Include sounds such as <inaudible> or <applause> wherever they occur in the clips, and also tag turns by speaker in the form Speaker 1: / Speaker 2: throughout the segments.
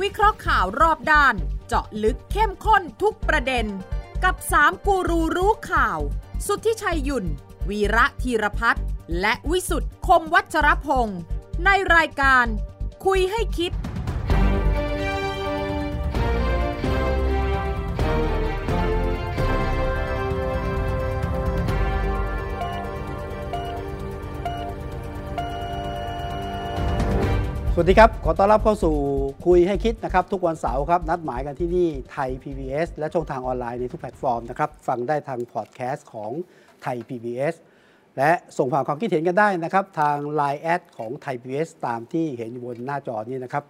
Speaker 1: วิเคราะห์ข่าวรอบด้าน เจาะลึกเข้มข้นทุกประเด็น กับ 3 กูรูรู้ข่าว สุทธิชัยหยุ่น วีระธีรพัฒน์และวิสุทธ์คมวัชรพงศ์ในรายการ คุยให้คิด
Speaker 2: สวัสดีครับ ขอต้อนรับเข้าสู่คุยให้คิดนะครับ ทุกวันเสาร์ครับ นัดหมายกันที่นี่ไทย PBS และช่องทางออนไลน์ในทุกแพลตฟอร์มนะครับ ฟังได้ทางพอดแคสต์ของไทย PBS และส่งผ่านความคิดเห็นกันได้นะครับ ทาง Line แอดของไทย PBS ตามที่เห็นอยู่บนหน้าจอนี้นะครับ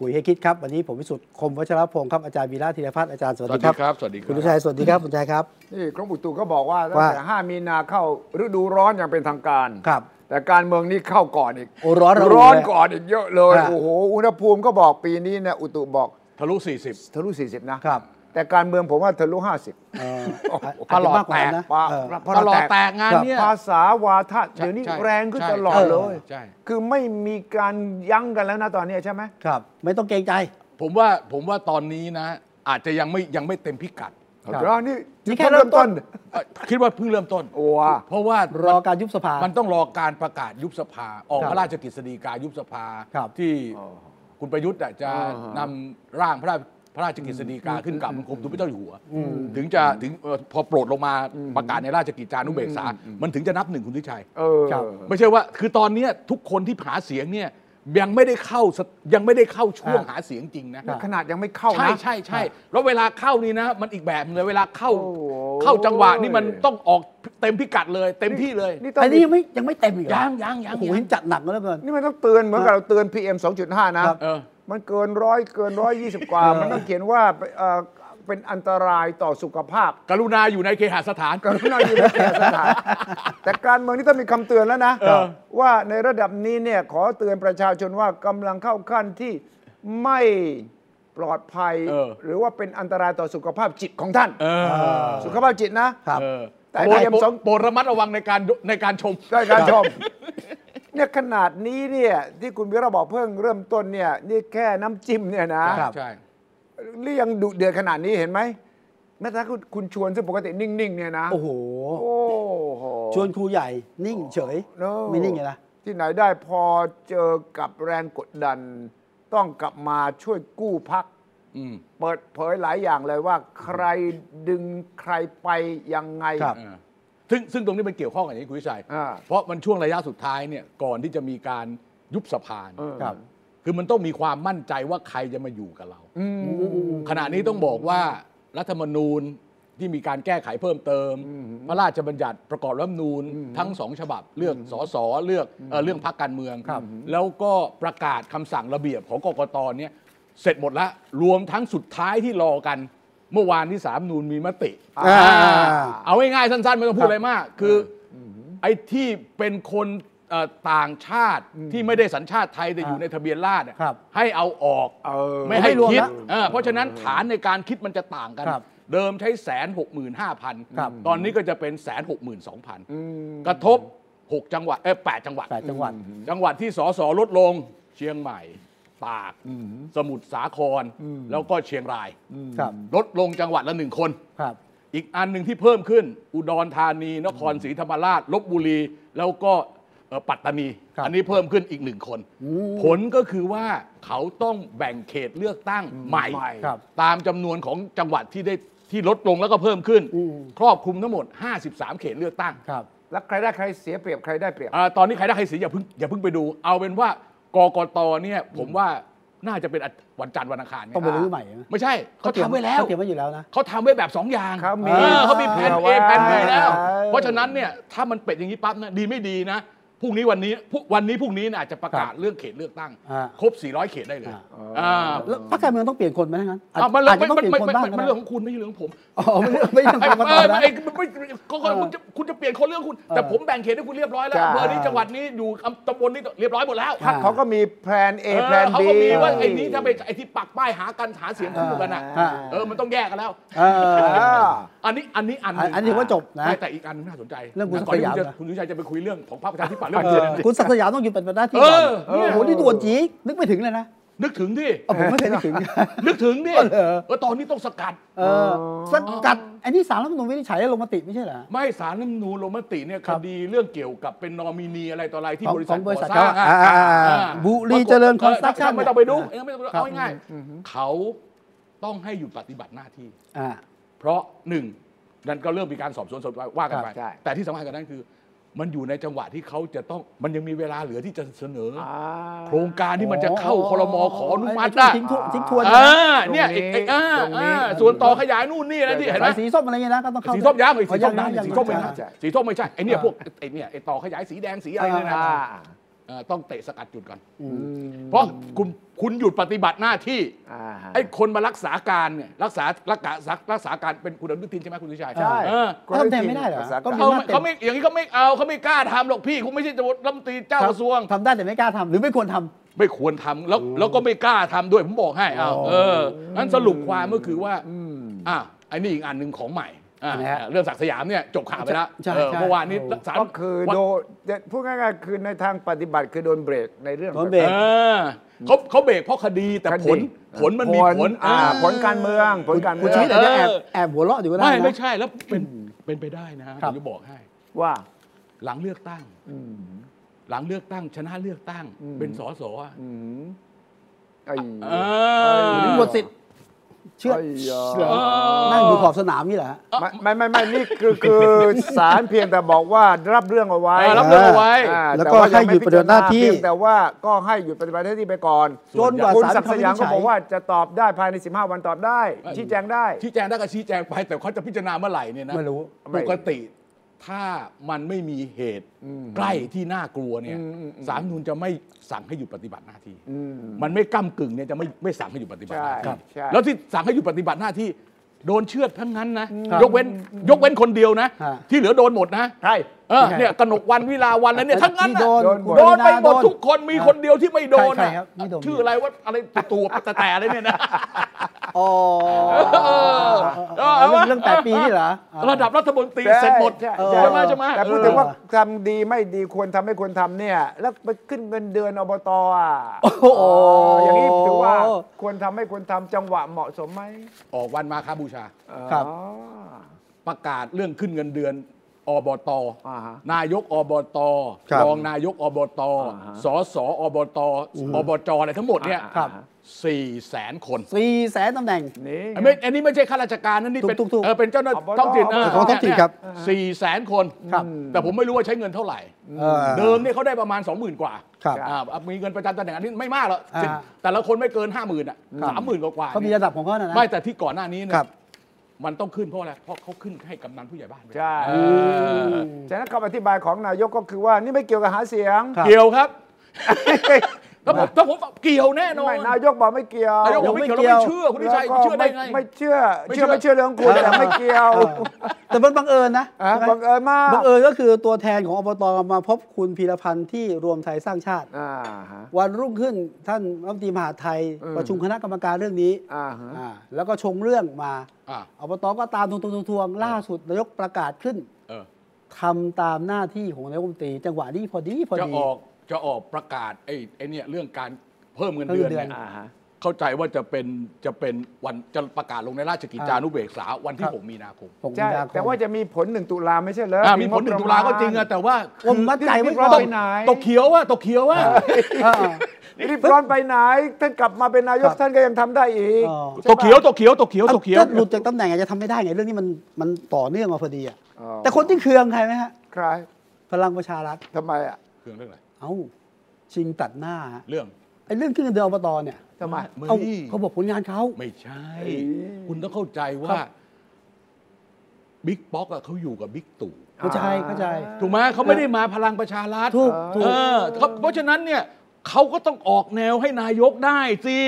Speaker 2: คุยให้คิดครับ วันนี้ผมวิสุทธิ์คมวัชรพงศ์ครับ อาจารย์วีระธีรพัฒน์อาจารย์สวัสดีครับ
Speaker 3: สวัสดีค
Speaker 2: คุณ
Speaker 3: รั
Speaker 2: ชัยสวัสดีครับคุณชัยครับ
Speaker 3: นี่กรมอุตุก็บอกว่าตั้ง
Speaker 2: ว่า
Speaker 3: แต่ 5 มีนาเข้าฤดูร้อนอย่างเป็นทางการ
Speaker 2: ครับ
Speaker 3: แต่การเมืองนี่เข้าก่อนอีก
Speaker 2: โอ้ร้อนระอุ
Speaker 3: ร้อน
Speaker 2: เลย
Speaker 3: ก่อนอีกเยอะเลย
Speaker 2: ฮะ
Speaker 3: โอ้โห อุณหภูมิก็บอกปีนี้นะอุตุบอก
Speaker 4: ทะลุ 40
Speaker 3: ทะลุ 40 นะ
Speaker 2: ครับ
Speaker 3: แต่การเมืองผมว่าทะลุ 50
Speaker 2: เอ่อ
Speaker 3: โอ้โห
Speaker 2: อาจจะมากกว่านั้นนะ
Speaker 3: ว่า
Speaker 2: เออ
Speaker 3: พอ
Speaker 4: ต
Speaker 3: เรา
Speaker 4: ลอด
Speaker 3: แต
Speaker 4: แตก
Speaker 3: ก
Speaker 4: งานเนี่ย
Speaker 3: ภาษาวาทะ
Speaker 4: ใช่
Speaker 3: เดี๋ยวนี้
Speaker 4: ใช่
Speaker 3: แรงขึ้น
Speaker 4: ใช่
Speaker 3: ตลอด
Speaker 4: เออ
Speaker 3: เลย
Speaker 4: ใช่
Speaker 3: คือไม่มีการยั้งกันแล้วนะตอนนี้ใช่ไหม
Speaker 2: ครับ ไม่ต้องเกรงใจ
Speaker 4: ผมว่าผมว่าตอนนี้นะ อาจจะยังไม่ยังไม่เต็มพิกัด
Speaker 3: เอาเดี๋ยวนี่
Speaker 2: นี่
Speaker 3: นี่
Speaker 2: แค่
Speaker 3: แค่
Speaker 2: เริ่
Speaker 3: เริ่
Speaker 2: ม
Speaker 3: ม
Speaker 2: ต้
Speaker 3: ต้
Speaker 2: น
Speaker 3: น
Speaker 4: เอ่อคิดว่าเพิ่งเริ่มต้น
Speaker 3: โอ้ว่ะ
Speaker 4: เพราะว่าร ร
Speaker 2: อการยุบสภา
Speaker 4: มันต้องรอการประกาศยุบสภา ออก
Speaker 2: ครับ
Speaker 4: พระราชกฤษฎีกายุบสภา
Speaker 2: ครับ
Speaker 4: ที่คุณประยุทธ์อะจะนำร่างพระราชพระราชกฤษฎีกาขึ้นกับบังคมทูลพระเจ้าอยู่หัว ถึงจะถึงเอ่อพอโปรดลงมาประกาศในราชกิจจานุเบกษา มันถึงจะนับหนึ่งคุณทิชัย
Speaker 3: เออ
Speaker 2: ครับ
Speaker 4: ไม่ใช่ว่าคือตอนเนี้ยทุกคนที่หาเสียงเนี่ยยังไม่ได้เข้าสยังไม่ได้เข้าช่วง
Speaker 2: อ่า
Speaker 4: หาเสียงจริงนะ
Speaker 3: ขนาดยังไม่เข้านะ
Speaker 4: ใช่ใช่ใช่แล้วเวลาเข้านี่นะ มันอีกแบบเลยเวลาเข้า
Speaker 3: โอ้โห
Speaker 4: เข้าจังหวะนี่มันต้องออกเต็มพิกัดเลย เต็มที่เลย
Speaker 3: นี่ต้อง
Speaker 2: อันนี้ยังไม่ยังไม่เต็มอีกเหรอ
Speaker 4: ยังยังยัง
Speaker 2: โอ้โห
Speaker 4: ยั
Speaker 2: เห็
Speaker 4: ง
Speaker 2: นจัดหนักแล้วเพื่อน
Speaker 3: นี่มันต้องเตือนเหมือนกับเราเตือน PM 2.5 นะ
Speaker 2: ครับ
Speaker 4: เออ
Speaker 3: มันเกินร้อยเกินร้อยยี่สิบกว่า มันต้องเขียนว่าเอ่อเป็นอันตรายต่อสุขภาพ
Speaker 4: กรุณาอยู่ในเคหสถาน
Speaker 3: กรุณาอยู่ในเขตสถาน แต่การเมืองนี่ต้องมีคำเตือนแล้วนะ
Speaker 4: ครับ
Speaker 3: ว่าในระดับนี้เนี่ยขอเตือนประชาชนว่ากำลังเข้าขั้นที่ไม่ปลอดภัย
Speaker 4: เออ
Speaker 3: หรือว่าเป็นอันตรายต่อสุขภาพจิตของท่าน
Speaker 4: เออ
Speaker 3: สุขภาพจิตนะ
Speaker 2: ครับ
Speaker 4: เออ
Speaker 3: แต่
Speaker 4: โปรด
Speaker 3: PM สอง
Speaker 4: โปรดระมัดระวังในการในการชม
Speaker 3: ได้การชม เนี่ยขนาดนี้เนี่ยที่คุณวิระบอกเพิ่งเริ่มต้นเนี่ยนี่แค่น้ำจิ้มเนี่ยนะ
Speaker 2: ค รับ
Speaker 4: ใช่
Speaker 3: นี่ยังดุเดือดขนาดนี้เห็นไหมแม้แต่คุณคุณชวนซึ่งปกตินิ่ง ๆ เนี่ยนะ
Speaker 2: โอ้โห
Speaker 3: โอ้โห
Speaker 2: ชวนครูใหญ่นิ่งเฉย
Speaker 3: โน่
Speaker 2: ไม่นิ่งไงนะ
Speaker 3: ที่ไหนได้พอเจอกับแรงกดดัน ต้องกลับมาช่วยกู้พัก
Speaker 4: อืม
Speaker 3: เปิดเผยหลายอย่างเลยว่า ใครดึงใครไปยังไง
Speaker 2: ครับ
Speaker 4: เออซึ่งซึ่งตรงนี้มันเกี่ยวข้องกับอย่างนี้คุณวิชัย
Speaker 3: อ่า
Speaker 4: เพราะมันช่วงระยะสุดท้ายเนี่ยก่อนที่จะมีการยุบสภาเนี่ย
Speaker 3: เออ
Speaker 2: ครับ
Speaker 4: คือมันต้องมีความมั่นใจว่าใครจะมาอยู่กับเรา
Speaker 3: อืม
Speaker 4: ขณะนี้ต้องบอกว่ารัฐธรรมนูญที่มีการแก้ไขเพิ่มเติม พระราชบัญญัติประกอบรัฐธรรมนูญทั้งสองฉบับ เลือกสสเลือกเอ่อเรื่องพักการเมือง แล้วก็ประกาศคำสั่งระเบียบของกกตเนี่ยเสร็จหมดละรวมทั้งสุดท้ายที่รอกัน เมื่อวานที่สามนูนมีมติ
Speaker 2: อ่า
Speaker 4: เอาง่ายๆสั้นๆ ไม่ต้องพูดอะไรมาก คืออไอ้ที่เป็นคนเอ่อต่างชาติที่ไม่ได้สัญชาติไทยแต่อยู่ในทะเบียนราษฎอะ
Speaker 2: ครับ
Speaker 4: ให้เอาออก
Speaker 3: เออ
Speaker 4: ไม่ให้
Speaker 2: ไม่รวม
Speaker 4: คิด
Speaker 2: ละ
Speaker 4: เออเพราะฉะนั้นฐานในการคิดมันจะต่างกัน
Speaker 2: ครับ
Speaker 4: เดิมใช้แสนหกหมื่นห้าพัน
Speaker 2: ครับ
Speaker 4: ตอนนี้ก็จะเป็นแสนหกหมื่นสองพันกระทบ 6 จังหวัดเออแปดจังหวัด
Speaker 2: แปดจังหวัด
Speaker 4: อืมจังหวัดที่สอสอลดลงเชียงใหม่ ตาก สมุทรสาครแล้วก็เชียงราย
Speaker 2: ครับ
Speaker 4: ลดลงจังหวัดละหนึ่งคน
Speaker 2: ครับ
Speaker 4: อีกอันหนึ่งที่เพิ่มขึ้น อุดรธานี นครศรีธรรมราชลบบุรี แล้วก็เอ่อปัตตานี
Speaker 2: ครับ
Speaker 4: อันนี้เพิ่มขึ้นอีกหนึ่งคน ผลก็คือว่าเขาต้องแบ่งเขตเลือกตั้งใหม่
Speaker 2: ครับ
Speaker 4: ตามจำนวนของจังหวัดที่ได้ที่ลดลงแล้วก็เพิ่มขึ้น
Speaker 2: อืม
Speaker 4: ครอบคลุมทั้งหมด 53 เขตเลือกตั้ง
Speaker 2: ครับ
Speaker 3: แล้วใครได้ใครเสียเปรียบใครได้เปรียบ
Speaker 4: อาตอนนี้ใครได้ใครเสียอย่าเพิ่งอย่าเพิ่งไปดู เอาเป็นว่ากกตเนี่ยผมว่าน่าจะเป็นอาทิตย์วันจันทร์วันอังคารไง
Speaker 2: ต้องไปรื้อใหม่นะ
Speaker 4: ไม่ใช่เขาทำไว้แล้ว
Speaker 2: เขาเตรียมไว้อยู่แล้วนะ
Speaker 4: เขาทำไว้แบบ 2 อย่าง
Speaker 3: เขามี
Speaker 4: เออเขามีแผน A
Speaker 3: เผื่อไว้
Speaker 4: แผน B แล้ว
Speaker 3: เออ
Speaker 4: เพราะฉะนั้นเนี่ยถ้ามันเป็ดอย่างนี้ปั๊บนะดีไม่ดีนะพรุ่งนี้วันนี้พรุ่งวันนี้พรุ่งนี้น่ะอาจจะประกาศเรื่องเขตเลือกตั้ง
Speaker 2: อ่า
Speaker 4: ครบ 400 เขตได้เลยอ่า
Speaker 2: แล้วพรรคการเมืองต้องเปลี่ยนคนไหมทั้งนั้นอาจ
Speaker 4: เอามัน
Speaker 2: อาจ
Speaker 4: เรื่อง
Speaker 2: จะต้อง
Speaker 4: มัน
Speaker 2: เปลี่ยนคนบ้าง
Speaker 4: มันมันมันมัน
Speaker 2: นะ
Speaker 4: เรื่องของคุณไม่ใช่เรื่องของผม
Speaker 2: อ๋อไม่เรื่องไม่เรื่องก
Speaker 4: ไอ้
Speaker 2: รกต
Speaker 4: เออ
Speaker 2: นะ
Speaker 4: ไอ้ไม่ไม่ไม่ก็ก็คุณจะคุณจะเปลี่ยนคนเรื่องคุณ แต่ผมแบ่งเขตให้คุณเรียบร้อยแล้ว
Speaker 3: จ้า
Speaker 4: อำเภอนี้จังหวัดนี้อยู่อำตำบลนี้เรียบร้อยหมดแล้ว
Speaker 2: ครั
Speaker 3: พั
Speaker 2: บ
Speaker 3: กเขาก็มีแพลน A
Speaker 4: เออ
Speaker 3: แพลน B
Speaker 4: เขาก็มีว่าไอ้นี้ถ้าไปไอ้ที่ปักป้ายหากันหาเสียงคู่กันอ่ะ
Speaker 2: อ่า
Speaker 4: เออมันต้องแยกกันแล้ว
Speaker 2: เออ
Speaker 3: อ่า
Speaker 4: อันนี้อันนี้อันห
Speaker 2: อันอันนี้ถือว่าจบนะ
Speaker 4: ไม่แต่อีกอันน่าสนใจ
Speaker 2: เรื่องคุณ
Speaker 4: ก่นที่
Speaker 2: สยาม
Speaker 4: จะ
Speaker 2: นะ
Speaker 4: คุณสุชัยจะไปคุยเรื่องของพรรคประชาธิปัตย์เรื่อง
Speaker 2: เอ
Speaker 4: เศรษ
Speaker 2: อ
Speaker 4: ฐกิจ
Speaker 2: คุณศักดิ์สยามต้องหยุดปฏิบัติหน้าที่
Speaker 4: เอ
Speaker 2: ก่อน
Speaker 4: อ
Speaker 2: โอ้โหนี่ด่วนจีนึกไม่ถึงเลยนะ
Speaker 4: นึกถึงดิ
Speaker 2: เอาผมไม่เคยนึกถึง
Speaker 4: นึกถึงดิ
Speaker 2: อ๋อเหรอ
Speaker 4: ว่าตอนนี้ต้องสกัด
Speaker 2: เออสกัดไอ้นี่สารรัฐธรรมนูญวินิจฉัยแล้วลงมติไม่ใช่เหรอ
Speaker 4: ไม่สารรัฐธรรมนูญลงมติเนี่ย
Speaker 2: ค
Speaker 4: ครับ ดีเรื่องเกี่ยวกับเป็นนอมินีอะไรต่ออะไรที่
Speaker 2: ของ
Speaker 4: บริ
Speaker 2: ขอ
Speaker 4: ษัท
Speaker 2: งบริษัท
Speaker 4: ก่
Speaker 2: เขา
Speaker 4: อสร้าง
Speaker 2: อ่าอ่าอ่า
Speaker 4: อ่า
Speaker 2: บุรีเจริญคอนสตรัก
Speaker 4: เอ
Speaker 2: ชั่น
Speaker 4: อไม่ต้องไปดูเออไม่ต้องไปดู
Speaker 2: ครับ
Speaker 4: เอาง่ายๆเขาต้องให้หยุดปฏิบัติหน้าที่
Speaker 2: อ่า
Speaker 4: เพราะหนึ่งนั่นก็เริ่มมีการสอบสวนสอบว่ากันไป
Speaker 3: ครับใช่
Speaker 4: แต่ที่สำคัญกว่านั้นคือ มันอยู่ในจังหวะที่เขาจะต้องมันยังมีเวลาเหลือที่จะเสนออ
Speaker 3: อ่า
Speaker 4: โครงการที่มันจะเข้า
Speaker 2: อ๋อ
Speaker 4: ครมขออนุมัติ
Speaker 2: ไอ้
Speaker 4: อะ
Speaker 2: ที่ทิ้งทวทิ้งทวน
Speaker 4: เออเนี่ย
Speaker 3: ตรงนี้
Speaker 4: ไอ้ไอ้อ่า
Speaker 3: ตรงนี้
Speaker 4: อ่าส่วนต่อขยายนู่นนี่อะไรที่เห็นไหม
Speaker 2: สายสีส้มอะไรเงี้ยนะก็ต้องเข้า
Speaker 4: สีส้มยางไอ้
Speaker 2: อ๋อ
Speaker 4: สีส้ม
Speaker 2: ยั
Speaker 4: ยาง ง
Speaker 2: ยัง
Speaker 4: สีส้มไม่
Speaker 2: ยัง
Speaker 4: ใช่สีส้มไม่ใช่ไอ้เนี่ย
Speaker 2: อ่า
Speaker 4: พวกไอ้เนี่ยไอ้ต่อขยายสีแดงสีอะไรเนี่ยนะ
Speaker 3: อ่า
Speaker 4: เอ่อต้องเตะสกัดหยุดก่อน
Speaker 2: อืม
Speaker 4: เพราะคุณคุณหยุดปฏิบัติหน้าที่
Speaker 3: อ่าฮะ
Speaker 4: ไอ้คนมารักษาการเนี่ยรักษารักษารักษาการเป็นคุณอนุทินใช่ไหมคุณสุชัย
Speaker 2: ใช่
Speaker 4: เออ
Speaker 2: ก็ทำแทนไม่ได้เหรอก็มี
Speaker 4: เขาไม่เขาไม่อย่างนี้เขาไม่เอาเขาไม่กล้าทำหรอกพี่คุณไม่ใช่จะรัฐมนตรีเจ้ากระทรวง
Speaker 2: ทำได้แต่ไม่กล้าทำหรือไม่ควรทำ
Speaker 4: ไม่ควรทำแล้วแล้วก็ไม่กล้าทำด้วยผมบอกให้
Speaker 2: อ๋
Speaker 4: เอา
Speaker 2: อ
Speaker 4: เออนั้นสรุปความก็คือว่าอ่ะไอ้นี่อีกอันหนึ่งของใหม่อ่ะ
Speaker 2: ใช่ไหมฮะ
Speaker 4: เรื่องศักดิ์สยามเนี่ยจบข่าวไปแล้ว
Speaker 2: ใช่
Speaker 4: เออ
Speaker 2: ใช่
Speaker 4: เมื่อวานนี้
Speaker 2: โอ้
Speaker 4: สาร
Speaker 3: ก็คือ
Speaker 4: วัด
Speaker 3: โดนจะพูดง่ายๆคือในทางปฏิบัติคือโดนเบรกในเรื่อง
Speaker 2: โดนเบรก
Speaker 4: เออเขาเขาเบรกเพราะคดีแต่
Speaker 3: ค
Speaker 4: ผ
Speaker 3: ดี
Speaker 4: ลผลมันมีผล
Speaker 3: อ่า
Speaker 4: เออ
Speaker 3: ผลการเมืองผลการ
Speaker 2: คุ
Speaker 3: เมื
Speaker 2: ณ
Speaker 3: อง
Speaker 2: ชีวิตอาจจะแอบ
Speaker 4: เออ
Speaker 2: แอบหัวเราะอยู่ก็ได้
Speaker 4: ไม่
Speaker 2: นะ
Speaker 4: ไม่ใช่แล้วเป็นเป็นไปได้นะผ
Speaker 2: ครับ
Speaker 4: มจะบอกให้
Speaker 3: ว่า
Speaker 4: หลังเลือกตั้ง
Speaker 3: อืม
Speaker 4: หลังเลือกตั้งชนะเลือกตั้ง
Speaker 3: อืม
Speaker 4: เป็นสสอ่ะ
Speaker 3: อืมไอ้
Speaker 4: เออ
Speaker 2: หรือหมดสิทธิ์เชื่อด
Speaker 3: ไอ้ยา
Speaker 2: เชื่อดนั่งดูขอบสนามนี่แหละ
Speaker 3: ไม่ไม่ไม่ไม่นี่คือ
Speaker 4: <laughs>
Speaker 3: คือสารเพียงแต่บอกว่ารับเรื่องเอาไว้
Speaker 4: เออรับเรื่องเอาไว้
Speaker 3: อ่า
Speaker 2: แล้วก็
Speaker 3: ต่า
Speaker 2: ให้หยุดปฏิบัติหน้าที่
Speaker 3: เพียงแต่ว่าก็ให้หยุดปฏิบัติหน้าที่ไปก่อน
Speaker 2: จนกว่า
Speaker 3: คุณ
Speaker 2: ศาล
Speaker 3: ศักดิ์สยาม
Speaker 2: จะวิ
Speaker 3: ก็
Speaker 2: นิจฉัย
Speaker 3: บอกว่าจะตอบได้ภายใน 15 วันตอบได้
Speaker 4: ไม่
Speaker 3: ชี้แจงได้
Speaker 4: ชี้แจงได้ก็ชี้แจงไปแต่เขาจะพิจารณาเมื่อไหร่เนี่ยนะ
Speaker 2: ไม่รู้
Speaker 4: ปกติถ้ามันไม่มีเหตุ
Speaker 3: อืม
Speaker 4: ใกล้ที่น่ากลัวเนี่ย
Speaker 3: อืมอืมอืม
Speaker 4: สาลรฐธรรมนูนจะไม่สั่งให้หยุดปฏิบัติหน้าที่
Speaker 3: อืม
Speaker 4: มันไม่ก้ากึ่งเนี่ยจะไม่ไม่สั่งให้หยุดปฏิบัติหน้า
Speaker 3: ใช่ครั
Speaker 4: ที่
Speaker 3: บใช่
Speaker 4: แล้วที่สั่งให้หยุดปฏิบัติหน้าที่ โดนเชือดทั้งนั้นนะครับ ยกเว้นยกเว้นคนเดียวนะ
Speaker 2: ฮะ
Speaker 4: ที่เหลือโดนหมดนะ
Speaker 3: ใช่
Speaker 4: เออเนี่ยกนกวันวิลาวันแล้วเนี่ยทั้งนั้น
Speaker 2: โด
Speaker 4: น่ะ
Speaker 2: น
Speaker 3: โดนหม
Speaker 4: โดนไปหมด
Speaker 2: โ
Speaker 4: ทุกคนมีคนเดียวที่ไม่โดน
Speaker 2: ใคร
Speaker 4: น่ะ
Speaker 2: ๆครับไม่โดน
Speaker 4: ชื่ออะไรว่าอะไรตัวๆแต่แต่อะไรเนี่ยนะ
Speaker 2: อ๋อ
Speaker 4: เออเอาวะ
Speaker 2: เรื่องแปดปีนี่เหรอ
Speaker 4: ระดับรัฐมนตรี
Speaker 3: ใช่
Speaker 4: เสร็จหมด
Speaker 3: ใช่
Speaker 4: ใช่ไหมใช่ไหม
Speaker 3: แต่พูด
Speaker 4: เออ
Speaker 3: ถึงว่าทำดีไม่ดีควรทำไม่ควรทำเนี่ย แล้วไปขึ้นเงินเดือนอบตอ่ะ
Speaker 2: โอ้โห
Speaker 3: อย่างนี้ถือว่าควรทำไม่ควรทำจังหวะเหมาะสมไหม
Speaker 4: ออกวันมาค้าบูชา
Speaker 2: ครับ
Speaker 3: อ๋อ
Speaker 4: ประกาศเรื่องขึ้นเงินเดือนอบต
Speaker 3: อ่าฮะ
Speaker 4: นายกอบต
Speaker 2: ครับ
Speaker 4: รองนายกอบต
Speaker 3: อ่าฮะ
Speaker 4: สสอบตอบจอะไรทั้งหมดเนี่ย
Speaker 2: ครับ
Speaker 4: สี่แสนคน
Speaker 2: สี่แสนตำแหน่ง
Speaker 3: นี่
Speaker 4: ไม่อันนี้ไม่ใช่ข้าราชการนะนี่เป็น
Speaker 2: ถูกๆๆ
Speaker 4: เออเป็นเจ้าหน้า
Speaker 3: อบต
Speaker 4: ท้องถิ่นเ
Speaker 2: เออของท้องถิ่นครับ
Speaker 4: สี่แสนคน
Speaker 2: ครับ
Speaker 4: แต่ผมไม่รู้ว่าใช้เงินเท่าไหร่
Speaker 2: ออ
Speaker 4: เดิมเนี่ยเขาได้ประมาณ 20,000 กว่า
Speaker 2: ครับ
Speaker 4: อ่ามีเงินประจำตำแหน่งอันนี้ไม่มากหรอก
Speaker 2: อ่า
Speaker 4: แต่ละคนไม่เกิน 50,000อ่ะสามหมื่นกว่าๆ
Speaker 2: เขามี
Speaker 4: เนี่ย
Speaker 2: ระดับของเขานะนะ
Speaker 4: ไม่แต่ที่ก่อนหน้านี้เนี่ย
Speaker 2: ครับ
Speaker 4: มันต้องขึ้นเพราะอะไร เพราะเขาขึ้นให้กำนันผู้ใหญ่บ้านไป
Speaker 3: ใช่
Speaker 4: เออ
Speaker 3: ฉะนั้นคำอธิบายของนายกก็คือว่านี่ไม่เกี่ยวกับหาเสียง
Speaker 2: ครับ
Speaker 4: เกี่ยวครับถ้าผมถ้าผมเกี่ยวแน่นอน
Speaker 3: ไม่นายกบอกไม่เกี่ยวน
Speaker 4: ายกบอกไม่เกี่ยวแล้วไม่เชื่อคุณทิชัย
Speaker 3: แล้วก็
Speaker 4: เชื่อได้ไง
Speaker 3: ไม่เชื่อ
Speaker 4: ไม่เชื่
Speaker 3: เชื่
Speaker 4: อ
Speaker 3: อไม่เชื่อเรื่องคุณแต่ไม่เกี่ยว
Speaker 2: เออแต่มันบังเอิญนะ
Speaker 3: อ่ะ
Speaker 2: ใช่ไหม
Speaker 3: บังเอิญมาก
Speaker 2: บังเอิญก็คือตัวแทนของอบตมาพบคุณพีรพันธ์ที่รวมไทยสร้างชาติ
Speaker 3: อ่าฮะ
Speaker 2: วันรุ่งขึ้นท่านรัฐมนตรีมหาดไทย
Speaker 3: อืม
Speaker 2: ประชุมคณะกรรมการเรื่องนี้
Speaker 3: อ่าฮะ
Speaker 2: อ่าแล้วก็ชงเรื่องมา
Speaker 4: อ่ะ
Speaker 2: อบตก็ตามทวงทวงทวงล่าสุดนายกประกาศขึ้น
Speaker 4: เออ
Speaker 2: ทำตามหน้าที่ของนายกรัฐมนตรีจังหวะนี้พอดีพอ
Speaker 4: จะ
Speaker 2: ดี
Speaker 4: ออกจะออกประกาศไอ้ไอ้เนี่ยเรื่องการเพิ่มเงินเดือน
Speaker 2: เพิ่มเงินเดือน
Speaker 4: เนี่ย
Speaker 3: อ่าฮะ
Speaker 4: เข้าใจว่าจะเป็นจะเป็นวันจะประกาศลงในราชกิจจานุเบกษาวันที่
Speaker 2: ครับ
Speaker 4: 6 มีนาคม
Speaker 2: หกมี
Speaker 3: ใช่
Speaker 2: นาคม
Speaker 3: แต่ว่าจะมีผลหนึ่งตุลาไม่ใช่เหรอ
Speaker 4: อ่ะมีผลถึงตุลาก็จริงอะแต่ว่า
Speaker 2: ผมมั่นใจไว้
Speaker 3: รีบ
Speaker 2: ก่
Speaker 3: ร้
Speaker 2: อ
Speaker 3: อน นไปไหน
Speaker 4: ตกเขียวอะตกเขียวอะ
Speaker 2: อ่า
Speaker 3: รีบร้อนไปไหน ท่านกลับมาเป็นนาย
Speaker 2: ค
Speaker 3: ก
Speaker 2: รับ
Speaker 3: ท่านก็ยังทำได้อีก
Speaker 2: อ๋อ
Speaker 4: ตกเขียวตกเขียวตกเขียวตกเขียว
Speaker 2: ถ้าหลุดจากตำแหน่งอาจจะทำไม่ได้ไงเรื่องนี้มันมันต่อเนื่องมาพอดีอ่ะ
Speaker 3: อ๋อ
Speaker 2: แต่คนที่เคืองใครไหมฮะ
Speaker 3: ใคร
Speaker 2: พลังประชารัฐ
Speaker 3: ทำไมอ่ะ
Speaker 4: เรื่องเรื่องอะไร
Speaker 2: เอ้าชิงตัดหน้าฮะ
Speaker 4: เรื่อง
Speaker 2: ไอ้เรื่องขึ้นเงินเดือนอบตเนี่ย
Speaker 3: ทำไม
Speaker 4: เมอ
Speaker 2: เขา
Speaker 4: รี่
Speaker 2: เขาบอกผลงานเขา
Speaker 4: ไม่ใช่
Speaker 3: เอ้ย
Speaker 4: คุณต้องเข้าใจว่าบิ๊กป๊อกอะเขาอยู่กับบิ๊กตู่
Speaker 2: เข้าใจเข้าใจ
Speaker 4: ถูกไหมเขาไม่ได้มาพลังประชารัฐ
Speaker 2: ถูกถูก
Speaker 4: เออเขาเพราะฉะนั้นเนี่ยเขาก็ต้องออกแนวให้นายกได้สิ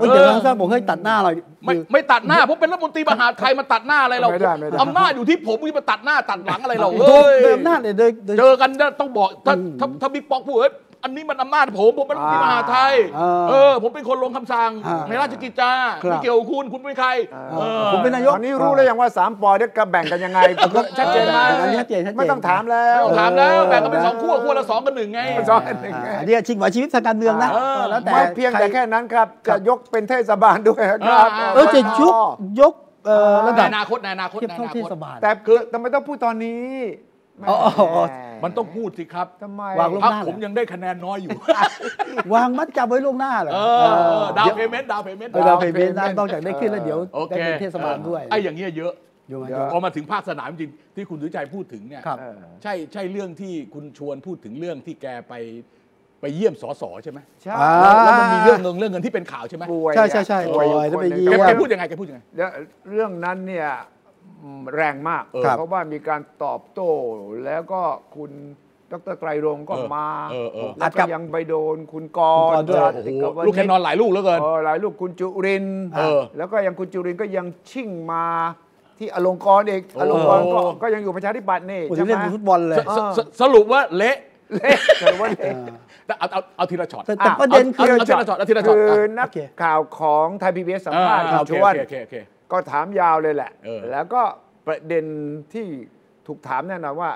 Speaker 3: เออ
Speaker 2: เอ้ยแต่บางท่านบอกเฮ้ยตัดหน้าเรา
Speaker 4: ไม่ไม่ตัดหน้าเพราะเป็นรัฐมนตรีมหาดไทยมาตัดหน้าอะไรเรา
Speaker 3: ไม่ได้ไม่ได้
Speaker 4: อำนาจอยู่ที่ผมที่มาตัดหน้าตัดหลังอะไรเรา
Speaker 2: โด
Speaker 4: เฮ้
Speaker 2: ย
Speaker 4: ย
Speaker 2: โดยอำนาจเนี่ยโดยโดย
Speaker 4: เจอกันต้องบอกถ้าถ้าถ้าบิ๊กป๊อกพูดเอ้ย อันนี้มันอำนาจผมผมเป็นรัฐมนตรีมหาดไทย
Speaker 2: อ่า
Speaker 4: เออ ผมเป็นคนลงคำสั่ง
Speaker 2: อ่า
Speaker 4: ในราชกิจจา
Speaker 2: ครับ
Speaker 4: ไม่เกี่ยวกับคุณคุณเป็นใคร
Speaker 2: อ่า
Speaker 4: ออ
Speaker 2: ผมเป็นนายก
Speaker 3: ตอนนี้รู้แล้วยังว่าสามปอเนี่ยก็แบ่งกันยังไงก็ชัดเจน
Speaker 4: เออ
Speaker 2: อันนี้ชัดเจนชัดเจน
Speaker 3: ไม่ต้องถามแล้ว
Speaker 4: ไม่ต้องถามแล้วแบ่งกันเป็น
Speaker 2: เออ
Speaker 4: สองขั้วขั้วละสองกันหนึ่งไง
Speaker 3: สอง นหนึ่ง
Speaker 2: อ่าอันนี้ชิงไหวชีวิตทางการเมืองนะ
Speaker 4: เออ
Speaker 2: แล้วแต่
Speaker 3: ไม่เพียงแต่แค่นั้นครับ จะยกเป็นเทศบาลด้วยครับ
Speaker 4: อ่า
Speaker 2: เออจะยุกยกเอ่อระ
Speaker 4: ใน
Speaker 2: ดับ
Speaker 4: อนาคตในอนาคต
Speaker 2: เทียบ
Speaker 4: ในอ
Speaker 2: เท่า
Speaker 4: นา
Speaker 2: เท
Speaker 4: คต
Speaker 2: ศบาล
Speaker 3: แต่คือทำไมต้องพูดตอนนี้
Speaker 2: อ๋ออ๋ออ๋อ
Speaker 4: มันต้องพูดสิครับ
Speaker 3: ทำไม
Speaker 2: วางลง
Speaker 4: พัก
Speaker 2: หน้าเหรอ
Speaker 4: ผมยังได้คะแนนน้อยอยู่
Speaker 2: <laughs> วางมัดจำไว้ล่วงหน้าเหรอ
Speaker 4: เออเออดาว
Speaker 2: เพ
Speaker 4: เพย์เมนต์ดาวเพย์เมนต์
Speaker 2: ดาวเพ
Speaker 3: payment
Speaker 2: เมนต์นอกจากได้ขึ้นแล้วเดี๋ยว
Speaker 4: โอ
Speaker 2: ได้
Speaker 4: เค
Speaker 2: เป็นเทศบาลด้วย
Speaker 4: ไอ้อย่างเงี้ยเยอะ
Speaker 2: อยู่ไหม
Speaker 3: เดี๋ยว
Speaker 4: พอมาถึงภาคสนามจริงที่คุณสุใจยพูดถึงเนี่ย
Speaker 2: ครับ
Speaker 3: เออ
Speaker 4: ใช่ใช่เรื่องที่คุณชวนพูดถึงเรื่องที่แกไปไปเยี่ยมสสใช่ไหม
Speaker 3: ใช่
Speaker 2: อ่า
Speaker 4: แล้วแล้วมันมีเรื่องเงินเรื่องเงินที่เป็นข่าวใช่ไหม
Speaker 3: ป่วย
Speaker 2: ใช่ใช่ใช่
Speaker 3: ป่วยอยู่
Speaker 2: ป่วยแล้วไปเยี่ยม
Speaker 4: แก
Speaker 3: คนหนึ่งแต่ว่า
Speaker 4: แกพูดยังไงแกพูดยังไง
Speaker 3: แล้วเรื่องนั้นเนี่ยอืมแรงมาก
Speaker 2: ครับ
Speaker 3: เพราะว่ามีการตอบโต้ แล้วก็คุณดรไตรรงค์ก็
Speaker 4: เออ
Speaker 3: มา
Speaker 4: เออเออ
Speaker 3: แล้วก็ยังไปโดนคุณกร
Speaker 2: คุณกรด้วย
Speaker 3: จา
Speaker 4: โอ้โห
Speaker 3: ติกว
Speaker 4: ลูกแคนนอนหลายลูกเหลือเกิน
Speaker 3: เออหลายลูกคุณจุรินทร์
Speaker 4: เออ
Speaker 3: แล้วก็ยังคุณจุรินทร์ก็ยังชิ่งมาที่อลงกรณ์เอก
Speaker 4: โอ้
Speaker 3: อลงกรณ์ก็ก็ยังอยู่ประชาธิปัตย์นี่
Speaker 2: โอ้ย
Speaker 3: ใช่ไหม
Speaker 2: เล่นฟุตบอลเลย
Speaker 4: สสสสรุปว่าเละ
Speaker 3: เละแต่ว่าเละ
Speaker 2: เออ
Speaker 4: แต่เอาเอาเอาทีละช็อต
Speaker 2: แต่แต่
Speaker 3: อ่ะ
Speaker 2: ประเด็นคือ
Speaker 4: เอาทีละช็อตเอาทีละช็อต
Speaker 3: คือ
Speaker 4: อ่ะ
Speaker 3: นัก
Speaker 2: โอเค
Speaker 3: ข่าวของไทยพีบีเอสสัมภาษณ์
Speaker 4: อ่า
Speaker 3: คุ
Speaker 4: โอ
Speaker 3: ณ
Speaker 4: เค
Speaker 3: ชวน
Speaker 4: โอเคโอเค
Speaker 3: ก็ถามยาวเลยแหละ
Speaker 4: เออ
Speaker 3: แล้วก็ประเด็นที่ถูกถามแน่นอนว่า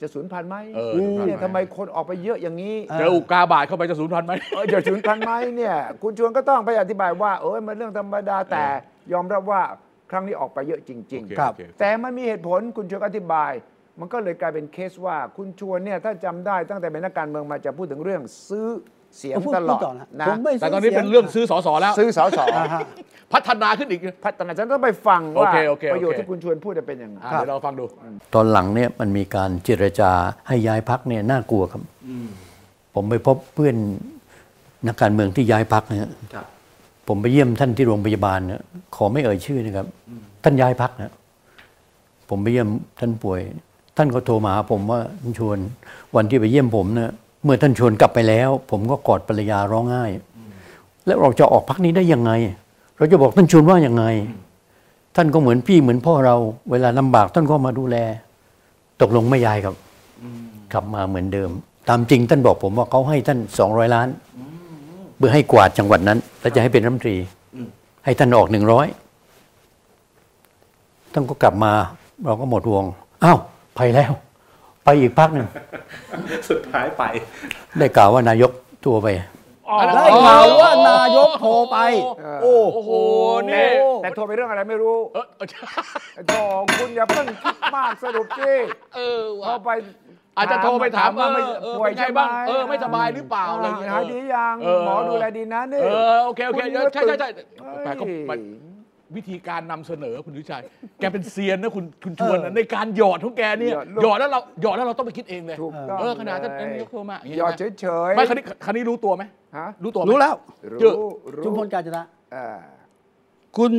Speaker 3: จะสูญพันธุ์ไหม
Speaker 4: เออ
Speaker 2: ม
Speaker 3: เนี่ยทำไมคนออกไปเยอะอย่างนี้
Speaker 2: เอ
Speaker 4: เจออุกกาบาตเข้าไปจะสูญพันธุ์ไหม
Speaker 3: เออจะสูญพันธุ์ไหมเนี่ย คุณชวนก็ต้องไปอธิบายว่าเออมันเรื่องธรรมดาแต่ยอมรับว่าครั้งนี้ออกไปเยอะจริง
Speaker 4: โอเค
Speaker 3: ๆ
Speaker 2: ครับ
Speaker 4: โอเค
Speaker 3: แต่มันมีเหตุผลคุณชวนก็อธิบาย มันก็เลยกลายเป็นเคสว่า คุณชวนเนี่ยถ้าจำได้ตั้งแต่เป็นนักการเมืองมาจะพูดถึงเรื่องซื้อเสียง
Speaker 2: เพูด
Speaker 3: ตล
Speaker 2: พู
Speaker 3: อ
Speaker 2: ด
Speaker 3: ด
Speaker 2: ต่อนะ
Speaker 3: นะ
Speaker 2: ผมไม่
Speaker 4: แต่ตอนนี้
Speaker 2: สีย
Speaker 4: เป็นเรื่องซื้อสอสอแล้ว
Speaker 3: ซื้อสอสอ
Speaker 2: อ่าฮะ
Speaker 4: พัฒนาขึ้นอีก
Speaker 3: พัฒนาฉันต้องไปฟังว่า
Speaker 4: โอเคโอเคโอเค
Speaker 3: ประโยชน์ที่คุณชวนพูดจะเป็นยังไง
Speaker 4: อ่ะเดี๋ยวเราฟังดู
Speaker 5: ตอนหลังเนี่ยมันมีการเจรจาให้ย้ายพักเนี่ยน่ากลัวครับผมไปพบเพื่อนนักการเมืองที่ย้ายพักนะฮะผมไปเยี่ยมท่านที่โรงพยาบาลนะขอไม่เอ่ยชื่อนะครับ ท่านย้ายพักนะผมไปเยี่ยมท่านป่วย ท่านก็โทรมาหาผมว่าท่านชวนวันที่ไปเยี่ยมผมนะเมื่อท่านชวนกลับไปแล้ว ผมก็กอดภรรยาร้องไห้ แล้วเราจะออกพักนี้ได้ยังไง เราจะบอกท่านชวนว่ายังไง ท่านก็เหมือนพี่เหมือนพ่อเรา เวลาลำบากท่านก็มาดูแล ตกลงไม่ย้ายครับกลับมาเหมือนเดิม ตามจริงท่านบอกผมว่าเขาให้ท่านสองร้อยล้านเพื่อให้กวาดจังหวัดนั้น แล้วจะให้เป็นรัฐมนตรีให้ท่านออกหนึ่งร้อยท่านก็กลับมา เราก็หมดห่วงอ้าวไปแล้ว ไปอีกพักหนึ่ง
Speaker 6: สุดท้ายไป
Speaker 5: ได้กล่าวว่านายกตัวไป
Speaker 2: แล้วข่าวว่านายกโทรไป
Speaker 4: โอ้โห นี่
Speaker 3: แต่โทรไปเรื่องอะไรไม่รู้
Speaker 4: เออเออ
Speaker 3: โทรคุณอย่าเพิ่งคิดมากสรุปสิ
Speaker 4: เออว่ะ
Speaker 3: โทรไป
Speaker 4: อาจจะโทรไปถาม
Speaker 3: ว่
Speaker 4: ว่าเออเออ
Speaker 3: ป่วย
Speaker 4: เป็นไง
Speaker 3: ใช่ห
Speaker 4: บ้าง เออ ไม่สบายหรือเปล่าอะไรอย่างเงี้ย
Speaker 3: หายดียัง
Speaker 4: เห
Speaker 3: มอดูแลดีนะนี่
Speaker 4: เออ โอเค โอเค
Speaker 3: ณ
Speaker 4: เออใช่ใช่ใช่แต่ก็
Speaker 3: เฮ้ย
Speaker 4: มันวิธีการนำเสนอคุณวิชัย แกเป็นเซียนนะคุณคุณชวนนะในการหยอดของแกเนี่ย
Speaker 3: หยอด
Speaker 4: หยอด
Speaker 3: ลูก
Speaker 4: แล้วเราหยอดแล้วเราต้องไปคิดเองเลย
Speaker 3: ถูกต้อง
Speaker 4: เออขนาดท่าน
Speaker 3: เล
Speaker 4: นายกโทรมาอย่างเงี้ย
Speaker 3: หยอดเฉยๆ
Speaker 4: ไม่คันนี้คันนี้รู้ตัวไหม
Speaker 3: ฮะ
Speaker 4: รู้ตัวไหม
Speaker 2: รู้แล้ว
Speaker 4: เจอ
Speaker 3: รู้รู้
Speaker 2: ชุมพลกาญจนะ
Speaker 3: เออ
Speaker 2: คุณ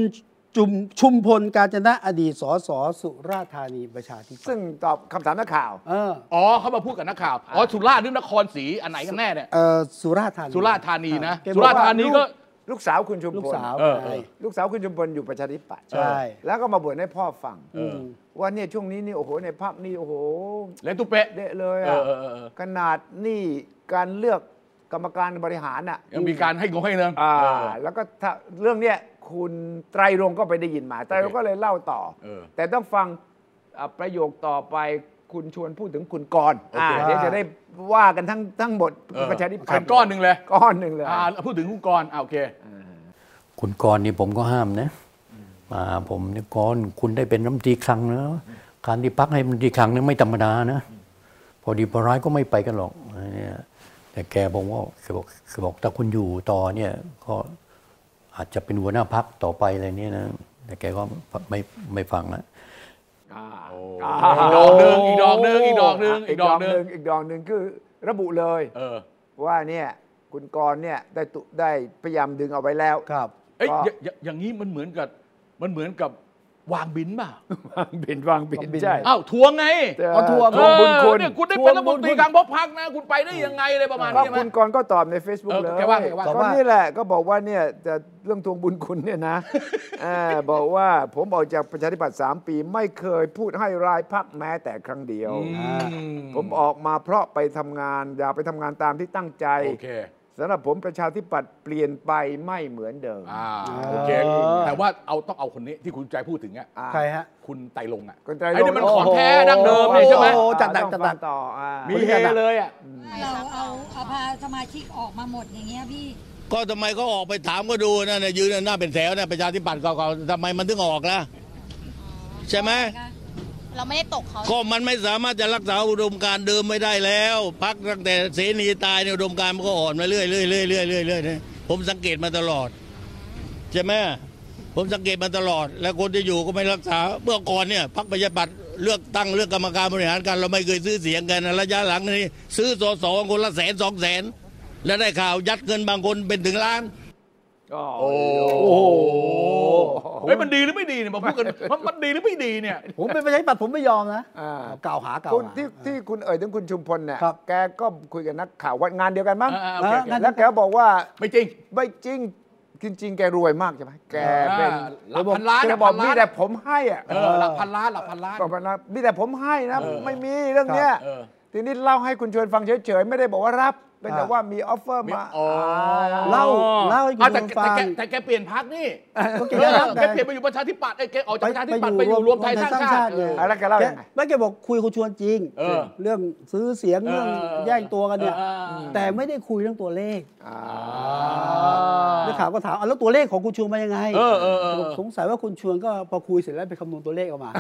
Speaker 2: จุมชุมพลกาญจนะอดีตสสสุราษฎร์ธานีประชาธิปัต
Speaker 3: ซึ่ง
Speaker 2: ย์
Speaker 3: ตอบคำถามนักข่าว
Speaker 2: เออ
Speaker 4: อ๋อเขามาพูดกับนักข่าว อ๋อสุราษฎร์หรือนครศรีอันไหนกันแน่เนี่ย
Speaker 2: เออสุราษฎร์ธานี
Speaker 4: สุราษฎร์ธานีนะ
Speaker 2: แกบอก
Speaker 4: สุราษฎร์ธานีก็
Speaker 3: ลูกสาวคุณชุมพล
Speaker 2: ลูกสาว
Speaker 4: เออ
Speaker 2: ไง
Speaker 3: ลูกสาวคุณชมพลอยู่ประชาธิปัตย์
Speaker 2: ใช่
Speaker 3: แล้วก็มาบ่นให้พ่อฟัง
Speaker 4: เออ
Speaker 3: ว่าเนี่ยช่วงนี้นี่โอ้โหในภาพนี่โอ้โห
Speaker 4: เล่นตุเป๊ะ
Speaker 3: เดะเลย
Speaker 4: เอ
Speaker 3: อ่ะ
Speaker 4: อเออเออเออ
Speaker 3: ขนาดนี่การเลือกกรรมการบริหารอ่ะ
Speaker 4: ยังมีการให้งงให้เนิง
Speaker 3: อ่า
Speaker 4: เออ
Speaker 3: แล้วก็ถ้าเรื่องเนี้ยคุณไตรรงค์ก็ไปได้ยินมาไตรรงค์ก็เลยเล่าต่อ
Speaker 4: เออ
Speaker 3: แต่ต้องฟังอ่ะประโยคต่อไปคุณชวนพูดถึงคุณกรณ์
Speaker 4: โอ
Speaker 3: อ่า
Speaker 4: เค
Speaker 3: เดี๋ยวจะได้ว่ากันทั้งทั้งหมด
Speaker 4: เออ
Speaker 3: ประชาธิปัต
Speaker 4: ขัน
Speaker 3: ย์
Speaker 4: ก้อนหนึ่งเลย
Speaker 3: ก้อนหนึ่งเลย
Speaker 4: อ่าพูดถึงคุณกรณ์อ่าโอเค
Speaker 5: คุณกรณ์นี่ผมก็ห้ามนะมาผมเนี่ยกรณ์คุณได้เป็นรัฐมนตรีคลังนะการที่พักให้รัฐมนตรีคลังเนี่ยไม่ธรรมดานะ พอดีพอร้ายก็ไม่ไปกันหรอกอะไรเนี่ยแต่แกบอกว่าแกบอกแกบอกถ้าคุณอยู่ต่อเนี่ยก็อาจจะเป็นหัวหน้าพักต่อไปอะไรเนี่ยนะ แต่แกก็ไม่ไม่ฟังนะ
Speaker 3: า
Speaker 4: อีกดอกหนึ่งอีกดอกหนึ่งอีกดอกหนึ่งอี
Speaker 3: อี
Speaker 4: ก
Speaker 3: ก
Speaker 4: ด
Speaker 3: ด
Speaker 4: อ
Speaker 3: อก ก
Speaker 4: ห
Speaker 3: ห
Speaker 4: นึ่
Speaker 3: นึ่
Speaker 4: ง
Speaker 3: งอีกดอกหนึ่งคือระบุเลย
Speaker 4: เออ
Speaker 3: ว่าเนี่ยคุณกรณ์เนี่ยได้ตุได้พยายามดึงเอาไว้แล้ว
Speaker 2: ครับ
Speaker 4: เอ้ยอ
Speaker 3: ก็
Speaker 4: ย่าอย่าอย่างนี้มันเหมือนกับมันเหมือนกับ วาง <laughs> บินป่ะ
Speaker 3: วางบินวางบินใช่
Speaker 4: อ้าวทวงไง
Speaker 3: เออทวง
Speaker 4: เออ
Speaker 3: บุญคุณ
Speaker 4: เนี่ยคุณได้
Speaker 3: ทวง
Speaker 4: เป็นรัฐมนตรี
Speaker 3: บุญคุณ
Speaker 4: กลางพบพักนะ คุณไปได้ยังไงอะไรประมาณ
Speaker 3: ก็
Speaker 4: นี้ใช่ไหม
Speaker 3: คุณกรณ์ก็ตอบใน Facebook
Speaker 4: เออ
Speaker 3: เลย
Speaker 4: แกว่าไงว่า
Speaker 3: ก็
Speaker 2: ว่า
Speaker 3: นี่แหละก็บอกว่าเนี่ยจะเรื่องทวงบุญคุณเนี่ยนะเออบอกว่าผมออกจากประชาธิปัตย์3ปี ไม่เคยพูดให้ร้ายพักแม้แต่ครั้งเดียว
Speaker 4: อืม
Speaker 3: ผมออกมาเพราะไปทำงาน อย่าไปทำงานตามที่ตั้งใจ
Speaker 4: โอเค
Speaker 3: สำหรับผมประชาธิปัตย์เปลี่ยนไปไม่เหมือนเดิม
Speaker 4: อ่าโอเค แต่ว่าเอาต้องเอาคนนี้ที่คุณใจพูดถึงอ่ะ
Speaker 3: อ่า
Speaker 2: ใครฮะ
Speaker 4: คุณไตรลงอ่ะ
Speaker 3: คนใจ
Speaker 4: ไอ้นี่มันของแท้ดั้งเดิมเลยใช่ไหม
Speaker 2: โอ้โหจัดหนัก
Speaker 3: ต้
Speaker 2: จั
Speaker 3: อง
Speaker 2: ดหนัก
Speaker 3: ฟังต่ออ่า
Speaker 4: มีเฮเลยอ่ะ
Speaker 7: เราเอาเอาพาสมาชิกออกมาหมดอย่างเงี้ยพี่
Speaker 8: ก็ทำไมก็ออกไปถามก็ดูนะเนี่ยยืนหน้าเป็นแถวเนี่ยประชาธิปัตย์เก่าๆทำไมมันถึงออกล่ะใช่ไหม
Speaker 9: เราไม่ได้ตกเขา
Speaker 8: ก็มันไม่สามารถจะรักษาอุดมการณ์เดิมไม่ได้แล้วพักตั้งแต่เสนีตายเนี่ยอุดมการณ์มันก็อ่อนมาเรื่อยๆเรื่อยๆเรื่อยๆเรื่อยๆเนี่ยผมสังเกตมาตลอดใช่ไหมผมสังเกตมาตลอด แล้วคนที่อยู่ก็ไม่รักษาเมื่อก่อนเนี่ยพักประชาธิปัตย์เลือกตั้งเลือกกรรมการบริหารกันเราไม่เคยซื้อเสียงกันนะระยะหลังนี่ซื้อสอสอคนละแสนสองแสนแล้วได้ข่าวยัดเงินบางคนเป็นถึงล้าน
Speaker 4: โอ้โหเฮ้ยมันดีหรือไม่ดีเนี่ยมาพูดกันมันมันดีหรือไม่ดีเนี่ย
Speaker 2: ผมเป็นประชาธิปัตย์ผมไม่ยอมนะ
Speaker 3: อ่า
Speaker 2: กล่าวหากล่าว
Speaker 3: คุณ
Speaker 2: หา
Speaker 3: ที่ที่คุณเอ่ยถึงคุณชุมพลเนี่ย
Speaker 2: ครับ
Speaker 3: แกก็คุยกับนักข่าววันงานเดียวกันมั้ง
Speaker 4: อ่าๆโอเคโอเค
Speaker 3: แล้วแกบอกว่า
Speaker 4: ไม่จริง
Speaker 3: ไม่จริงจริง ๆ แกรวยมากใช่ไหมแกเป็น
Speaker 4: อ่าหลักพันล้าน
Speaker 3: แก
Speaker 4: หลัก
Speaker 3: บอ
Speaker 4: พั
Speaker 3: ก
Speaker 4: น
Speaker 3: มี
Speaker 4: ล้าน
Speaker 3: แต่ผมให้อ่ะ
Speaker 4: เออหลักพันล้านหลักพันล้าน
Speaker 3: บอกมันนะมีแต่ผมให้นะ
Speaker 4: เออ
Speaker 3: ไม่มีเรื่องเนี้ย
Speaker 4: เออ
Speaker 3: ทีนี้เล่าให้คุณชวนฟังเฉยๆ ไม่ได้บอกว่ารับเป็นแต่
Speaker 2: อ่า
Speaker 3: ว่ามีออฟเฟอร์มา
Speaker 4: อ๋อ
Speaker 2: เล่าเล่าให้คุณ
Speaker 4: อ่ะ
Speaker 2: ผู้ชมฟั
Speaker 4: แต่แกแต่
Speaker 2: ง
Speaker 4: แกแต่แกเปลี่ยนพักนี่
Speaker 2: ก็
Speaker 4: แก
Speaker 2: เกี่ยวกับ
Speaker 4: แกเปลี่ยนไปอยู่ประชาธิปัตย์ไอ้แกออกจากประชาธิปัตย์
Speaker 2: ไป
Speaker 4: ไป
Speaker 2: อ
Speaker 4: อยู่ยู่
Speaker 2: ร
Speaker 4: ร
Speaker 2: ว
Speaker 4: ว
Speaker 2: ม
Speaker 4: ม
Speaker 2: ไท
Speaker 4: ไท
Speaker 2: ย
Speaker 4: ย
Speaker 2: ส
Speaker 4: ส
Speaker 2: ร้า
Speaker 4: ร้าง
Speaker 2: ชา
Speaker 4: งชา
Speaker 2: ติ
Speaker 4: ติ
Speaker 2: ไง
Speaker 3: อ่าแล้วแกเล่า
Speaker 2: แก
Speaker 3: ยังไง
Speaker 2: ไม่แกบอกคุยกับชวนจริง
Speaker 4: เออ
Speaker 2: เรื่องซื้อเสียง
Speaker 4: เออ
Speaker 2: เรื่องแย่งตัวกันเนี่ย
Speaker 4: เออเออ
Speaker 2: แต่ไม่ได้คุยเรื่องตัวเลข
Speaker 4: เออ
Speaker 2: นักข่าวก็ถามอ่ะแล้วตัวเลขของคุณชวนมายังไง
Speaker 4: เออเออเออ
Speaker 2: บอกสงสัยว่าคุณชวนก็พอคุยเสร็จแล้วไปคำนวณตัวเลขออกมา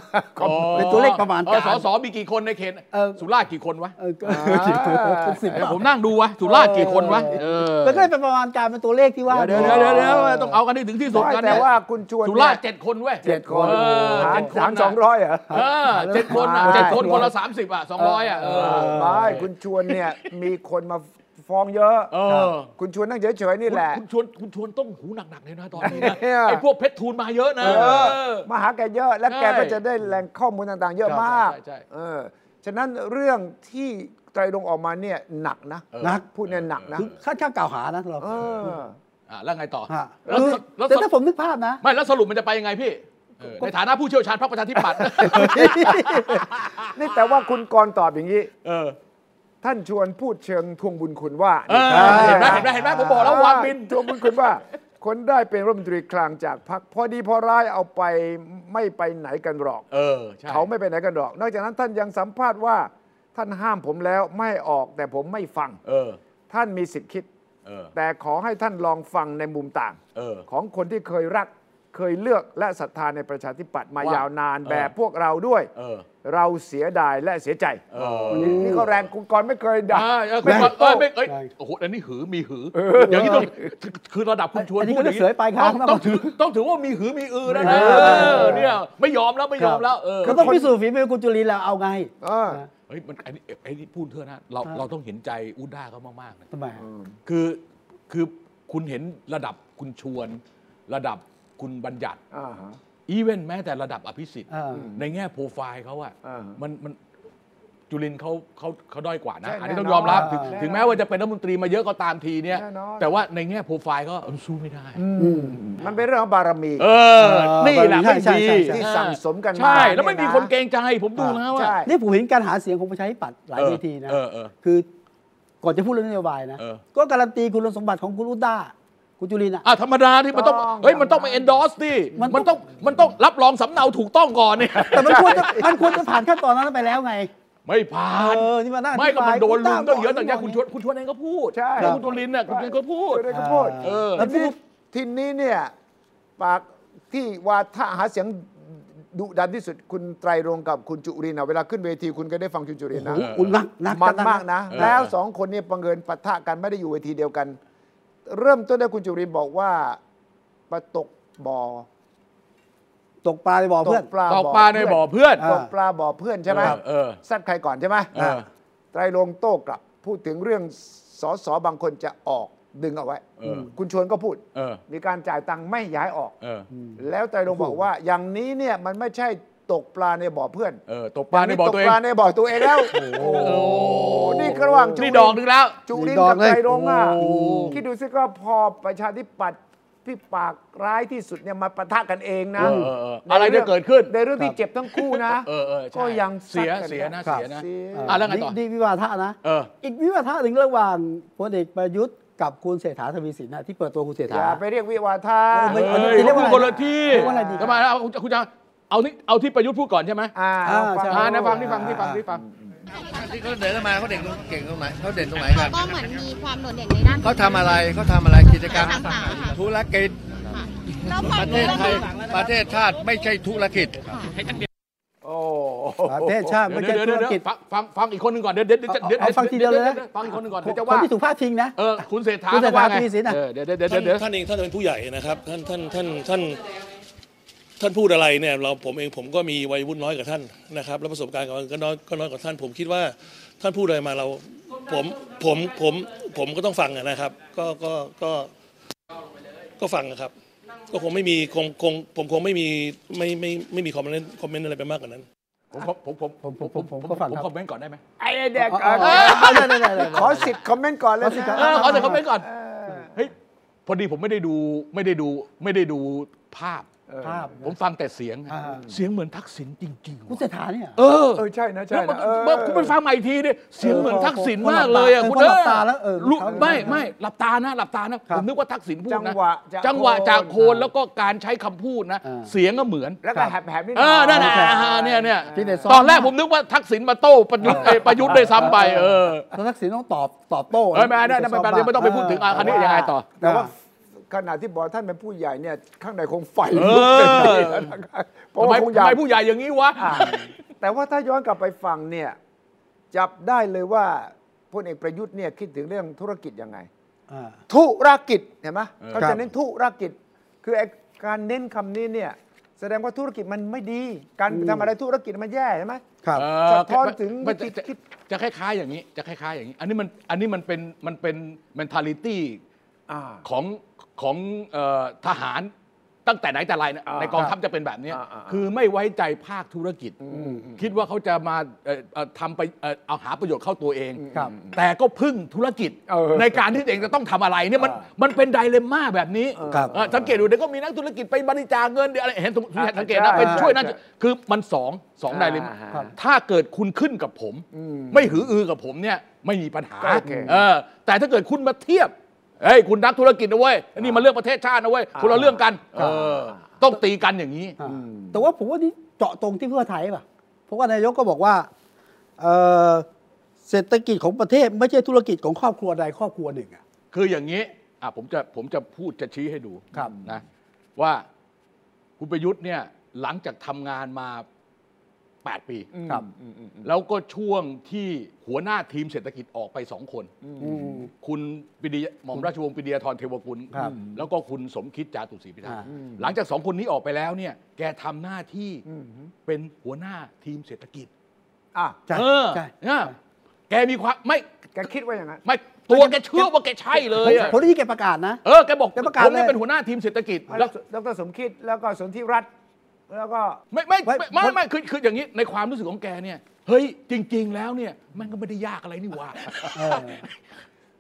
Speaker 4: อ๋อ
Speaker 2: เป็นตัวเลขประมาณการ
Speaker 4: เออสอสอมีกี่คนในเขต
Speaker 2: เออ
Speaker 4: สุราษฎร์กี่คนวะ
Speaker 2: เออก็
Speaker 4: <laughs>
Speaker 2: กี่คนเป็นสิบ
Speaker 4: เดี๋ยว
Speaker 2: อะ
Speaker 4: ผมนั่งดูวะสุราษฎร์กี่คนวะเออ
Speaker 2: แล้วก็เลยเป็นประมาณการเป็นตัวเลขที่ว่า
Speaker 4: เดี๋ยวเดี๋ยวเดี๋ยวเดี๋ยวต้องเอากันให้ถึงที่สุดกัน
Speaker 3: แต่
Speaker 4: เนี่ย
Speaker 3: ว่าคุณชวน
Speaker 4: สุราษฎร์
Speaker 3: เนี่ย
Speaker 4: เจ็ดคนเว้ย
Speaker 3: เจ็ดคน
Speaker 4: เออ
Speaker 3: หาร
Speaker 4: เจ็ดคน
Speaker 3: สาม
Speaker 4: น่ะ
Speaker 3: สองร้อยเหรอ
Speaker 4: เออเจ็ดคนอ่ะ
Speaker 3: ใช่
Speaker 4: เจ็ดคนคนละสามสิบอ่ะสองร้อยอ่ะเออ
Speaker 3: ไม่คุณชวนเนี่ย มีคนมาฟ้องเยอะ
Speaker 4: เออ
Speaker 3: คุณชวนนั่งเฉยๆนี่แหละ
Speaker 4: คุณชวนคุณชวนต้องหูหนักๆเลยนะตอนนี้นะ
Speaker 3: เนี่ย
Speaker 4: ไอ้พวกเพชรทูลมาเยอะนะ
Speaker 3: เออมาหาแกเยอะ และแก
Speaker 4: ใช่
Speaker 3: ก็จะได้แหล่งข้อมูลต่างๆ เยอะมาก
Speaker 4: ใช่ใช่ใช่
Speaker 3: เออฉะนั้นเรื่องที่ไตรรงค์ออกมาเนี่ยหนักนะ
Speaker 2: หนัก
Speaker 3: พูดเนี่ยหนักนะ
Speaker 2: คือคาดข้างกล่าวหานะเรา
Speaker 3: เออ
Speaker 4: ะแล้วไงต่อ
Speaker 2: ฮะ
Speaker 4: แล้ว
Speaker 2: คือ
Speaker 4: สรุปแล้วส
Speaker 2: แต่
Speaker 4: รุป
Speaker 2: ถ้าผมนึกภาพนะ
Speaker 4: ไม่แล้วสรุปมันจะไปยังไงพี่เออในฐานะผู้เชี่ยวชาญพรรคประชาธิปัตย์
Speaker 3: นี่แต่ว่าคุณกรณ์ตอบอย่างนี้
Speaker 4: เออ
Speaker 3: ท่านชวนพูดเชิงทวงบุญคุณว่า
Speaker 4: เออเห็นไหมเห็นไหมเห็นไหมผมบอกแล้ววางบิน
Speaker 3: ทวงบุญคุณว่า คนได้เป็นรัฐมนตรีกลางจากพรรคพอดีพอร้ายเอาไปไม่ไปไหนกันหรอก
Speaker 4: เออใช่
Speaker 3: เขาไม่ไปไหนกันหรอก นอกจากนั้นท่านยังสัมภาษณ์ว่า ท่านห้ามผมแล้วไม่ออกแต่ผมไม่ฟัง
Speaker 4: เออ
Speaker 3: ท่านมีสิทธิ์คิด
Speaker 4: เออ
Speaker 3: แต่ขอให้ท่านลองฟังในมุมต่าง
Speaker 4: เออ
Speaker 3: ของคนที่เคยรักเคยเลือกและศรัทธาในประชาธิปัตย์มา
Speaker 4: ว่าย
Speaker 3: ยาวนาน
Speaker 4: เออ
Speaker 3: แบบพวกเราด้วย
Speaker 4: เออ
Speaker 3: เราเสียดายและเสียใจ
Speaker 4: เออ
Speaker 3: นี่นี่ก็แรงคุณกรณ์ไม่เคยด่า
Speaker 4: อ่าเออคุณเอ้ยไม่เอ้ยโอ้โหอันนี้หือมีหืออย่างนี้ต้องคือระดับคุณชวน
Speaker 2: อันนี้
Speaker 4: พูดาง
Speaker 2: ก็เสยปลายคาง
Speaker 4: ต้องต้อง
Speaker 2: มาก
Speaker 4: ถือต้องถือว่ามีหือมีอือนะนะเออเนี่ยไม่ยอมแล้วไม่ยอมแล้วเออ
Speaker 2: ก็ต้องพิสูจน์ฝีมือคุณจุลินทร์แหล้วเอาไง
Speaker 3: เออ
Speaker 2: นะ
Speaker 4: เฮ้ยมันไอ้นี่ไอ้นี่พูดเถอะนะเราเราต้องเห็นใจอุด้าเขามากๆนะ
Speaker 2: ทำไม
Speaker 4: คือคือคุณเห็นระดับคุณชวน ระดับคุณบัญญัติ
Speaker 3: อ่าฮะ
Speaker 4: อีเวนแม้แต่ระดับอภิสิทธิ์
Speaker 2: อ่า
Speaker 4: ในแง่โปรไฟล์เขาอะ
Speaker 3: อ่าฮะ
Speaker 4: มันมันจุลินทร์เขาเขาเขาด้อยกว่านะ
Speaker 3: ใช่
Speaker 4: อันนี้ต้อง
Speaker 3: แน่น
Speaker 4: ย
Speaker 3: อน
Speaker 4: อมรับถึง
Speaker 3: แน่นอน
Speaker 4: ถึงแม้ว่าจะเป็นรัฐมนตรีมาเยอะก็ตามทีเนี่ย
Speaker 3: แน่นอน
Speaker 4: แต่ว่าในแง่โปรไฟล์เขาเออสู้ไม่ได้
Speaker 3: มันเป็นเรื่องของบารมี
Speaker 4: เออ นี่แหละไม่
Speaker 2: ใช่
Speaker 4: ดี
Speaker 2: ใช่ใช่
Speaker 3: ที่สั่งสมกันมา
Speaker 4: ใช่แล้วไม่มี
Speaker 3: เยะ
Speaker 4: คนเกรงใจผมดูแล้วอะ
Speaker 3: ใช่
Speaker 2: นี่ผมเห็นการหาเสียงของประชาธิปัตย์หลาย
Speaker 4: เออ
Speaker 2: เวทีนะ
Speaker 4: เออเออ
Speaker 2: คือก่อนจะพูดเรื่องนโยบายนะ
Speaker 4: เออ
Speaker 2: ก็การันตีคุณสมบัติของคุณอุด้าคุณจุลินทร์อ่ะ
Speaker 4: อ่ะธรรมดาที่มันต้อง
Speaker 3: ต้อง
Speaker 4: เฮ้ยมันต้องไป endorse ดิ
Speaker 2: มันต้อน ง
Speaker 4: มัต้องมันต้องรับรองสำเนาถูกต้องก่อนเนี่ย
Speaker 2: แต่มันควรจะมันควรจะผ่านขั้นตอนนั้นไปแล้วไง
Speaker 4: ไม่ผ่าน
Speaker 2: เออนี่มานั่ง
Speaker 4: ไม่ก็มันโดนลุม
Speaker 2: อธิบาย
Speaker 4: ตั้งเยอะตั้งแยะ
Speaker 2: คุณต้า
Speaker 4: คุณชวนคุณชวนเองก็พูด
Speaker 3: ใช่
Speaker 4: แล้วคุณตุลินน่ะคุณตุลินก็พูด
Speaker 3: ช่วยด้วยก็พูด
Speaker 2: า
Speaker 4: เออ
Speaker 2: แล้วพู
Speaker 3: ทีนี้
Speaker 2: ด
Speaker 3: ทีนี้เนี่ยปากที่วาทะหาเสียงดุดันที่สุดคุณไตรรงค์กับคุณจุรินทร์อะเวลาขึ้นเวทีคุณก็ได้ฟังคุณจุรินทร์นะ
Speaker 2: โอ้โหคุณนักนัก
Speaker 3: มันมากนะ
Speaker 4: เออ
Speaker 3: แล้วสองคนเนี้ประเงินปะทะกันไม่ได้อยู่เวทีเดียวกัน เริ่มต้นด้วยคุณจุรินทร์บอกว่าประตกบ่อ
Speaker 2: ตกปลาในบ่อ
Speaker 3: ต
Speaker 2: เพื่อน
Speaker 3: กปลา
Speaker 4: ตอกปลาในบ่อเพื่อน
Speaker 2: เอ
Speaker 3: ตกปลาบ่อเพื่อนใช่ไหม
Speaker 4: ครับเออ
Speaker 3: ซัดใครก่อนใช่ไหม
Speaker 4: เออ
Speaker 3: ไตรรงค์โต้กลับ พูดถึงเรื่องสสบางคนจะออก ดึงเอาไว้
Speaker 4: เออ
Speaker 3: คุณชวนก็พูด
Speaker 4: เออ
Speaker 3: มีการจ่ายตังค์ไม่ย้ายออก
Speaker 4: เออ
Speaker 3: แล้วไตรรงค์บอกว่าอย่างนี้เนี่ยมันไม่ใช่ตกปลาในบ่อเพื่อน
Speaker 4: เออตกปลาในบ่อตัวเอง
Speaker 3: ตกปลาในบ่อตัวเองแล้ว โอ้โหนี่กระหว่างจุ
Speaker 4: นี่ดอกหนึงแล้ว
Speaker 3: จุลิน
Speaker 2: นี่ดอก
Speaker 3: กับ
Speaker 2: เลย
Speaker 3: ไตรรงค์อ่ะ
Speaker 4: โอ้โห
Speaker 3: คิดดูสิก็พอประชาธิปัตย์ที่ปากร้ายที่สุดเนี่ยมาปะทะกันเอง
Speaker 4: เอ
Speaker 3: นะ
Speaker 4: อเออเอออะไรจะเกิดขึ้น
Speaker 3: ในเรื่องที่เจ็บทั้งคู่นะ
Speaker 4: เออเออใช่
Speaker 3: ก็ยัง
Speaker 4: เสีย
Speaker 3: ซัดกั
Speaker 4: เสียนะ
Speaker 3: ครับ
Speaker 4: เสียนะ
Speaker 3: เสีย
Speaker 4: อ่ะแล้วไงต่อ
Speaker 2: นี่นี่วิวาทะนะ
Speaker 4: เออ
Speaker 2: อีกวิวาทะหนึ่งระหว่างพลเอกประยุทธ์กับคุณเศรษฐาทวีสินนะที่เปิดตัวคุณเศรษ
Speaker 3: อ
Speaker 2: ฐา
Speaker 3: ย่าไปเรียกวิวาทะ
Speaker 2: เออไม่
Speaker 4: เฮ้ย
Speaker 2: เรียก
Speaker 4: พู
Speaker 2: ว่า
Speaker 4: ด
Speaker 2: อะไร
Speaker 4: คนละที่
Speaker 2: เรียกว่าอะไรดี
Speaker 4: ทำไมเอาคุณจะเอานี่เอาที่ประยุทธ์พูดก่อนใช่ไหม
Speaker 3: อ่า
Speaker 2: อ่า
Speaker 3: ลองฟัง
Speaker 2: ใช่
Speaker 4: อ่านะฟังที่ฟังที่ฟังที่ฟัง
Speaker 8: ที่เขาเสนอมาเขาเด่นเก่งตรงไหนเขาเด่นตรงไหนกัน
Speaker 9: ก็เหมือนมีความโดดเด่นในด้าน
Speaker 8: เขาทำอะไรเขาทำอะไรกิจกรรม
Speaker 9: ต่างๆค่ะ
Speaker 8: ธุรกิจ
Speaker 9: ค่ะแล้วฝั่
Speaker 8: ป
Speaker 9: ง
Speaker 8: ระเท
Speaker 9: นู้นล่ะ
Speaker 8: ศไท
Speaker 9: คะ
Speaker 8: ยประเทศชาติไม่ใช่ธุรกิจ
Speaker 3: โอ้
Speaker 2: ประเทศชาติไม่ใช่
Speaker 4: เดี๋ยว
Speaker 2: ธุ
Speaker 4: เดี๋ยว
Speaker 2: ร
Speaker 4: เดี๋ยว
Speaker 2: กิจ
Speaker 4: ฟังฟังฟังอีกคนหนึ่งก่อนเดี๋ยวเดี๋ยวเดี๋ยว
Speaker 2: เอาเอาฟังทีเดียวเลยนะ
Speaker 4: ฟังอีกคนหนึ่งก่อนเดี๋ยวจะ
Speaker 2: คน
Speaker 4: ว่า
Speaker 2: ที่ถูกพาดพิงนะ
Speaker 4: เออคุณเศรษฐา
Speaker 2: คุณเศรษฐา
Speaker 4: ว่ไง
Speaker 2: ทวีสินอะ
Speaker 4: เออเดี๋ยวเดี๋ยวเดี๋ยว
Speaker 10: ท่าน
Speaker 4: เดี๋ยว
Speaker 10: ท่านเองท่านเป็นผู้ใหญ่นะครับท่านท่านท่านท่านท่านพูดอะไรเนี่ยเราผมเองผมก็มีวัยวุ่นน้อยกว่าท่านนะครับและประสบการณ์กับมันก็น้อยก็น้อยกว่าท่าน ผมคิดว่าท่านพูดอะไรมาเราผมผมผมผมก็ต้องฟังอะนะครับ ก็ก็ก็ก็ฟังนะครับ ก็คงไม่มีคงคงผมคงไม่มีไม่ไม่ไม่มีคอมเมนต์คอมเมนต์อะไรไปมากกว่านั้น
Speaker 4: ผมผมผมผม
Speaker 2: ผมผมผมก็ฟัง
Speaker 4: ผม
Speaker 2: ครับ
Speaker 4: คอมเมนต์ก่อนได้ไหม
Speaker 3: ไอ้เด็ก
Speaker 2: อ๋ออ๋ออ๋อได้ได้ได้ได้
Speaker 3: ขอสิทธิ์คอมเมนต์ก่อนเลย
Speaker 2: ขอสิทธิ์ก่
Speaker 3: นะ
Speaker 2: น
Speaker 4: เออขอแต่คอมเมนต์ก่อน
Speaker 3: เออ
Speaker 4: เฮ้ยพอดีผมไม่ได้ดูไม่ได้ดูไม่ได้ดูภาพ
Speaker 2: ภาพ
Speaker 4: ผมฟังแต่เสียงอะ
Speaker 2: อ่า
Speaker 4: เสียงเหมือนทักษิณจริงๆ
Speaker 2: คุณ
Speaker 4: ว่ะ
Speaker 2: เศรษฐาเนี่ย
Speaker 4: เออ
Speaker 3: เออใช่นะใช่
Speaker 4: แล้วมัน
Speaker 3: นะเออ
Speaker 4: มันคุณไปฟังใหม่อีกทีดิเสียงเหมือนทักษิณมากเลยอ่ะ
Speaker 2: ออ
Speaker 4: คุณ
Speaker 2: พอหลับตาแล้วเออ
Speaker 4: ลุก
Speaker 2: เขา
Speaker 4: ไม่ไม่หลับตานะหลับตานะ
Speaker 2: ครั
Speaker 4: ผ
Speaker 2: บ
Speaker 4: มนึกว่าทักษิณพูด
Speaker 3: จัง
Speaker 4: นะ
Speaker 3: หวะจาก
Speaker 4: จังหวะ
Speaker 3: โคน
Speaker 4: จากโคนแล้วก็การใช้คำพูดนะ
Speaker 2: อ่า
Speaker 4: เสียงก็เหมือน
Speaker 3: แล้วก็แหบๆนิดห
Speaker 4: เอ
Speaker 3: น่อย
Speaker 4: อนั่นแหละอ่าเนี่ยเนี่ย
Speaker 2: ที่ในซอง
Speaker 4: ตอนแรกผมนึกว่าทักษิณมาโต้ประยุทธ์เอ้ยประยุทธ์ได้วยซ้ำไป เออ
Speaker 2: แล้วทักษิณต้องตอบตอบโต้
Speaker 4: เอ้ยไม่ได้ไม่เป็นไรไม่ต้องไปพูดถึงอ่ะคันนี้ ยังไงต่อ
Speaker 3: แต่ว่าขณะที่บอกท่านเป็นผู้ใหญ่เนี่ยข้างในคงไฟ
Speaker 4: เอ
Speaker 3: ลุกเต็ม
Speaker 4: อ
Speaker 3: ที่แล้วนะครับเพราะ
Speaker 4: ทำไม
Speaker 3: ว่าคงอยา
Speaker 4: ทำ
Speaker 3: ก
Speaker 4: ไมผู้ใหญ่อย่างนี้วะ
Speaker 3: อ่านแต่ว่าถ้าย้อนกลับไปฟังเนี่ยจับได้เลยว่าพลเอกประยุทธ์เนี่ยคิดถึงเรื่องธุรกิจยังไง
Speaker 2: อ่า
Speaker 3: ธุรกิจเห็นไหม
Speaker 4: เออ
Speaker 3: เขา
Speaker 2: ครั
Speaker 3: จะ
Speaker 2: บ
Speaker 3: เน้นธุรกิจ คือไอ้การเน้นคำนี้เนี่ยแสดงว่าธุรกิจมันไม่ดี การทำอะไรธุรกิจมันแย่ใช่ไหม
Speaker 2: ครับ
Speaker 4: เ
Speaker 3: สะท้อนถึง
Speaker 4: มันจะ
Speaker 3: วิธีคิด
Speaker 4: จะคล้ายๆอย่างนี้ จะคล้ายๆอย่างนี้ อันนี้มันอันนี้มันเป็นมันเป็น mentality
Speaker 3: อ่า
Speaker 4: ของของเอ่อทหารตั้งแต่ไหนแต่ไรนะ
Speaker 3: อ่า
Speaker 4: ในกองทัพจะเป็นแบบเนี้ย
Speaker 3: อ่าอ่าอ่า
Speaker 4: คือไม่ไว้ใจภาคธุรกิจ คิดว่าเขาจะมาเอ่อเอ่อทำไปเอ่อเอาหาประโยชน์เข้าตัวเอง
Speaker 2: ครับ
Speaker 4: แต่ก็พึ่งธุรกิจ
Speaker 3: เออ
Speaker 4: ในการที่ตัวเองจะต้องทำอะไรเนี่ยมันมันเป็นไดเลมม่าแบบนี้
Speaker 2: ครับ
Speaker 4: เออสังเกตดูเดี๋ยวก็มีนักธุรกิจไปบริจาคเงินเดี๋ยวอะไรเห็นสังเกตนะ
Speaker 3: ใช่
Speaker 4: ไปช่วยนั่น
Speaker 3: ใช่
Speaker 4: คือมันสองสองไดเลม
Speaker 3: อ่า
Speaker 2: ครับ
Speaker 4: ถ้าเกิดคุณขึ้นกับผม ไม่หืออือกับผมเนี่ยไม่มีปัญหา
Speaker 3: ก็โอเค
Speaker 4: เออแต่ถ้าเกิดคุณมาเทียบ เฮ้ยคุณนักธุรกิจนะเว้ยอันนี่มาเรื่องประเทศชาตินะเว้ยคนละเรื่องกันเออต้องตีกันอย่างนี้
Speaker 2: อ่าแต่ว่าผมว่านี่เจาะตรงที่เพื่อไทยป่ะ เพราะว่านายกก็บอกว่าเอ่อเศรษฐกิจของประเทศไม่ใช่ธุรกิจของครอบครัวใดครอบครัวหนึ่งอ่ะ
Speaker 4: คืออย่างนี้อ่ะผมจะผมจะพูดจะชี้ให้ดู
Speaker 2: ครับ
Speaker 4: นะว่าคุณประยุทธ์เนี่ยหลังจากทำงานมา 8 ปี
Speaker 2: ครับ
Speaker 4: แล้วก็ช่วงที่หัวหน้าทีมเศรษฐกิจออกไปสองคน
Speaker 2: อืม
Speaker 4: คุณปิดีหม่อมราชวงศ์ปิดียาธรเทวกุล
Speaker 2: ครับ
Speaker 4: แล้วก็คุณสมคิดจาตุศรีพิทักษ์
Speaker 2: อ่า
Speaker 4: หลังจากสองคนนี้ออกไปแล้วเนี่ยแกทำหน้าที่เป็นหัวหน้าทีมเศรษฐกิจ
Speaker 3: อ่ะ
Speaker 2: ใช่
Speaker 4: เออ
Speaker 2: ใช่
Speaker 4: เนี่ยแกมีความไม่
Speaker 3: แกคิดว่าอย่างนั้น
Speaker 4: ไม่ตัวแกเชื่อว่าแกใช่เลยอะ
Speaker 2: ผมได้ที่แกประกาศนะ
Speaker 4: เออแกบอก
Speaker 2: แกประกาศ
Speaker 4: ผมเนี่ย
Speaker 2: เลย
Speaker 4: เป็นหัวหน้าทีมเศรษฐกิจ
Speaker 3: ด
Speaker 4: แล้ว
Speaker 3: รสมคิดแล้วก็สนธิรัตน์แล้วก็
Speaker 4: ไม่ไม่
Speaker 2: ไว้
Speaker 4: ไม่ไม่
Speaker 2: ผม
Speaker 4: ไม่คือคืออย่างนี้ในความรู้สึกของแกเนี่ยเฮ้ยจริง ๆ แล้วเนี่ยมันก็ไม่ได้ยากอะไรนี่หว่า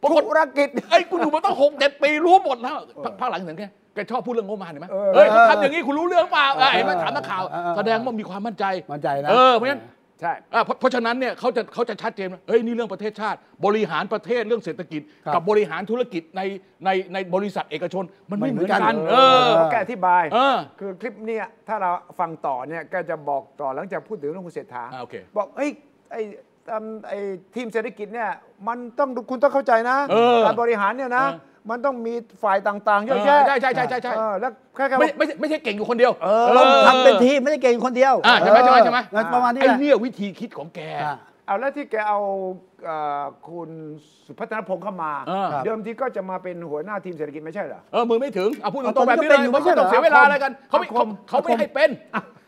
Speaker 4: ปรากฏ
Speaker 3: ธุรกิจ
Speaker 4: ไอ้กูอยู่มาตั้งหกเจ็ดปีรู้หมดแล้วภาภาคหลังเห็นแกแกชอบพูดเรื่องงบประมาณเห็นไหม
Speaker 3: เออ
Speaker 4: เฮ้ยเขาทำอย่างนี้คุณรู้เรื่องเปล่าอ่ะเห็นไหมถามนักข่าว
Speaker 2: เออเออ
Speaker 4: แสดงว่ามีความมั่นใจ
Speaker 2: มั่นใจนะ
Speaker 4: เออเพราะฉะนั้น
Speaker 3: ใช่
Speaker 4: อ่ะเพราะเพราะฉะนั้นเนี่ยเขาจะเขาจะชัดเจนว่าเอ้ยนี่เรื่องประเทศชาติ บริหารประเทศเรื่องเศรษฐกิจ กับบริหารธุรกิจในในในบริษัทเอกชน มันไม่เหมือนกัน เออ
Speaker 3: แกอธิบาย
Speaker 4: เออ
Speaker 3: คือคลิปเนี้ถ้าเราฟังต่อเนี่ยแกจะบอกต่อหลังจากพูดถึงเรื่องคุณเศรษฐา
Speaker 4: อ่าโอเค
Speaker 3: บอกเฮ้ยไอ้ตำไอ้ทีมเศรษฐกิจเนี่ยมันต้องคุณต้องเข้าใจนะ
Speaker 4: เออ
Speaker 3: การบริหารเนี่ยนะ
Speaker 4: เออ
Speaker 3: มันต้องมีฝ่ายต่างๆเย
Speaker 4: เอ
Speaker 3: อะ
Speaker 4: อ
Speaker 3: แยะ
Speaker 4: ใช่ใช่ใช่ใช่ใช่
Speaker 3: เออแล้วแค่แกบ
Speaker 4: ไม่
Speaker 3: อก
Speaker 4: ไม่ใช่ไม่ใช่เก่งอยู่คนเดียว
Speaker 2: เออเราทำเป็นทีมไม่ได้เก่งคนเดียว
Speaker 4: อ่าใช่ไหมใช่ไหมใช่ไหม
Speaker 2: เออประมาณนี้
Speaker 4: ไอ้
Speaker 2: แหละ
Speaker 4: เนี่ยวิธีคิดของแก
Speaker 2: อ่ะ
Speaker 3: เอาแล้วที่แกเอาเอ่อคุณสุพัฒนพงษ์เข้ามา
Speaker 4: เออครับ
Speaker 3: เดิมทีก็จะมาเป็นหัวหน้าทีมเศรษฐกิจไม่ใช่เหรอ
Speaker 4: เออมือไม่ถึงอ่ะพูดตร
Speaker 2: เอาตรง ง
Speaker 4: ๆแบบนี้เลย
Speaker 2: ก็เป็นอยู่
Speaker 4: ไม่
Speaker 2: ไม่ใช่เหรอ
Speaker 4: ต้องเสียเวลาอะไรกันเขาไม่
Speaker 3: อาคม
Speaker 4: เขาไม่ให้เป็น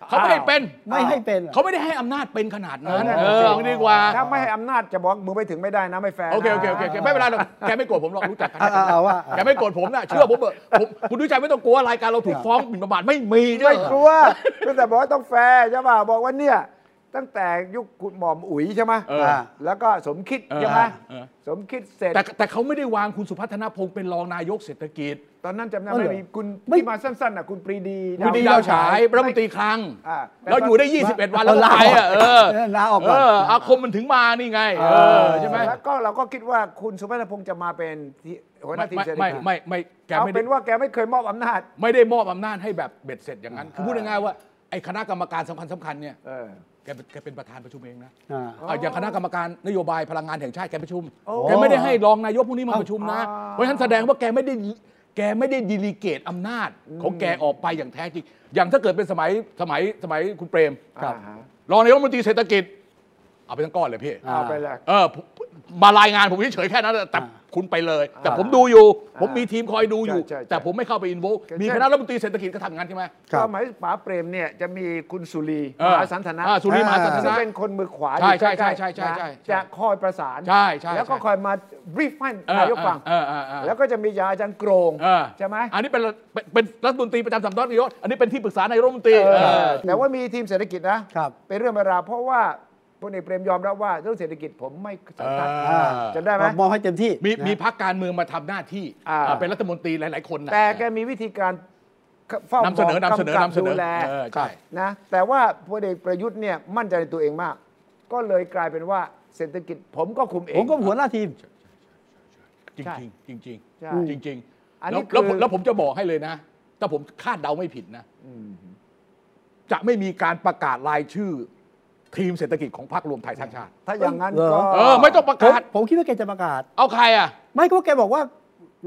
Speaker 4: เขาไม่ให้เป็น
Speaker 2: ไม่ให้เป็นเหรอ
Speaker 4: เขาไม่ได้ให้อำนาจเป็นขนาดนั้น
Speaker 3: เออนั่น
Speaker 4: เอ
Speaker 3: น่ะสิ
Speaker 4: อดีกว่า
Speaker 3: ถ้าไม่ให้อำนาจจะบอกมึงไปถึงไม่ได้นะไม่แฟร์นะ
Speaker 4: โอเคโอเคโอเคโอเคไม่เป็นไรหรอกแกไม่โกรธผมหรอกรู้จักกัน
Speaker 2: เอาเอาเอาว่า
Speaker 4: แกไม่โกรธผมนะเชื่อผมเถอะผมคุณดุชัยไม่ต้องกลัวรายการเราถูกฟ้องหมิ่นประมาทไม่มีเด้
Speaker 3: ไม่
Speaker 4: อ
Speaker 3: กลัวแต่บอกว่าต้องแฟร์ใช่ป่ะบอกว่าเนี่ย ตั้งแต่ยุคคุณหม่อมอุ๋ยใช่ไหม
Speaker 4: เออ
Speaker 3: แล้วก็สมคิด
Speaker 4: เออ
Speaker 3: ใช่ไหม
Speaker 4: เออ
Speaker 3: สมคิดเสร็จ
Speaker 4: แต่แต่เขาไม่ได้วางคุณสุพัฒนพงศ์เป็นรองนายกเศรษฐกิจ
Speaker 3: ตอนนั้นจำได้
Speaker 2: เออ
Speaker 3: ไหม
Speaker 2: เหรอ
Speaker 3: มีคุณ
Speaker 2: ไม่
Speaker 3: ที่มาสั้นๆน่ะคุณปรีดี
Speaker 4: คุณดีดาวฉายรัฐมนตรีคลัง
Speaker 3: อ่าแต่
Speaker 4: เราอยู่ได้ 21 วันแล้วก็
Speaker 2: ลา
Speaker 4: ไป
Speaker 2: ออก
Speaker 4: อ่ะเออ
Speaker 2: ลาออก
Speaker 4: เอ
Speaker 2: ก่อน
Speaker 4: ออาคมมันถึงมานี่ไงเออใช่ไหม
Speaker 3: แล้วก็เราก็คิดว่าคุณสุพัฒนพงษ์จะมาเป็นที่หัวห
Speaker 4: ไม่
Speaker 3: น้าทีมเศรษฐ
Speaker 4: ไม่
Speaker 3: กิจ
Speaker 4: ไม่ไม่ไม่แก
Speaker 3: เอา
Speaker 4: ไม่ได้
Speaker 3: เป็นว่าแกไม่เคยมอบอำนาจ
Speaker 4: ไม่ได้มอบอำนาจให้แบบเบ็ดเสร็จอย่างนั้น คือพูดง่ายๆว่าไอ้คณะกรรมการสำคัญสำคัญๆเนี่ย
Speaker 3: เออ
Speaker 4: แกเป็นแกเป็นประธานประชุมเองนะ
Speaker 2: อ่า
Speaker 4: เอาอย่างคณะกรรมการนโยบายพลังงานแห่งชาติแกประชุม
Speaker 3: โอ้
Speaker 4: แกไม่ได้ให้รองนายกพวกนี้มา
Speaker 2: เอ้า
Speaker 4: ประชุมนะ
Speaker 3: อ่า
Speaker 4: เพราะฉะนั้นแสดงว่าแกไม่ได้แกไม่ได้ดีลิเกตอำนาจของแกออกไปอย่างแท้จริง อย่างถ้าเกิดเป็นสมัยสมัยสมัยคุณเปรม
Speaker 3: อ่าฮะ
Speaker 4: รองนายกรัฐมนตรีเศรษฐกิจ เอาไปทั้งก้อนเลยพี่
Speaker 3: เอาไปเลย
Speaker 4: เออผมมารายงานผมเฉยๆแค่นั้นแหละแต่
Speaker 2: อ่า
Speaker 4: คุณไปเลย แต่
Speaker 3: อ่า
Speaker 4: ผมดูอยู่
Speaker 3: อ่า
Speaker 4: ผมมีทีมคอยดูอยู่
Speaker 3: ใช่ใช่ใช่
Speaker 4: แต่ผมไม่เข้าไปอินโว
Speaker 3: แก
Speaker 4: มี
Speaker 3: เช่น
Speaker 4: คณะรัฐมนตรีเศรษฐกิจก็ทำงานใช่ไหม
Speaker 2: ครับ
Speaker 3: สมัยป๋าเปรมเนี่ยจะมีคุณสุรี
Speaker 4: เอ
Speaker 3: ม
Speaker 4: อ
Speaker 3: หาสันทนะ
Speaker 4: อ่สุริมหาสันท
Speaker 3: ซึ่ง
Speaker 4: นะ
Speaker 3: เป็นคนมือขวา
Speaker 4: ใช่
Speaker 3: อยู่ใกล้ๆ
Speaker 4: ใช่ใช่ใช่ใช่
Speaker 3: นะ
Speaker 4: ใช่
Speaker 3: จะคอยประสาน
Speaker 4: ใช่ใช่
Speaker 3: แล้วก็
Speaker 4: ใช่
Speaker 3: คอยมา brief ให้
Speaker 4: เออน
Speaker 3: ายกฟัง
Speaker 4: เออเออเออ
Speaker 3: แล้วก็จะมียาอาจารย์โกรง
Speaker 4: เออ
Speaker 3: ใช่ไหม
Speaker 4: อันนี้เป็นเป็นเป็นรัฐมนตรีประจำสำนักนายกอันนี้เป็นที่ปรึกษานายกรัฐมนตรีเออ
Speaker 3: แต่ว่ามีทีมเศรษฐกิจนะ
Speaker 2: ครับ
Speaker 3: เป็นเรื่องเวลาวเพราะว่าพลเอกเปรมยอมรับว่าเรื่องเศรษฐกิจผมไม่สำคัญ
Speaker 4: เออ
Speaker 3: จะได้ไหม
Speaker 2: มองให้เต็มที่
Speaker 4: มี
Speaker 2: นะ
Speaker 4: มีพักการเมืองมาทำหน้าที่
Speaker 3: อ่า
Speaker 4: เออเป็นรัฐมนตรีหลาย ๆ คนนะ
Speaker 3: แต่แกมีวิธีการเฝ้าม
Speaker 4: นำเสนอ
Speaker 3: มง
Speaker 4: นำเสนอก
Speaker 3: ำกับ
Speaker 4: นำเสนอ
Speaker 3: ดูแล
Speaker 4: เออใช่
Speaker 3: นะแต่ว่าพลเอกประยุทธ์เนี่ยมั่นใจในตัวเองมาก ก็เลยกลายเป็นว่าเศรษฐกิจผมก็คุมเอง
Speaker 2: ผมก็หัวหน้าทีม
Speaker 4: จริง
Speaker 3: ใช่
Speaker 4: จริงๆจริง
Speaker 3: ใช่
Speaker 4: ๆจริงจริงๆ
Speaker 3: อัน
Speaker 4: แล้
Speaker 3: นี้
Speaker 4: วแล้วผม
Speaker 3: คือ
Speaker 4: แล้วผมจะบอกให้เลยนะ ถ้าผมคาดเดาไม่ผิดนะ จะไม่มีการประกาศรายชื่อ ทีมเศรษฐกิจของพรรครวมไทยสร้างชาติ
Speaker 3: ถ้าอย่างนั้น
Speaker 2: เหรอ
Speaker 3: ก็
Speaker 4: เออ ไม่ต้องประ
Speaker 2: ผม
Speaker 4: กาศ
Speaker 2: ผมคิดว่าแกจะประกาศ
Speaker 4: เอาใครอ่ะ
Speaker 2: ไม่ก็แกบอกว่า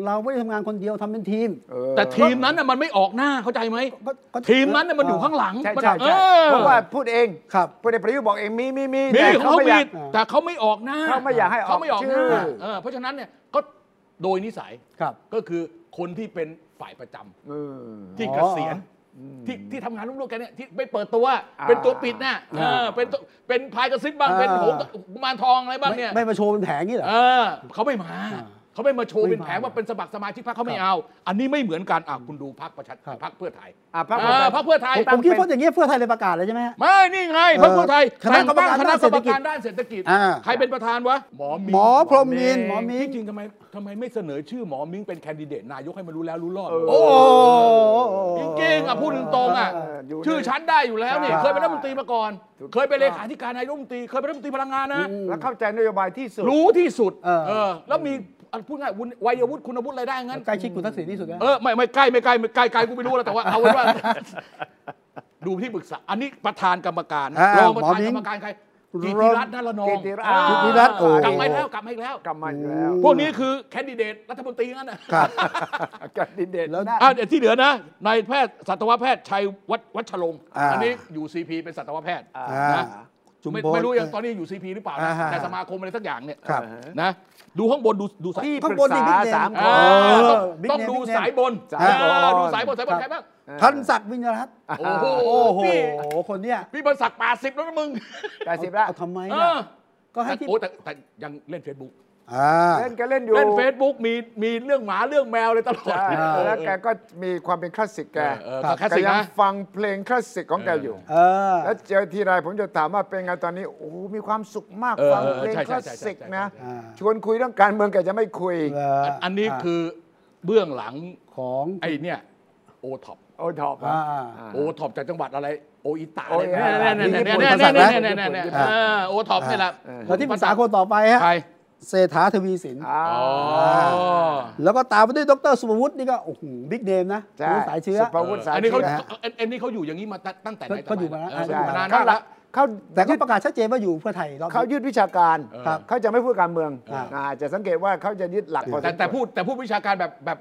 Speaker 2: เราไม่ได้ทำงานคนเดียวทำเป็นทีม
Speaker 4: แต่ทีมนั้นน่ะมันไม่ออกหน้าเข้าใจไหม
Speaker 2: ก็ก็
Speaker 4: ทีมนั้นน่ะมันอยู่ข้างหลัง
Speaker 3: ใช่
Speaker 4: มัน
Speaker 3: ใช่
Speaker 4: เอ
Speaker 3: ใช่
Speaker 4: อ
Speaker 3: เพราะว่าพูดเอง
Speaker 2: ครับ
Speaker 3: พลเอกประยุทธ์บอกเองมีมีมี
Speaker 4: มี
Speaker 3: แต่
Speaker 4: เขา
Speaker 3: ไม่อ
Speaker 4: มี
Speaker 3: ยาก
Speaker 4: แต่เขาไม่ออกหน้า
Speaker 3: เขาไม่อยากให้ออก
Speaker 4: เขาไม่ออกหน้า
Speaker 3: ชื่อ
Speaker 4: เออเพราะฉะนั้นเนี่ยก็โดยนิสัย
Speaker 2: ครับ
Speaker 4: ก็คือคนที่เป็นฝ่ายประจำ
Speaker 3: เออ
Speaker 4: ที่
Speaker 2: อ๋อ
Speaker 4: เกษียณที่ที่ทำงานร่วมๆกันเนี่ยที่ไม่เปิดตัว เป็นตัวปิดน่ะ
Speaker 2: อ่า
Speaker 4: เออเป็นตัวเป็นพายกระซิบบ้าง
Speaker 2: อ่า
Speaker 4: เป็นโหงกุมารทองอะไรบ้าง
Speaker 2: ไม่
Speaker 4: เนี่ย
Speaker 2: ไม่มาโชว์เป็นแผงนี่เหรอ
Speaker 4: เออเขาไม่มา
Speaker 2: อ่า
Speaker 4: เขาไม่มาโชว์เป็นแผง
Speaker 2: ไม่มา
Speaker 4: ว่าเป็นสมัครสมาชิกพรรคเขา
Speaker 2: ค
Speaker 4: ไม่
Speaker 2: รับ
Speaker 4: เอา อันนี้ไม่เหมือนกันอ่ะคุณดูพรรคประชา
Speaker 2: ครับ
Speaker 4: พรรคเพื่อไทย
Speaker 3: อ่ะพรรค
Speaker 4: เอ
Speaker 3: เพื่อไทย
Speaker 4: อพ
Speaker 2: ผมผ
Speaker 4: รรคเพื่อไทย
Speaker 2: มคิดว่าอย่างเงี้ยเพื่อไทยเลยประกาศเลยใช่ไหมฮะ
Speaker 4: ไม่นี่ไงพรรคเพื่อไทย
Speaker 2: เออคณะ
Speaker 4: แต่ง
Speaker 2: กรรม
Speaker 4: ตั้ง
Speaker 2: การ
Speaker 4: คณะกรรมการ
Speaker 2: ด้า
Speaker 4: ด้าน น
Speaker 2: เศ
Speaker 4: เศ
Speaker 2: ร
Speaker 4: ร
Speaker 2: ษ
Speaker 4: ษ
Speaker 2: ฐ
Speaker 4: ฐ
Speaker 2: กิ
Speaker 4: กิ
Speaker 2: จ
Speaker 4: จ
Speaker 2: อ่า
Speaker 4: ใครเป็นประธานวะหมอมี
Speaker 2: หมอพรหมนิน
Speaker 3: ห
Speaker 2: ห
Speaker 3: ม
Speaker 2: ม
Speaker 3: อ
Speaker 2: อ
Speaker 3: มิ้
Speaker 2: มิง
Speaker 3: ง
Speaker 4: ที่จริงทำไมทำไมไม่เสนอชื่อหมอมิ้งเป็นแคนดิเดตนายกให้มันรู้แล้วรู้รอด
Speaker 2: โอ้โห
Speaker 4: จริงๆอ่ะพูดตรงๆอ่ะ
Speaker 3: เอออยู่ใน
Speaker 4: ชื่อฉันได้อยู่แล้วนี่
Speaker 3: ใช่
Speaker 4: เคยเป็นรัฐมนตรีมาก่อน
Speaker 3: ถูก
Speaker 4: เคยเป็นเลขาธิการนายกรัฐมนตรีเคยเป็นรัฐมนตรีพลังงานนะ
Speaker 3: แล้วเข้าใจนโยบายที่สุด
Speaker 4: รู้ที่สุด
Speaker 2: เออ
Speaker 4: เออแล้วมีอ่ะพูดง่ายวุฒิวัยวุฒิคุณวุฒิอะไรได้งั้น
Speaker 2: ใกล้ชิดคุณทักษิณที่สุดนะ
Speaker 4: เออไม่ไม่ใกล้ไม่ใกล้ไม่ใกล้ไกลกูไม่รู้แล้วแต่ว่าเอาไว้ว่า ดูที่ปรึกษาอันนี้ประธานกรรมการ
Speaker 2: อ่าร ร
Speaker 4: องประธา
Speaker 2: ห
Speaker 4: น
Speaker 2: มอมิ้
Speaker 4: กรงรมการใครกิติรัตน์นั่นละนอง
Speaker 3: กิติรัตน์
Speaker 4: อ่า
Speaker 2: กิติรัตน์โอ้
Speaker 4: กลับมาอีกแล้วกลับมาอีกแล้ว
Speaker 3: กำมันอยู่แล้ว
Speaker 4: พวกนี้คือแคนดิเดตรัฐมนตรีงั้นนะ
Speaker 2: ครับ
Speaker 3: แคนดิเดต
Speaker 2: แล้ว
Speaker 3: หน้า
Speaker 4: อ่ะเดี๋ยวที่เหลือนะนายแพทย์สัตวแพทย์ชัยวัฒวัชรงค์
Speaker 2: อ่า
Speaker 4: อันนี้อยู่ซีพีเป็นสัตวแพทย์
Speaker 2: อ่า
Speaker 4: นะ
Speaker 2: จุม
Speaker 4: ไม่
Speaker 2: พล
Speaker 4: ไม่รู้ยังตอนนี้อยู่ซีพีหรือเปล่านะ
Speaker 2: อ่าฮะ
Speaker 4: แต่สมาคมอะไรสักอย่างเนี่ย
Speaker 2: ครับ
Speaker 4: นะดูข้างบนดูดูสาย
Speaker 3: ที่ป
Speaker 2: ข้าง
Speaker 3: รึก
Speaker 2: บนนี่
Speaker 3: ษา
Speaker 2: บิ๊กเด่น
Speaker 3: สามค
Speaker 4: อ่าน
Speaker 2: อบิ๊กเนม
Speaker 4: ต้องต้องดู
Speaker 2: บิ๊กเนม
Speaker 4: สายบน
Speaker 3: สายบน
Speaker 4: เออดูสายบนสายบน
Speaker 2: ครับ
Speaker 4: ใครบ้าง
Speaker 2: พันศักดิ์วินยรัตน์
Speaker 4: โอ้โห
Speaker 2: โอ้โห
Speaker 4: พี่
Speaker 2: คนเนี้ย
Speaker 4: พี่บรรศักดิ์ป่าสิบแล้วนะมึง
Speaker 3: แต่สิบละ
Speaker 2: เอาทำไม
Speaker 4: เอ
Speaker 2: ล่ะ
Speaker 4: อ
Speaker 2: ก็ให้ที่
Speaker 4: โอ้แต่แต่ยังเล่น Facebook
Speaker 2: อ่า
Speaker 3: เล่นแกเล่นอยู่
Speaker 4: เล่น Facebook มีมีเรื่องหมาเรื่องแมวเลยตลอด
Speaker 3: ใช่
Speaker 2: เออ
Speaker 3: แล้วแกก็มีความเป็นคลาสสิกแก
Speaker 4: เออเออก็คลาส
Speaker 3: แก
Speaker 4: สิก
Speaker 3: ยัง
Speaker 4: นะ
Speaker 3: ฟังเพลงคลาสสิกของแกอยู่
Speaker 2: เออ
Speaker 3: แล้วเจอทีไรผมจะถามว่าเป็นไงตอนนี้โอ้โหมีความสุขมาก
Speaker 4: เออ
Speaker 3: ฟัง
Speaker 4: เออ
Speaker 3: เพลง
Speaker 4: ใช่
Speaker 3: ค
Speaker 4: ใช่
Speaker 3: ลาส
Speaker 4: ใช่ใช่
Speaker 3: สิกนะ
Speaker 4: ใช่
Speaker 2: อ่า
Speaker 3: ชวนคุยเรื่องการเมืองแกจะไม่คุย
Speaker 2: เหร
Speaker 4: อันอันนี้คือเบื้องหลัง
Speaker 2: ของ
Speaker 4: ไอ้เนี่ยโอท็อป
Speaker 3: โอ้ท็อป
Speaker 2: อ่า
Speaker 4: โอท็อปจากจังหวัดอะไรโออิตา
Speaker 3: โอ้ย
Speaker 4: เนี่ยเนี่ยเนี่ยเนี่ยเนี่ยเนี่ยเนี่ยเนี่ยเออโอท็อปนี่แหละ
Speaker 2: แล้วที่ปรึกษาคนต่อไปฮะ
Speaker 4: ใคร
Speaker 2: เศรษฐาทวีสิน
Speaker 3: อ่า
Speaker 4: อ๋อ
Speaker 2: แล้วก็ตามไปด้วยดรสุภวุฒินี่ก็โอ้โหบิ๊กเนมนะ
Speaker 3: ใช่
Speaker 2: รู้สายเชื้อ
Speaker 3: สุภวุฒิสาย
Speaker 4: อันนี้เขา
Speaker 3: เชื้อ
Speaker 4: อันนี้เขาอยู่อย่างนี้มาตั้งแต่ไหน
Speaker 2: ใช่
Speaker 4: มานาน
Speaker 3: เข
Speaker 4: มากแล้ว
Speaker 3: เขา
Speaker 2: แต่ก็
Speaker 3: ยึด
Speaker 2: ประกาศชัดเจนว่าอยู่เพื่อไทยรอบ
Speaker 3: เขา
Speaker 2: นี้
Speaker 3: ยึดวิชาการ
Speaker 2: ครับ
Speaker 3: เขาจะไม่พูดการเมือง
Speaker 2: อ่า
Speaker 3: อ่าจะสังเกตว่าเขาจะยึดหลักพอสมควร
Speaker 4: แต่แต่พูดแต่พูดวิชาการแบบแบบ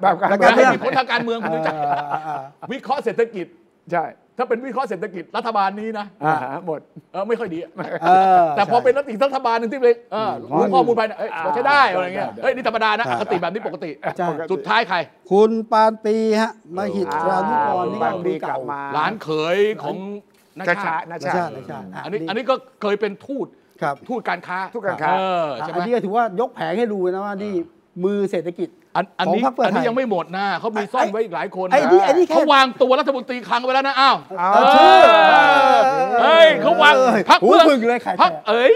Speaker 4: ให้มีผลทางการเมืองคุณรู้จัก
Speaker 2: เออเออเออ
Speaker 4: วิเคราะห์เศรษฐกิจ
Speaker 3: ใช่
Speaker 4: ถ้าเป็นวิเคราะห์เศรษฐกิจรัฐบาลนี้นะ
Speaker 3: อ่าหมด
Speaker 4: เออไม่ค่อยดี
Speaker 2: เออ
Speaker 4: แต่พอ
Speaker 2: ใช่
Speaker 4: เป็นรัฐอีกรัฐบาลหนึ่งที่เลยเออรู้ข้อมูลไปนะเอ้ยเราใช้ได้อะไรเงี้ยเอ้ยนี่ธรรมดานะอคติแบบนี้ปกติ
Speaker 2: ใช่
Speaker 4: สุดท้ายใคร
Speaker 2: คุณปานปีฮะมหิตรานุกรนี่ก็
Speaker 3: อ่าปานปี
Speaker 2: ปีเก่า
Speaker 3: กลับมา
Speaker 4: หลานเขยของ นา
Speaker 3: ชา
Speaker 4: ชาติ
Speaker 3: ชานา
Speaker 2: นาชา
Speaker 3: ชา
Speaker 2: ตินาชาติอ่ะ
Speaker 4: อันนี้
Speaker 2: นี่
Speaker 4: อันนี้ก็เคยเป็นทูต
Speaker 2: ครับ
Speaker 4: ทูตการค้า
Speaker 3: ทุกการค้า
Speaker 4: เออ
Speaker 2: อ่ะ
Speaker 4: ใช่ไห
Speaker 2: อัน
Speaker 4: ม
Speaker 2: นี้ก็ถือว่ายกแผงให้ดูนะว่านี่มือเศรษฐกิจ
Speaker 4: อันอันนี้
Speaker 2: ของพรรคเพื่อไทย
Speaker 4: อันนี้ยังไม่หมดนะเขามีซ่อนไว้อีกหลายคน
Speaker 2: ไอ้นี่ไอ้นี่แค่
Speaker 4: เขาวางตัวรัฐมนตรีคลังไว้แล้วนะอ้าว
Speaker 3: เอา
Speaker 4: เออ
Speaker 3: ชื่อ
Speaker 4: เฮ้ยเขาวางพรรค
Speaker 2: หู
Speaker 4: เพื่อ
Speaker 2: พึ่งเลยขาย
Speaker 4: พรรค
Speaker 2: แตก
Speaker 4: เอ้ย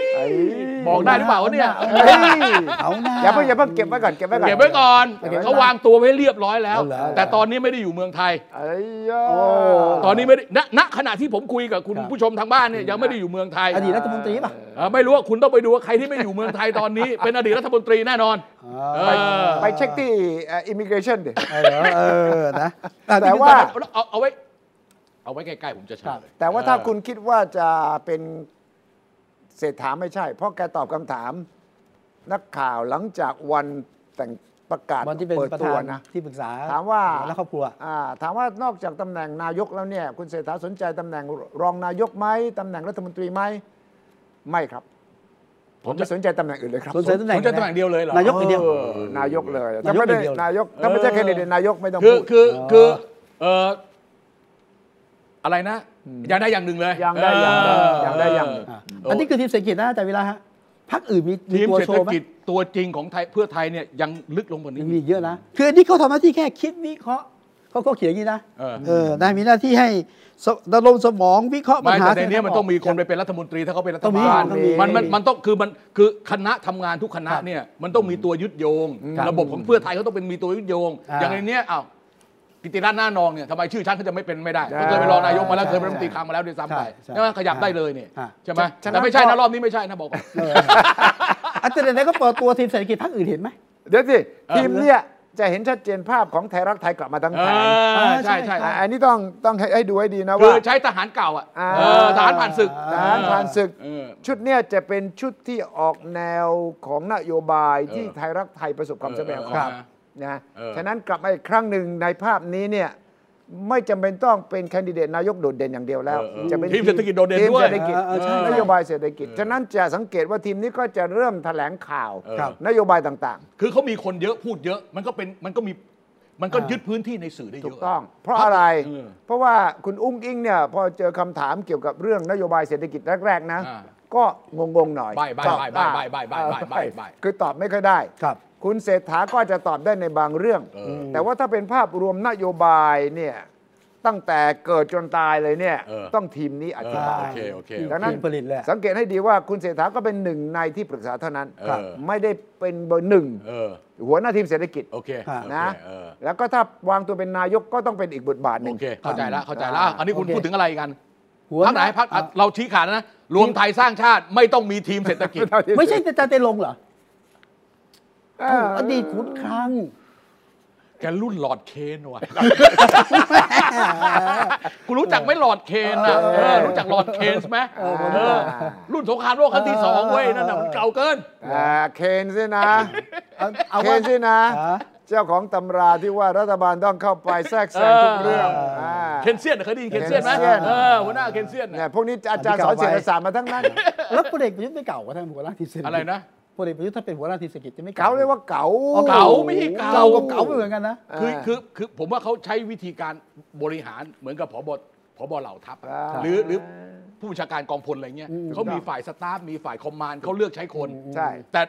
Speaker 4: บอกได้หรือเปล่าวะเนี่ย
Speaker 2: เอาหน้า <laughs> เอาหน้า
Speaker 3: อย่าเพิ่งอย่าเพิ่งเก็บไว้ก่อนเก็บไว้ก่อน
Speaker 4: เก็บไว้ก่อน
Speaker 2: เก็บไว้ก่อน
Speaker 4: เขาวางตัวไว้เรียบร้อยแล้ว
Speaker 2: เอาเหรอ
Speaker 4: แต่ตอนนี้ไม่ได้อยู่เมืองไทย
Speaker 3: ไอ้ย่า
Speaker 2: โอ้
Speaker 4: ตอนนี้ไม่ได้ณณขณะที่ผมคุยกับคุณ
Speaker 2: ครับ
Speaker 4: ผู้ชมทางบ้านเนี่ยยังไม่ได้อยู่เมืองไทย
Speaker 2: อดีตรัฐมนตรีป่ะ
Speaker 4: เออไม่รู้ว่าคุณต้องไปดูว่าใครที่ไม่อยู่เมืองไทยตอนนี้ เป็นอดีตรัฐมนตรีแน่นอน เออ
Speaker 3: ไปเช็คที่อิมิเกรชันดิ
Speaker 2: เออเออนะอ่ะ
Speaker 3: แต่
Speaker 2: นี่คือ
Speaker 3: ว่า
Speaker 4: เอาเอาไว้ เอาไว้ใกล้ๆผมจะเฉลย
Speaker 3: แต่ว่าถ้า
Speaker 4: เออ
Speaker 3: คุณคิดว่าจะเป็นเศรษฐาไม่ใช่ เพราะแกตอบคำถาม นักข่าวหลังจากวันแต่งประกาศ
Speaker 2: วันที่เป็น
Speaker 3: เปิด
Speaker 2: ประ
Speaker 3: ตั
Speaker 2: ธา
Speaker 3: วน นะ
Speaker 2: ที่ปรึกษา
Speaker 3: ถามว่า
Speaker 2: และครอบครัว
Speaker 3: อ่าถามว่านอกจากตำแหน่งนายกแล้วเนี่ย คุณเศรษฐาสนใจตำแหน่งรองนายกไหมตำแหน่งรัฐมนตรีไหมไม่ครับ ผมไม่สนใจตำแหน่งอื่นเลยครับ
Speaker 2: สนใจตำแหน่ง
Speaker 4: ผมจะตำแหน่งเดียวเลยเหรอน
Speaker 2: ายกอย่างเดียว
Speaker 3: เออนายกเลยถ้า
Speaker 2: ายก
Speaker 3: นไม่ได้
Speaker 2: อย่างเดียว
Speaker 3: นายกถ้าไม่ใช่แคนดิเดตนายกไม่ต้อง
Speaker 4: คือ
Speaker 3: พูด
Speaker 4: คือคือเอออะไรนะอย่างได้อย่างหนึ่งเลย
Speaker 3: อย่างใดอย่างหนึ่ง
Speaker 4: เ
Speaker 3: อย่างใดอย่างหนึ่ง
Speaker 4: เ
Speaker 2: อ่ะอันนี้คือทีมเศรษฐกิจนะอาจารย์วิระฮะพักอื่นมีมี
Speaker 4: ทีม
Speaker 2: ตัว
Speaker 4: เศรษ
Speaker 2: โช
Speaker 4: ฐ
Speaker 2: ว์ไหม
Speaker 4: กิจตัวจริงของไทยเพื่อไทยเนี่ยยังลึกลงกว่านี้
Speaker 2: ยังมีอีกเยอะนะ คืออันนี้เขาทำหน้าที่แค่คิดวิเคราะห์เขาก็เขียนอย่างนี้นะ
Speaker 4: เออ
Speaker 2: เออนะมีหน้าที่ให้สระดมสมองวิเคราะห์ปัญ
Speaker 4: ไม่
Speaker 2: หา
Speaker 4: แต่ในเนี้ยมันต้องมีคนไปเป็นรัฐมนตรีถ้าเขาเป็นรัฐ
Speaker 2: ต้องมี
Speaker 4: บาล
Speaker 2: ต้องมี
Speaker 4: มันมันมันต้องคือมันคือคณะทำงานทุกคณะเนี่ยมันต้องมีตัวยึดโยง
Speaker 2: ครับ
Speaker 4: ระบบของเพื่อไทยเขาต้องเป็นมีตัวยึดโยง
Speaker 2: อ่า
Speaker 4: อย่างในเนี้ยอ้าวกิติรัตน์หน้านองเนี่ยทำไมชื่อฉันเขาจะไม่เป็นไม่ได้
Speaker 3: ใช่
Speaker 4: เขาเคยเป็นรองนายกมาแล้ว
Speaker 2: ใช่
Speaker 4: เคยเป็นรัฐมนตรีคลังมาแล้วด้วยซ้ำไป
Speaker 2: ใช่
Speaker 4: ใช่ไหมขยับ
Speaker 2: ใช่
Speaker 4: ได้เลยเนี่ย
Speaker 2: อ่า
Speaker 4: ใช่ไหมแต่ไม่ใช่นะรอบนี้ไม่ใช่นะบอกก่อน
Speaker 2: เอออาจารย์ไหนๆก็เปิดตัวทีมเศรษฐกิจพักอื่นเห็นไหม
Speaker 3: เดี๋ยวสิทีมเนี่ยจะเห็นชัดเจนภาพของไทยรักไทยกลับมาทั้ง
Speaker 4: เอ
Speaker 3: แผน
Speaker 4: อใช่ใช่
Speaker 3: อ่าอันนี้ต้องต้องให้ให้ดูให้ดีนะ
Speaker 4: คื
Speaker 3: ว่า
Speaker 4: อใช้ทหารเก่าอ่ะ
Speaker 3: อ่า
Speaker 4: เออทหารผ่านศึก
Speaker 3: ทหารผ่านศึก
Speaker 4: เออ
Speaker 3: ชุดเนี่ยจะเป็นชุดที่ออกแนวของนโยบายที่
Speaker 4: เออ
Speaker 3: ไทยรักไทยประสบความสำเร็จ
Speaker 4: เออ
Speaker 3: ของ
Speaker 4: ครับ
Speaker 3: นะ
Speaker 4: เออ
Speaker 3: ฉะนั้นกลับมาอีกครั้งหนึ่งในภาพนี้เนี่ยไม่จำเป็นต้องเป็นแคนดิเดตนายกโดดเด่นอย่างเดียวแล้ว จะเป็น
Speaker 4: ทีมเศรษฐกิจโดดเด่น
Speaker 3: ทีม
Speaker 4: ด้วย
Speaker 3: เศรษฐกิจ
Speaker 2: เออใช่
Speaker 3: นโยบายเศรษฐกิจ ฉะนั้นจะสังเกตว่าทีมนี้ก็จะเริ่มแถลงข่าว
Speaker 4: ครับ
Speaker 3: นโยบายต่าง
Speaker 4: คือเขามีคนเยอะพูดเยอะ มันก็เป็นมันก็มีมันก็ยึดพื้นที่ในสื่อได้
Speaker 3: ๆ
Speaker 4: เย
Speaker 3: ถู
Speaker 4: อะ
Speaker 3: กต้อง เพราะอะไร
Speaker 4: เออ
Speaker 3: เพราะว่าคุณอุ้งอิงเนี่ยพอเจอคำถามเกี่ยวกับเรื่องนโยบายเศรษฐกิจแรกๆนะ
Speaker 4: อ่า
Speaker 3: ก็งงๆหน่อย
Speaker 4: ใบใบ
Speaker 3: ตอบ
Speaker 4: ใบใบใบใบใบใบใบใบ
Speaker 3: คือตอบไม่ค่อยได้
Speaker 2: ครับ
Speaker 3: คุณเศรษฐาก็จะตอบได้ในบางเรื่อง
Speaker 4: เออ
Speaker 3: แต่ว่าถ้าเป็นภาพรวมนโยบายเนี่ยตั้งแต่เกิดจนตายเลยเนี่ย
Speaker 4: เออ
Speaker 3: ต้องทีมนี้อธิบาย
Speaker 4: โอเคโอเค
Speaker 3: ดังนั้น
Speaker 2: ทีมผลิตแหละ
Speaker 3: สังเกตให้ดีว่าคุณเศรษฐาก็เป็นหนึ่งในที่ปรึกษาเท่านั้น
Speaker 4: เออ
Speaker 3: ไม่ได้เป็นเบอร์หนึ่ง
Speaker 4: เออ
Speaker 3: หัวหน้าทีมเศรษฐกิจ
Speaker 4: โอเค
Speaker 2: อ่ะ
Speaker 4: โอเค
Speaker 3: นะ
Speaker 4: เออ
Speaker 3: แล้วก็ถ้าวางตัวเป็นนายกก็ต้องเป็นอีกบทบาทหนึ่
Speaker 4: โอง เค เข้าใจละเข้าใจละอันนี้คุณ
Speaker 2: โอเค
Speaker 4: พูดถึงอะไรกัน
Speaker 2: หัว
Speaker 4: พักไหนพัก
Speaker 2: อ่ะ
Speaker 4: เราชี้ขาดนะ รวมไทยสร้างชาติไม่ต้องมีทีมเศรษฐกิจ
Speaker 2: ไม่ใช่อาจารย์เตลงเหรอ
Speaker 3: เออ
Speaker 2: อดีตขุนคลัง
Speaker 4: แกรุ่นหลอดเคนว่ะ กูรู้จักไหม่หลอดเคนนะเออรู้จักหลอดเคนไหมเออรุ่นสงครามโลกครั้งที่สองเว้ยนั่นน่ะมันเก่าเกิน
Speaker 3: อ่าเคนสินะ
Speaker 2: เอาเอา
Speaker 3: เค
Speaker 2: ว่า
Speaker 3: สินะ
Speaker 2: ฮะ
Speaker 3: เจ้าของตำราที่ว่ารัฐบาลต้องเข้าไปแทรกแซงทุกเรื่องา
Speaker 4: เคนเซียนน่ะเคยได้ยินเคนเซียนไหม
Speaker 3: เคนเซียน
Speaker 4: เออหัวหน้าเคนเซียนน่ะ
Speaker 3: เนี่ยพวกนี้อาจารย์สอนเศรษฐศาสตร์มาทั้งนั้น
Speaker 2: แล้วพลเอกประยุทธ์ไม่เก่าว่าท่านหัวหน้าทีมเศรษฐกิจ
Speaker 4: อะไรนะ
Speaker 2: พลเอกประยุทธ์ถ้าเป็นหัวหน้าทีมเศรษฐกิจจะไม่
Speaker 3: เขาเรียกว่าเก๋า
Speaker 4: เก๋าไม่ใช่เก๋า
Speaker 2: เก่ากับเก่าไม่เหมือนกันนะ
Speaker 4: คือ
Speaker 3: เออ
Speaker 4: คือคือผมว่าเขาใช้วิธีการบริหารเหมือนกับผบผบเหล่าทัพอะ
Speaker 3: อ่า
Speaker 4: หรือหรือผู้บัญชาการกองพลอะไรเงี้ยเขามีฝ่ายสตาฟมีฝ่ายคอมมานด์เขาเลือกใช้คน
Speaker 3: ใช่
Speaker 4: แต่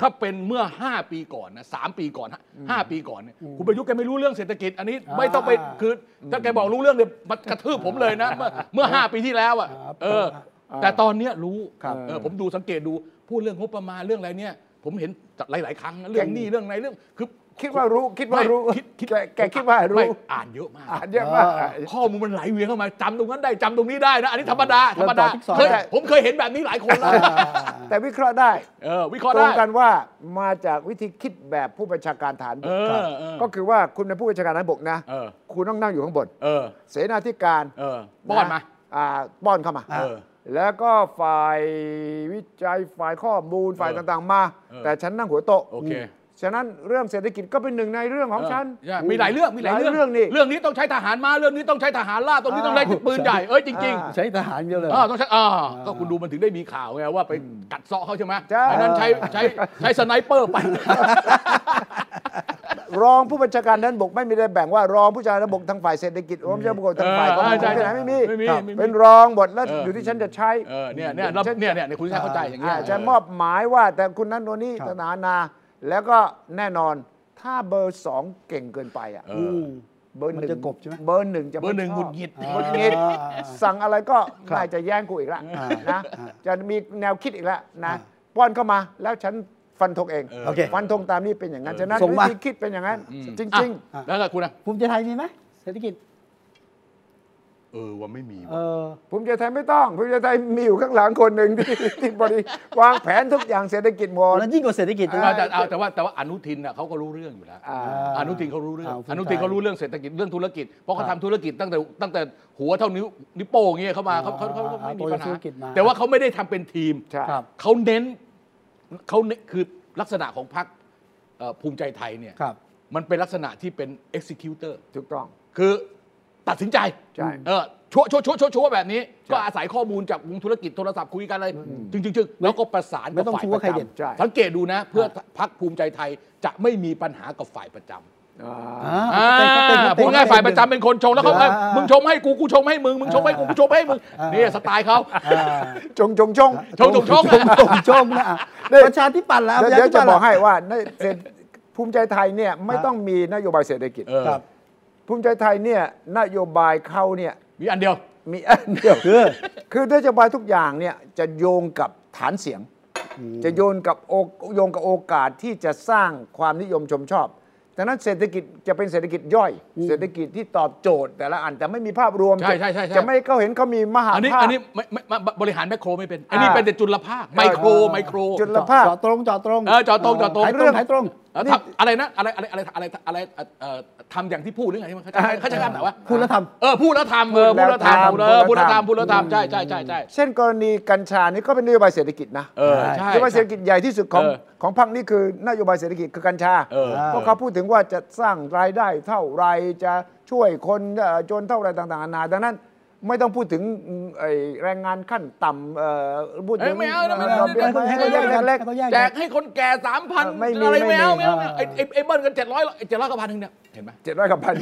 Speaker 4: ถ้าเป็นเมื่อ 5 ปีก่อนนะสามปีก่อนฮะห้าปีก่อนเนี่ยคุณประยุทธ์แกไม่รู้เรื่องเศรษฐกิจ อันนี้ไม่ต้องไป
Speaker 2: อ่า
Speaker 4: คือถ้าแกบอกรู้เรื่องเนี่ยมันกระทืบผมเลยนะ เมื่อเมื่อห้าปีที่แล้วอ่ะ
Speaker 2: ครับ
Speaker 4: เออ
Speaker 3: อ่า
Speaker 4: แต่ตอนเนี้ยรู้
Speaker 3: ครับ
Speaker 4: เออผมดูสังเกตดูพูดเรื่องงบประมาณเรื่องอะไรเนี่ย ผมเห็นหลาย ๆ ครั้งนะเรื่องหนี้เรื่องอะไรเรื่องคือ
Speaker 3: คิดว่ารู้คิดว่ารู้
Speaker 4: ไม่
Speaker 3: แกแกคิดว่ารู้
Speaker 4: ไม่อ่านเยอะมาก
Speaker 3: อ่านเยอะมาก
Speaker 2: อ่า
Speaker 4: ข้อมูลมันไหลเวียนเข้ามาจำตรงนั้นได้จำตรงนี้ได้นะ อันนี้ธรรมดาธรรมดา
Speaker 2: เริ่มต่อที่สอง
Speaker 4: เคย
Speaker 2: ได้
Speaker 4: ผมเคยเห็นแบบนี้หลายคนแล้ว
Speaker 3: แต่วิเคราะห์ได้
Speaker 4: เออวิเคราะห์
Speaker 3: ตรง
Speaker 4: ได้
Speaker 3: กันว่ามาจากวิธีคิดแบบผู้บัญชาการฐานบก
Speaker 4: เออ
Speaker 3: ครับ
Speaker 4: เออ
Speaker 3: ก็คือว่าคุณเป็นผู้บัญชาการฐานบกนะ
Speaker 4: เออ
Speaker 3: คุณต้องนั่งอยู่ข้างบน
Speaker 4: เออ
Speaker 3: เสนาธิการ
Speaker 4: เออป้อนมา
Speaker 3: อ่าป้อนเข้ามา
Speaker 4: เออ
Speaker 3: แล้วก็ฝ่ายวิจัยฝ่ายข้อมูลฝ่าย
Speaker 4: เออ
Speaker 3: ต่างๆมา
Speaker 4: เออ
Speaker 3: แต่ฉันนั่งหัวโต๊ะ
Speaker 4: โอเค
Speaker 3: ฉะนั้นเรื่องเศรษฐกิจก็เป็นหนึ่งในเรื่องของฉัน
Speaker 4: ใช่มีหลายเรื่องมีหลาย
Speaker 3: หลาย
Speaker 4: เรื่อง
Speaker 3: เรื่องนี่
Speaker 4: เรื่องนี้ต้องใช้ทหารมาเรื่องนี้ต้องใช้ทหารล่าตรงนี้ต้องใช้ปืนใหญ่เอ้ยจริง
Speaker 3: อ่า
Speaker 2: ใช้ทหารเดียวเลย
Speaker 4: ๆอ่าต้องใช้อ่าก็คุณดูมันถึงได้มีข่าวไงว่าไปกัดเซาะเขาใช่ไหม
Speaker 3: ใช่ <laughs>
Speaker 4: อันนั้นใช้ใช้ใช้สไนเปอร์ไป
Speaker 3: รองผู้บัญชาการนั้นบกไม่มีได้แบ่งว่ารองผู้บัญชาการบกทางฝ่ายเศรษฐกิจรองผู้บัญชาการบกทางฝ่าย
Speaker 4: เออใช่
Speaker 3: ที่ไหนไม่มี
Speaker 4: ไม่มี
Speaker 3: ครับ
Speaker 4: ไม่มี
Speaker 3: เป็นรองหมดแล้ว
Speaker 4: เออ
Speaker 3: อ
Speaker 4: อ
Speaker 3: ยู่ที่ฉันจะใช้
Speaker 4: เออเนี่ยเนี่ยเราเนี่ยเนี่ยเนี่ยคุณชายเข้าใจอย่างเงี้ย
Speaker 3: อ่าจะมอบหมายว่าแต่คุณนั้นโนนนี่
Speaker 4: ครับ
Speaker 3: ตนานาแล้วก็แน่นอนถ้าเบอร์สองเก่งเกินไปอ่ะ
Speaker 4: เออ
Speaker 3: เบอร์หนึ่ง
Speaker 2: มันจะกบใช่ไหม
Speaker 3: เบอร์หนึ่งจะไม่
Speaker 4: เบอร์หนึ่ง
Speaker 3: ช
Speaker 4: หงุดหงิด
Speaker 3: หงุดหงิด
Speaker 2: อ่า
Speaker 3: สั่งอะไรก็
Speaker 2: ครับ
Speaker 3: นายจะแย่งกูอีกแล้ว
Speaker 2: อ่าน
Speaker 3: นะ
Speaker 2: อ่า
Speaker 3: จะมีแนวคิดอีกแล้วนะ
Speaker 2: อ่า
Speaker 3: ป้อนเข้ามาแล้วฉันฟันธงเอง
Speaker 2: โอเค
Speaker 3: ฟันธงตามนี้เป็นอย่างนั้นฉะนั้น
Speaker 2: ส่ง
Speaker 3: วิ
Speaker 2: มา
Speaker 3: ธีคิดเป็นอย่างนั้น จ
Speaker 4: อ่ะ
Speaker 3: ริง
Speaker 4: แล้วล่ะคุณอะ
Speaker 2: ภูมิใจไทยมีไหมเศรษฐกิจ
Speaker 4: เออว่าไม่มี
Speaker 2: เอ
Speaker 4: ว่ะ
Speaker 2: อ
Speaker 3: ๆ ภูมิใจไทยไม่ต้องภูมิใจไทยมีอยู่ข้างหลังคนหนึ่งที่ที่บริวางแผนทุกอย่างเศรษฐกิจหมด
Speaker 2: แล้วยิ่งกว่าเศรษฐกิจ
Speaker 4: แต่
Speaker 2: นะ
Speaker 4: ว่าแต่เอาแต่ว่าแต่ว่าอนุทินน่ะเขาก็รู้เรื่องอยู่แล้ว อนุทินเขารู้เรื่อง
Speaker 2: อ่าภูมิใจ
Speaker 4: อนุทินเขารู้เรื่องเศรษฐกิจเรื่องธุรกิจ เพราะเขา
Speaker 2: ครับ
Speaker 4: ทำธุรกิจตั้งแต่ตั้งแต่หัวเท่านิ้วนิ้วโป้งเงี้ยเขามาเขาเขาเขาเขา
Speaker 2: อ่า
Speaker 4: ไม่มี
Speaker 2: โปร
Speaker 4: ปัญหา
Speaker 2: ธุรกิจมา
Speaker 4: แต่ว่าเขาไม่ได้ทำเป็นทีม
Speaker 3: ใช่
Speaker 2: ครับ
Speaker 4: เขาเน้นเขาเน้นคือลักษณะของพรรคเอ่อภูมิใจไทยเนี่ย
Speaker 2: ครับ
Speaker 4: มันเป็นลักษณะที่เป็น executor
Speaker 3: ถูกต้อง
Speaker 4: คือตัดสินใจ
Speaker 3: ใช่
Speaker 4: เออชัวร์ชัวร์ชัวร์ชัวร์ชัวร์แบบนี้ ก็อาศัยข้อมูลจากวงธุรกิจโทรศัพท์คุยกันเลยจึงจึงจึงแล้วก็ประสาน
Speaker 2: ไม่
Speaker 4: กับ
Speaker 2: ต้อง
Speaker 4: ฝ่าย
Speaker 2: ชู
Speaker 4: ป
Speaker 2: ว่า
Speaker 4: ระ
Speaker 2: ใคร
Speaker 4: จ
Speaker 2: เด่น
Speaker 3: ใช่
Speaker 4: ำสังเกตดูนะ เพื่อพักภูมิใจไทยจะไม่มีปัญหากับฝ่ายประจำ
Speaker 3: อ่า
Speaker 2: อ่าเขาเต้นเขเต้น
Speaker 4: พูดง่ายฝ่ายประจำเป็นคนชงแล้วเขาก็
Speaker 2: อ่ามึ
Speaker 4: มึงชงให้กูกูชงให้มึงมึงชงให้กูกูชงให้มึง
Speaker 2: อ่า
Speaker 4: นี่สไตล์เขา
Speaker 2: อ่า
Speaker 3: จงจงจง
Speaker 4: ชงชงชง
Speaker 2: ชมชมนะอ่ะ
Speaker 3: เนี่ย
Speaker 2: ประชาธิปัตย์แล้วปร
Speaker 3: เดี๋ยวเดี๋ยว
Speaker 2: ธิ
Speaker 3: จะ
Speaker 2: ปัตย์
Speaker 3: บอกให้ว่าในเศรษฐภูมิใจไทยเนี่ยไม่ต้องมีนโยบายเศรษฐกิจ
Speaker 4: เออ
Speaker 2: ครับ
Speaker 3: ภูมิใจไทยเนี่ยนโยบายเขาเนี่ย
Speaker 4: มีอันเดียว
Speaker 3: มีอันเดียว <laughs>
Speaker 2: คือ
Speaker 3: คือด้วยนโยบายทุกอย่างเนี่ยจะโยงกับฐานเสียง จะโยนกับโอโยงกับโอกาสที่จะสร้างความนิยมชมชอบดังนั้นเศรษฐกิจจะเป็นเศรษฐกิจย่อย เศรษฐกิจที่ตอบโจทย์ แต่ละอันแต่ไม่มีภาพรวม
Speaker 4: ใช่ใช่ใช่ใช่
Speaker 3: จะไม่ให้เขาเห็นเขามีมหา
Speaker 4: อันนี้
Speaker 3: ภาค
Speaker 4: อันนี้ไม่ไม่ไม่บริหารแมคโครไม่เป็น อันนี้
Speaker 3: อ่า
Speaker 4: เป็นแต่จุลภาคไมโครไมโคร
Speaker 3: จุล ภาพ
Speaker 2: เจาะตรงเจาะตรง
Speaker 4: เออเจาะตรงเจาะตรง
Speaker 2: ขายตรงขายตรง
Speaker 4: แล้วทำอะไรนะอะไรอะไรอะไรอะไรอะไรเอ่อเอ่อทำอย่างที่พูดหรือไงที่มันเขาจะเขาจะกล้าแบบว่า
Speaker 2: พูดแล้วท
Speaker 4: เออพูดแล้วทำเออพูดแล้วทำเออพูดแล้วทำพูดแล้วทำใช่ใช่ใช่ใช่
Speaker 3: เช่นกรณีกัญชานี่ก็เป็นนโยบายเศรษฐกิจนะ
Speaker 4: เออใช่
Speaker 3: นโยบายเศรษฐกิจใหญ่ที่สุดของ
Speaker 4: เออ
Speaker 3: ของพรรคนี่คือนโยบายเศรษฐกิจคือกัญชา
Speaker 4: เออ
Speaker 2: ำ
Speaker 3: เพราะเขาพูดถึงว่าจะสร้างรายได้เท่าไรจะช่วยคนเอ่อจนเท่าไรต่างๆนานาดังนั้นไม่ต้องพูดถึงอืมไอ้แรงงานขั้นต่ำเอ่อพูดถึง
Speaker 4: เอ้ยไม่เอานะไม่เอา
Speaker 3: ดอกเบี้ยไม่
Speaker 2: ให้
Speaker 3: ให้
Speaker 2: เขาแย
Speaker 3: เล็
Speaker 2: ก
Speaker 3: ก
Speaker 2: กันให้เขา
Speaker 3: เล็ก
Speaker 2: แยก
Speaker 4: แจ
Speaker 2: กัน
Speaker 4: กให้คนแก่สามพัน
Speaker 3: ไม่มี
Speaker 4: อะไร
Speaker 3: ไม่
Speaker 4: ไม่เอา
Speaker 3: มี
Speaker 4: ไม่เอาไม่เอาไอ้ไอ้ไอ้เบิ้ลกันเจ็ดร้อยเจ็ดร้อยกับพันหนึ่งเนี่ยเห็นไหม
Speaker 3: เจ็ดร้อยกับ
Speaker 4: <laughs>
Speaker 3: พัน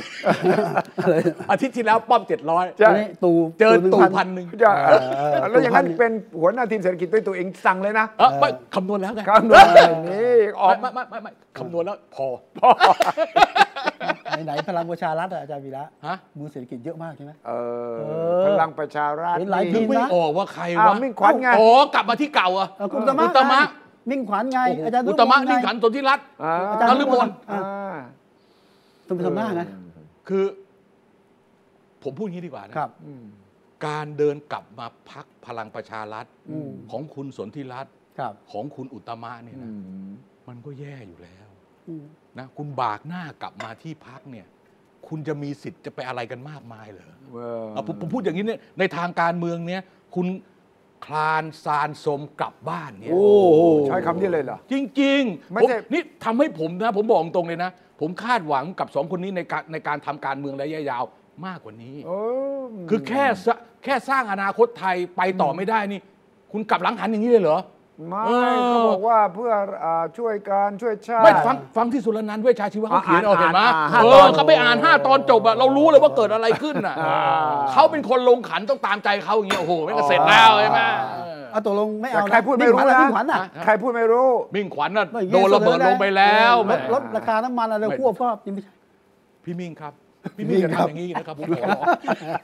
Speaker 4: อาทิตย์ที่แล้วป้อม 700
Speaker 3: ใช่
Speaker 2: อันนี้ตู่
Speaker 4: เจอตู่
Speaker 2: 1,000
Speaker 4: พันหนึ่ง
Speaker 3: จะ
Speaker 2: เออ
Speaker 3: แล้วอย่างนั้น
Speaker 2: ตัวพัน
Speaker 3: เป็นหัวหน้าทีมเศรษฐกิจด้วยตัวเองสั่งเลยนะ
Speaker 4: เออไม่คำนวณแล้วไง
Speaker 3: ครับหน่วยนี่ออก
Speaker 4: ไม่ไม่ไม่ไม่ไม่คำนวณแล้วพอ
Speaker 2: ไหนๆพลังประชารัฐอะอาจารย์วีระ
Speaker 4: ฮะ
Speaker 2: มือเศรษฐกิจเยอะมากใช่ไหม
Speaker 3: เออ
Speaker 2: เออ
Speaker 3: พลังประชารัฐ
Speaker 2: เห็นหลายที
Speaker 4: นึกไม่ออกว่าใคร
Speaker 3: อ้าว
Speaker 4: วะ
Speaker 3: มิ่งขวัญไง
Speaker 4: อ๋อกลับมาที่เก่าอ่ะ
Speaker 2: เอ่อคุณอุตมะ
Speaker 4: อุตมะ
Speaker 2: ไงมิ่งขวัญไง
Speaker 4: โอ้โห
Speaker 2: อาจารย์
Speaker 4: อุตมะ
Speaker 2: ไ
Speaker 4: นี่ขันตนที่รัฐ
Speaker 3: อ่า
Speaker 2: อาจารย์
Speaker 4: นฤมล
Speaker 2: อ่า
Speaker 3: อ่า
Speaker 2: ทำไปทำหน้านะ
Speaker 4: คือ ผมพูดอย่างนี้ดีกว่านะครับ
Speaker 3: อืม
Speaker 4: การเดินกลับมาพักพลังประชารัฐ
Speaker 2: อืม
Speaker 4: ของคุณสนธิรัตน์
Speaker 2: ครับ
Speaker 4: ของคุณอุตมะเนี่ย
Speaker 3: อื
Speaker 4: นะ
Speaker 3: ม
Speaker 4: มันก็แย่อยู่แล้ว
Speaker 2: อืม
Speaker 4: นะคุณบากหน้ากลับมาที่พักเนี่ย คุณจะมีสิทธิ์จะไปอะไรกันมากมายเหรอ อ่ะผมผมพูดอย่างนี้เนี่ยในทางการเมืองเนี่ยคุณคลานซานสมกลับบ้านเนี่ย
Speaker 2: โอ้โห
Speaker 3: ใช้คำนี้เลยเหรอ
Speaker 4: จริงๆ
Speaker 3: ไม่
Speaker 4: ผม
Speaker 3: ใช่
Speaker 4: นี่ทำให้ผมนะ ผมบอกตรงเลยนะ ผมคาดหวังกับสองคนนี้ในการในการทำการเมืองระยะยาวมากกว่านี้
Speaker 3: โอ้
Speaker 4: คือแค่สะแค่สร้างอนาคตไทยไปต่อไม่ได้นี่ คุณกลับหลังหันอย่างนี้เลยเหรอ
Speaker 3: ไม่
Speaker 4: เออ
Speaker 3: เขาบอกว่าเพื่ออ่าช่วยการช่วยชาติ
Speaker 4: ไม่ฟังฟังที่สุรนันท์เวชชาชีวะเขาเขียนเอา
Speaker 3: อ่าน
Speaker 4: เห็นไหม
Speaker 3: อ่านห้า
Speaker 4: เอ
Speaker 3: ตอ
Speaker 4: อน เขาไปอ่านห้าตอนจบอะเรารู้เลยว่าเกิดอะไรขึ้นอะ
Speaker 3: อ่า
Speaker 4: เขาเป็นคนลงขันต้องตามใจเขาอย่างเงี้ยโอ้โหไม่ก็เสร็จแล้วใช่ไหมเออ
Speaker 2: เอาตกลงไม่
Speaker 3: แต่
Speaker 2: เอานะ
Speaker 3: ใครพูดไม่รู้นะ
Speaker 2: มิ่งขวัญอมิ่งขวัญอ่ะ
Speaker 3: ใครพูดไม่รู้
Speaker 4: มิ่งขวัญน่ะ
Speaker 2: ไม่
Speaker 4: โดนระเบิดลงไปแล้วแห
Speaker 2: ล
Speaker 4: ม่
Speaker 2: ดลดราคาน้ำมันอะไรควบก็ยังไม่ใช่
Speaker 4: พี่มิ่ง <laughs> ครับ
Speaker 2: พี่
Speaker 4: พี่
Speaker 2: มิ่
Speaker 4: มิ่
Speaker 2: ง
Speaker 4: งอย่า
Speaker 2: ครับ
Speaker 4: ทำอย่างนี้นะครับผมขอร้อง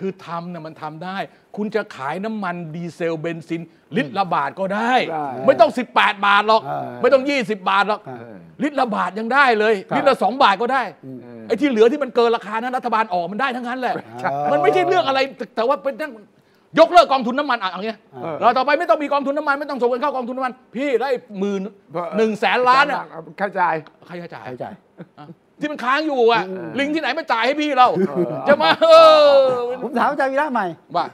Speaker 4: คือทำนะมันทำได้ คุณจะขายน้ำมันดีเซลเบนซิน ลิตรละบาทก็ได้
Speaker 3: ได้
Speaker 4: ไม่ต้อง 18 บาทหรอก
Speaker 2: เออ
Speaker 4: ไม่ต้อง 20 บาทหรอก
Speaker 2: เอ
Speaker 3: อ
Speaker 4: ลิตรละบาทยังได้เลย ลิตรละสองบาทก็ได้ไอ้ที่เหลือที่มันเกินราคานั้นรัฐบาลออกมันได้ทั้งนั้นแหละ
Speaker 2: ใช่
Speaker 4: มันไม่ใช่เรื่องอะไรแต่แต่ว่าเป็นเรื่องยกเลิกกองทุนน้ำมันอ่ะอย่างเงี้ย
Speaker 3: เออ
Speaker 4: เราต่อไปไม่ต้องมีกองทุนน้ำมันไม่ต้องส่งเงินเข้ากองทุนน้ำมัน พี่ได้หมื่นหนึ่งแสนล้านอ่ะ
Speaker 3: เข้าใจ
Speaker 4: ใครจะจ่าย
Speaker 2: ใครจ่าย
Speaker 4: อ่ะที่มันค้างอยู่อ่ะ ลิงที่ไหนมาจ่ายให้พี่เราจะมาเออ
Speaker 2: ผมถามอาจารย์วีระใหม่
Speaker 4: ว่า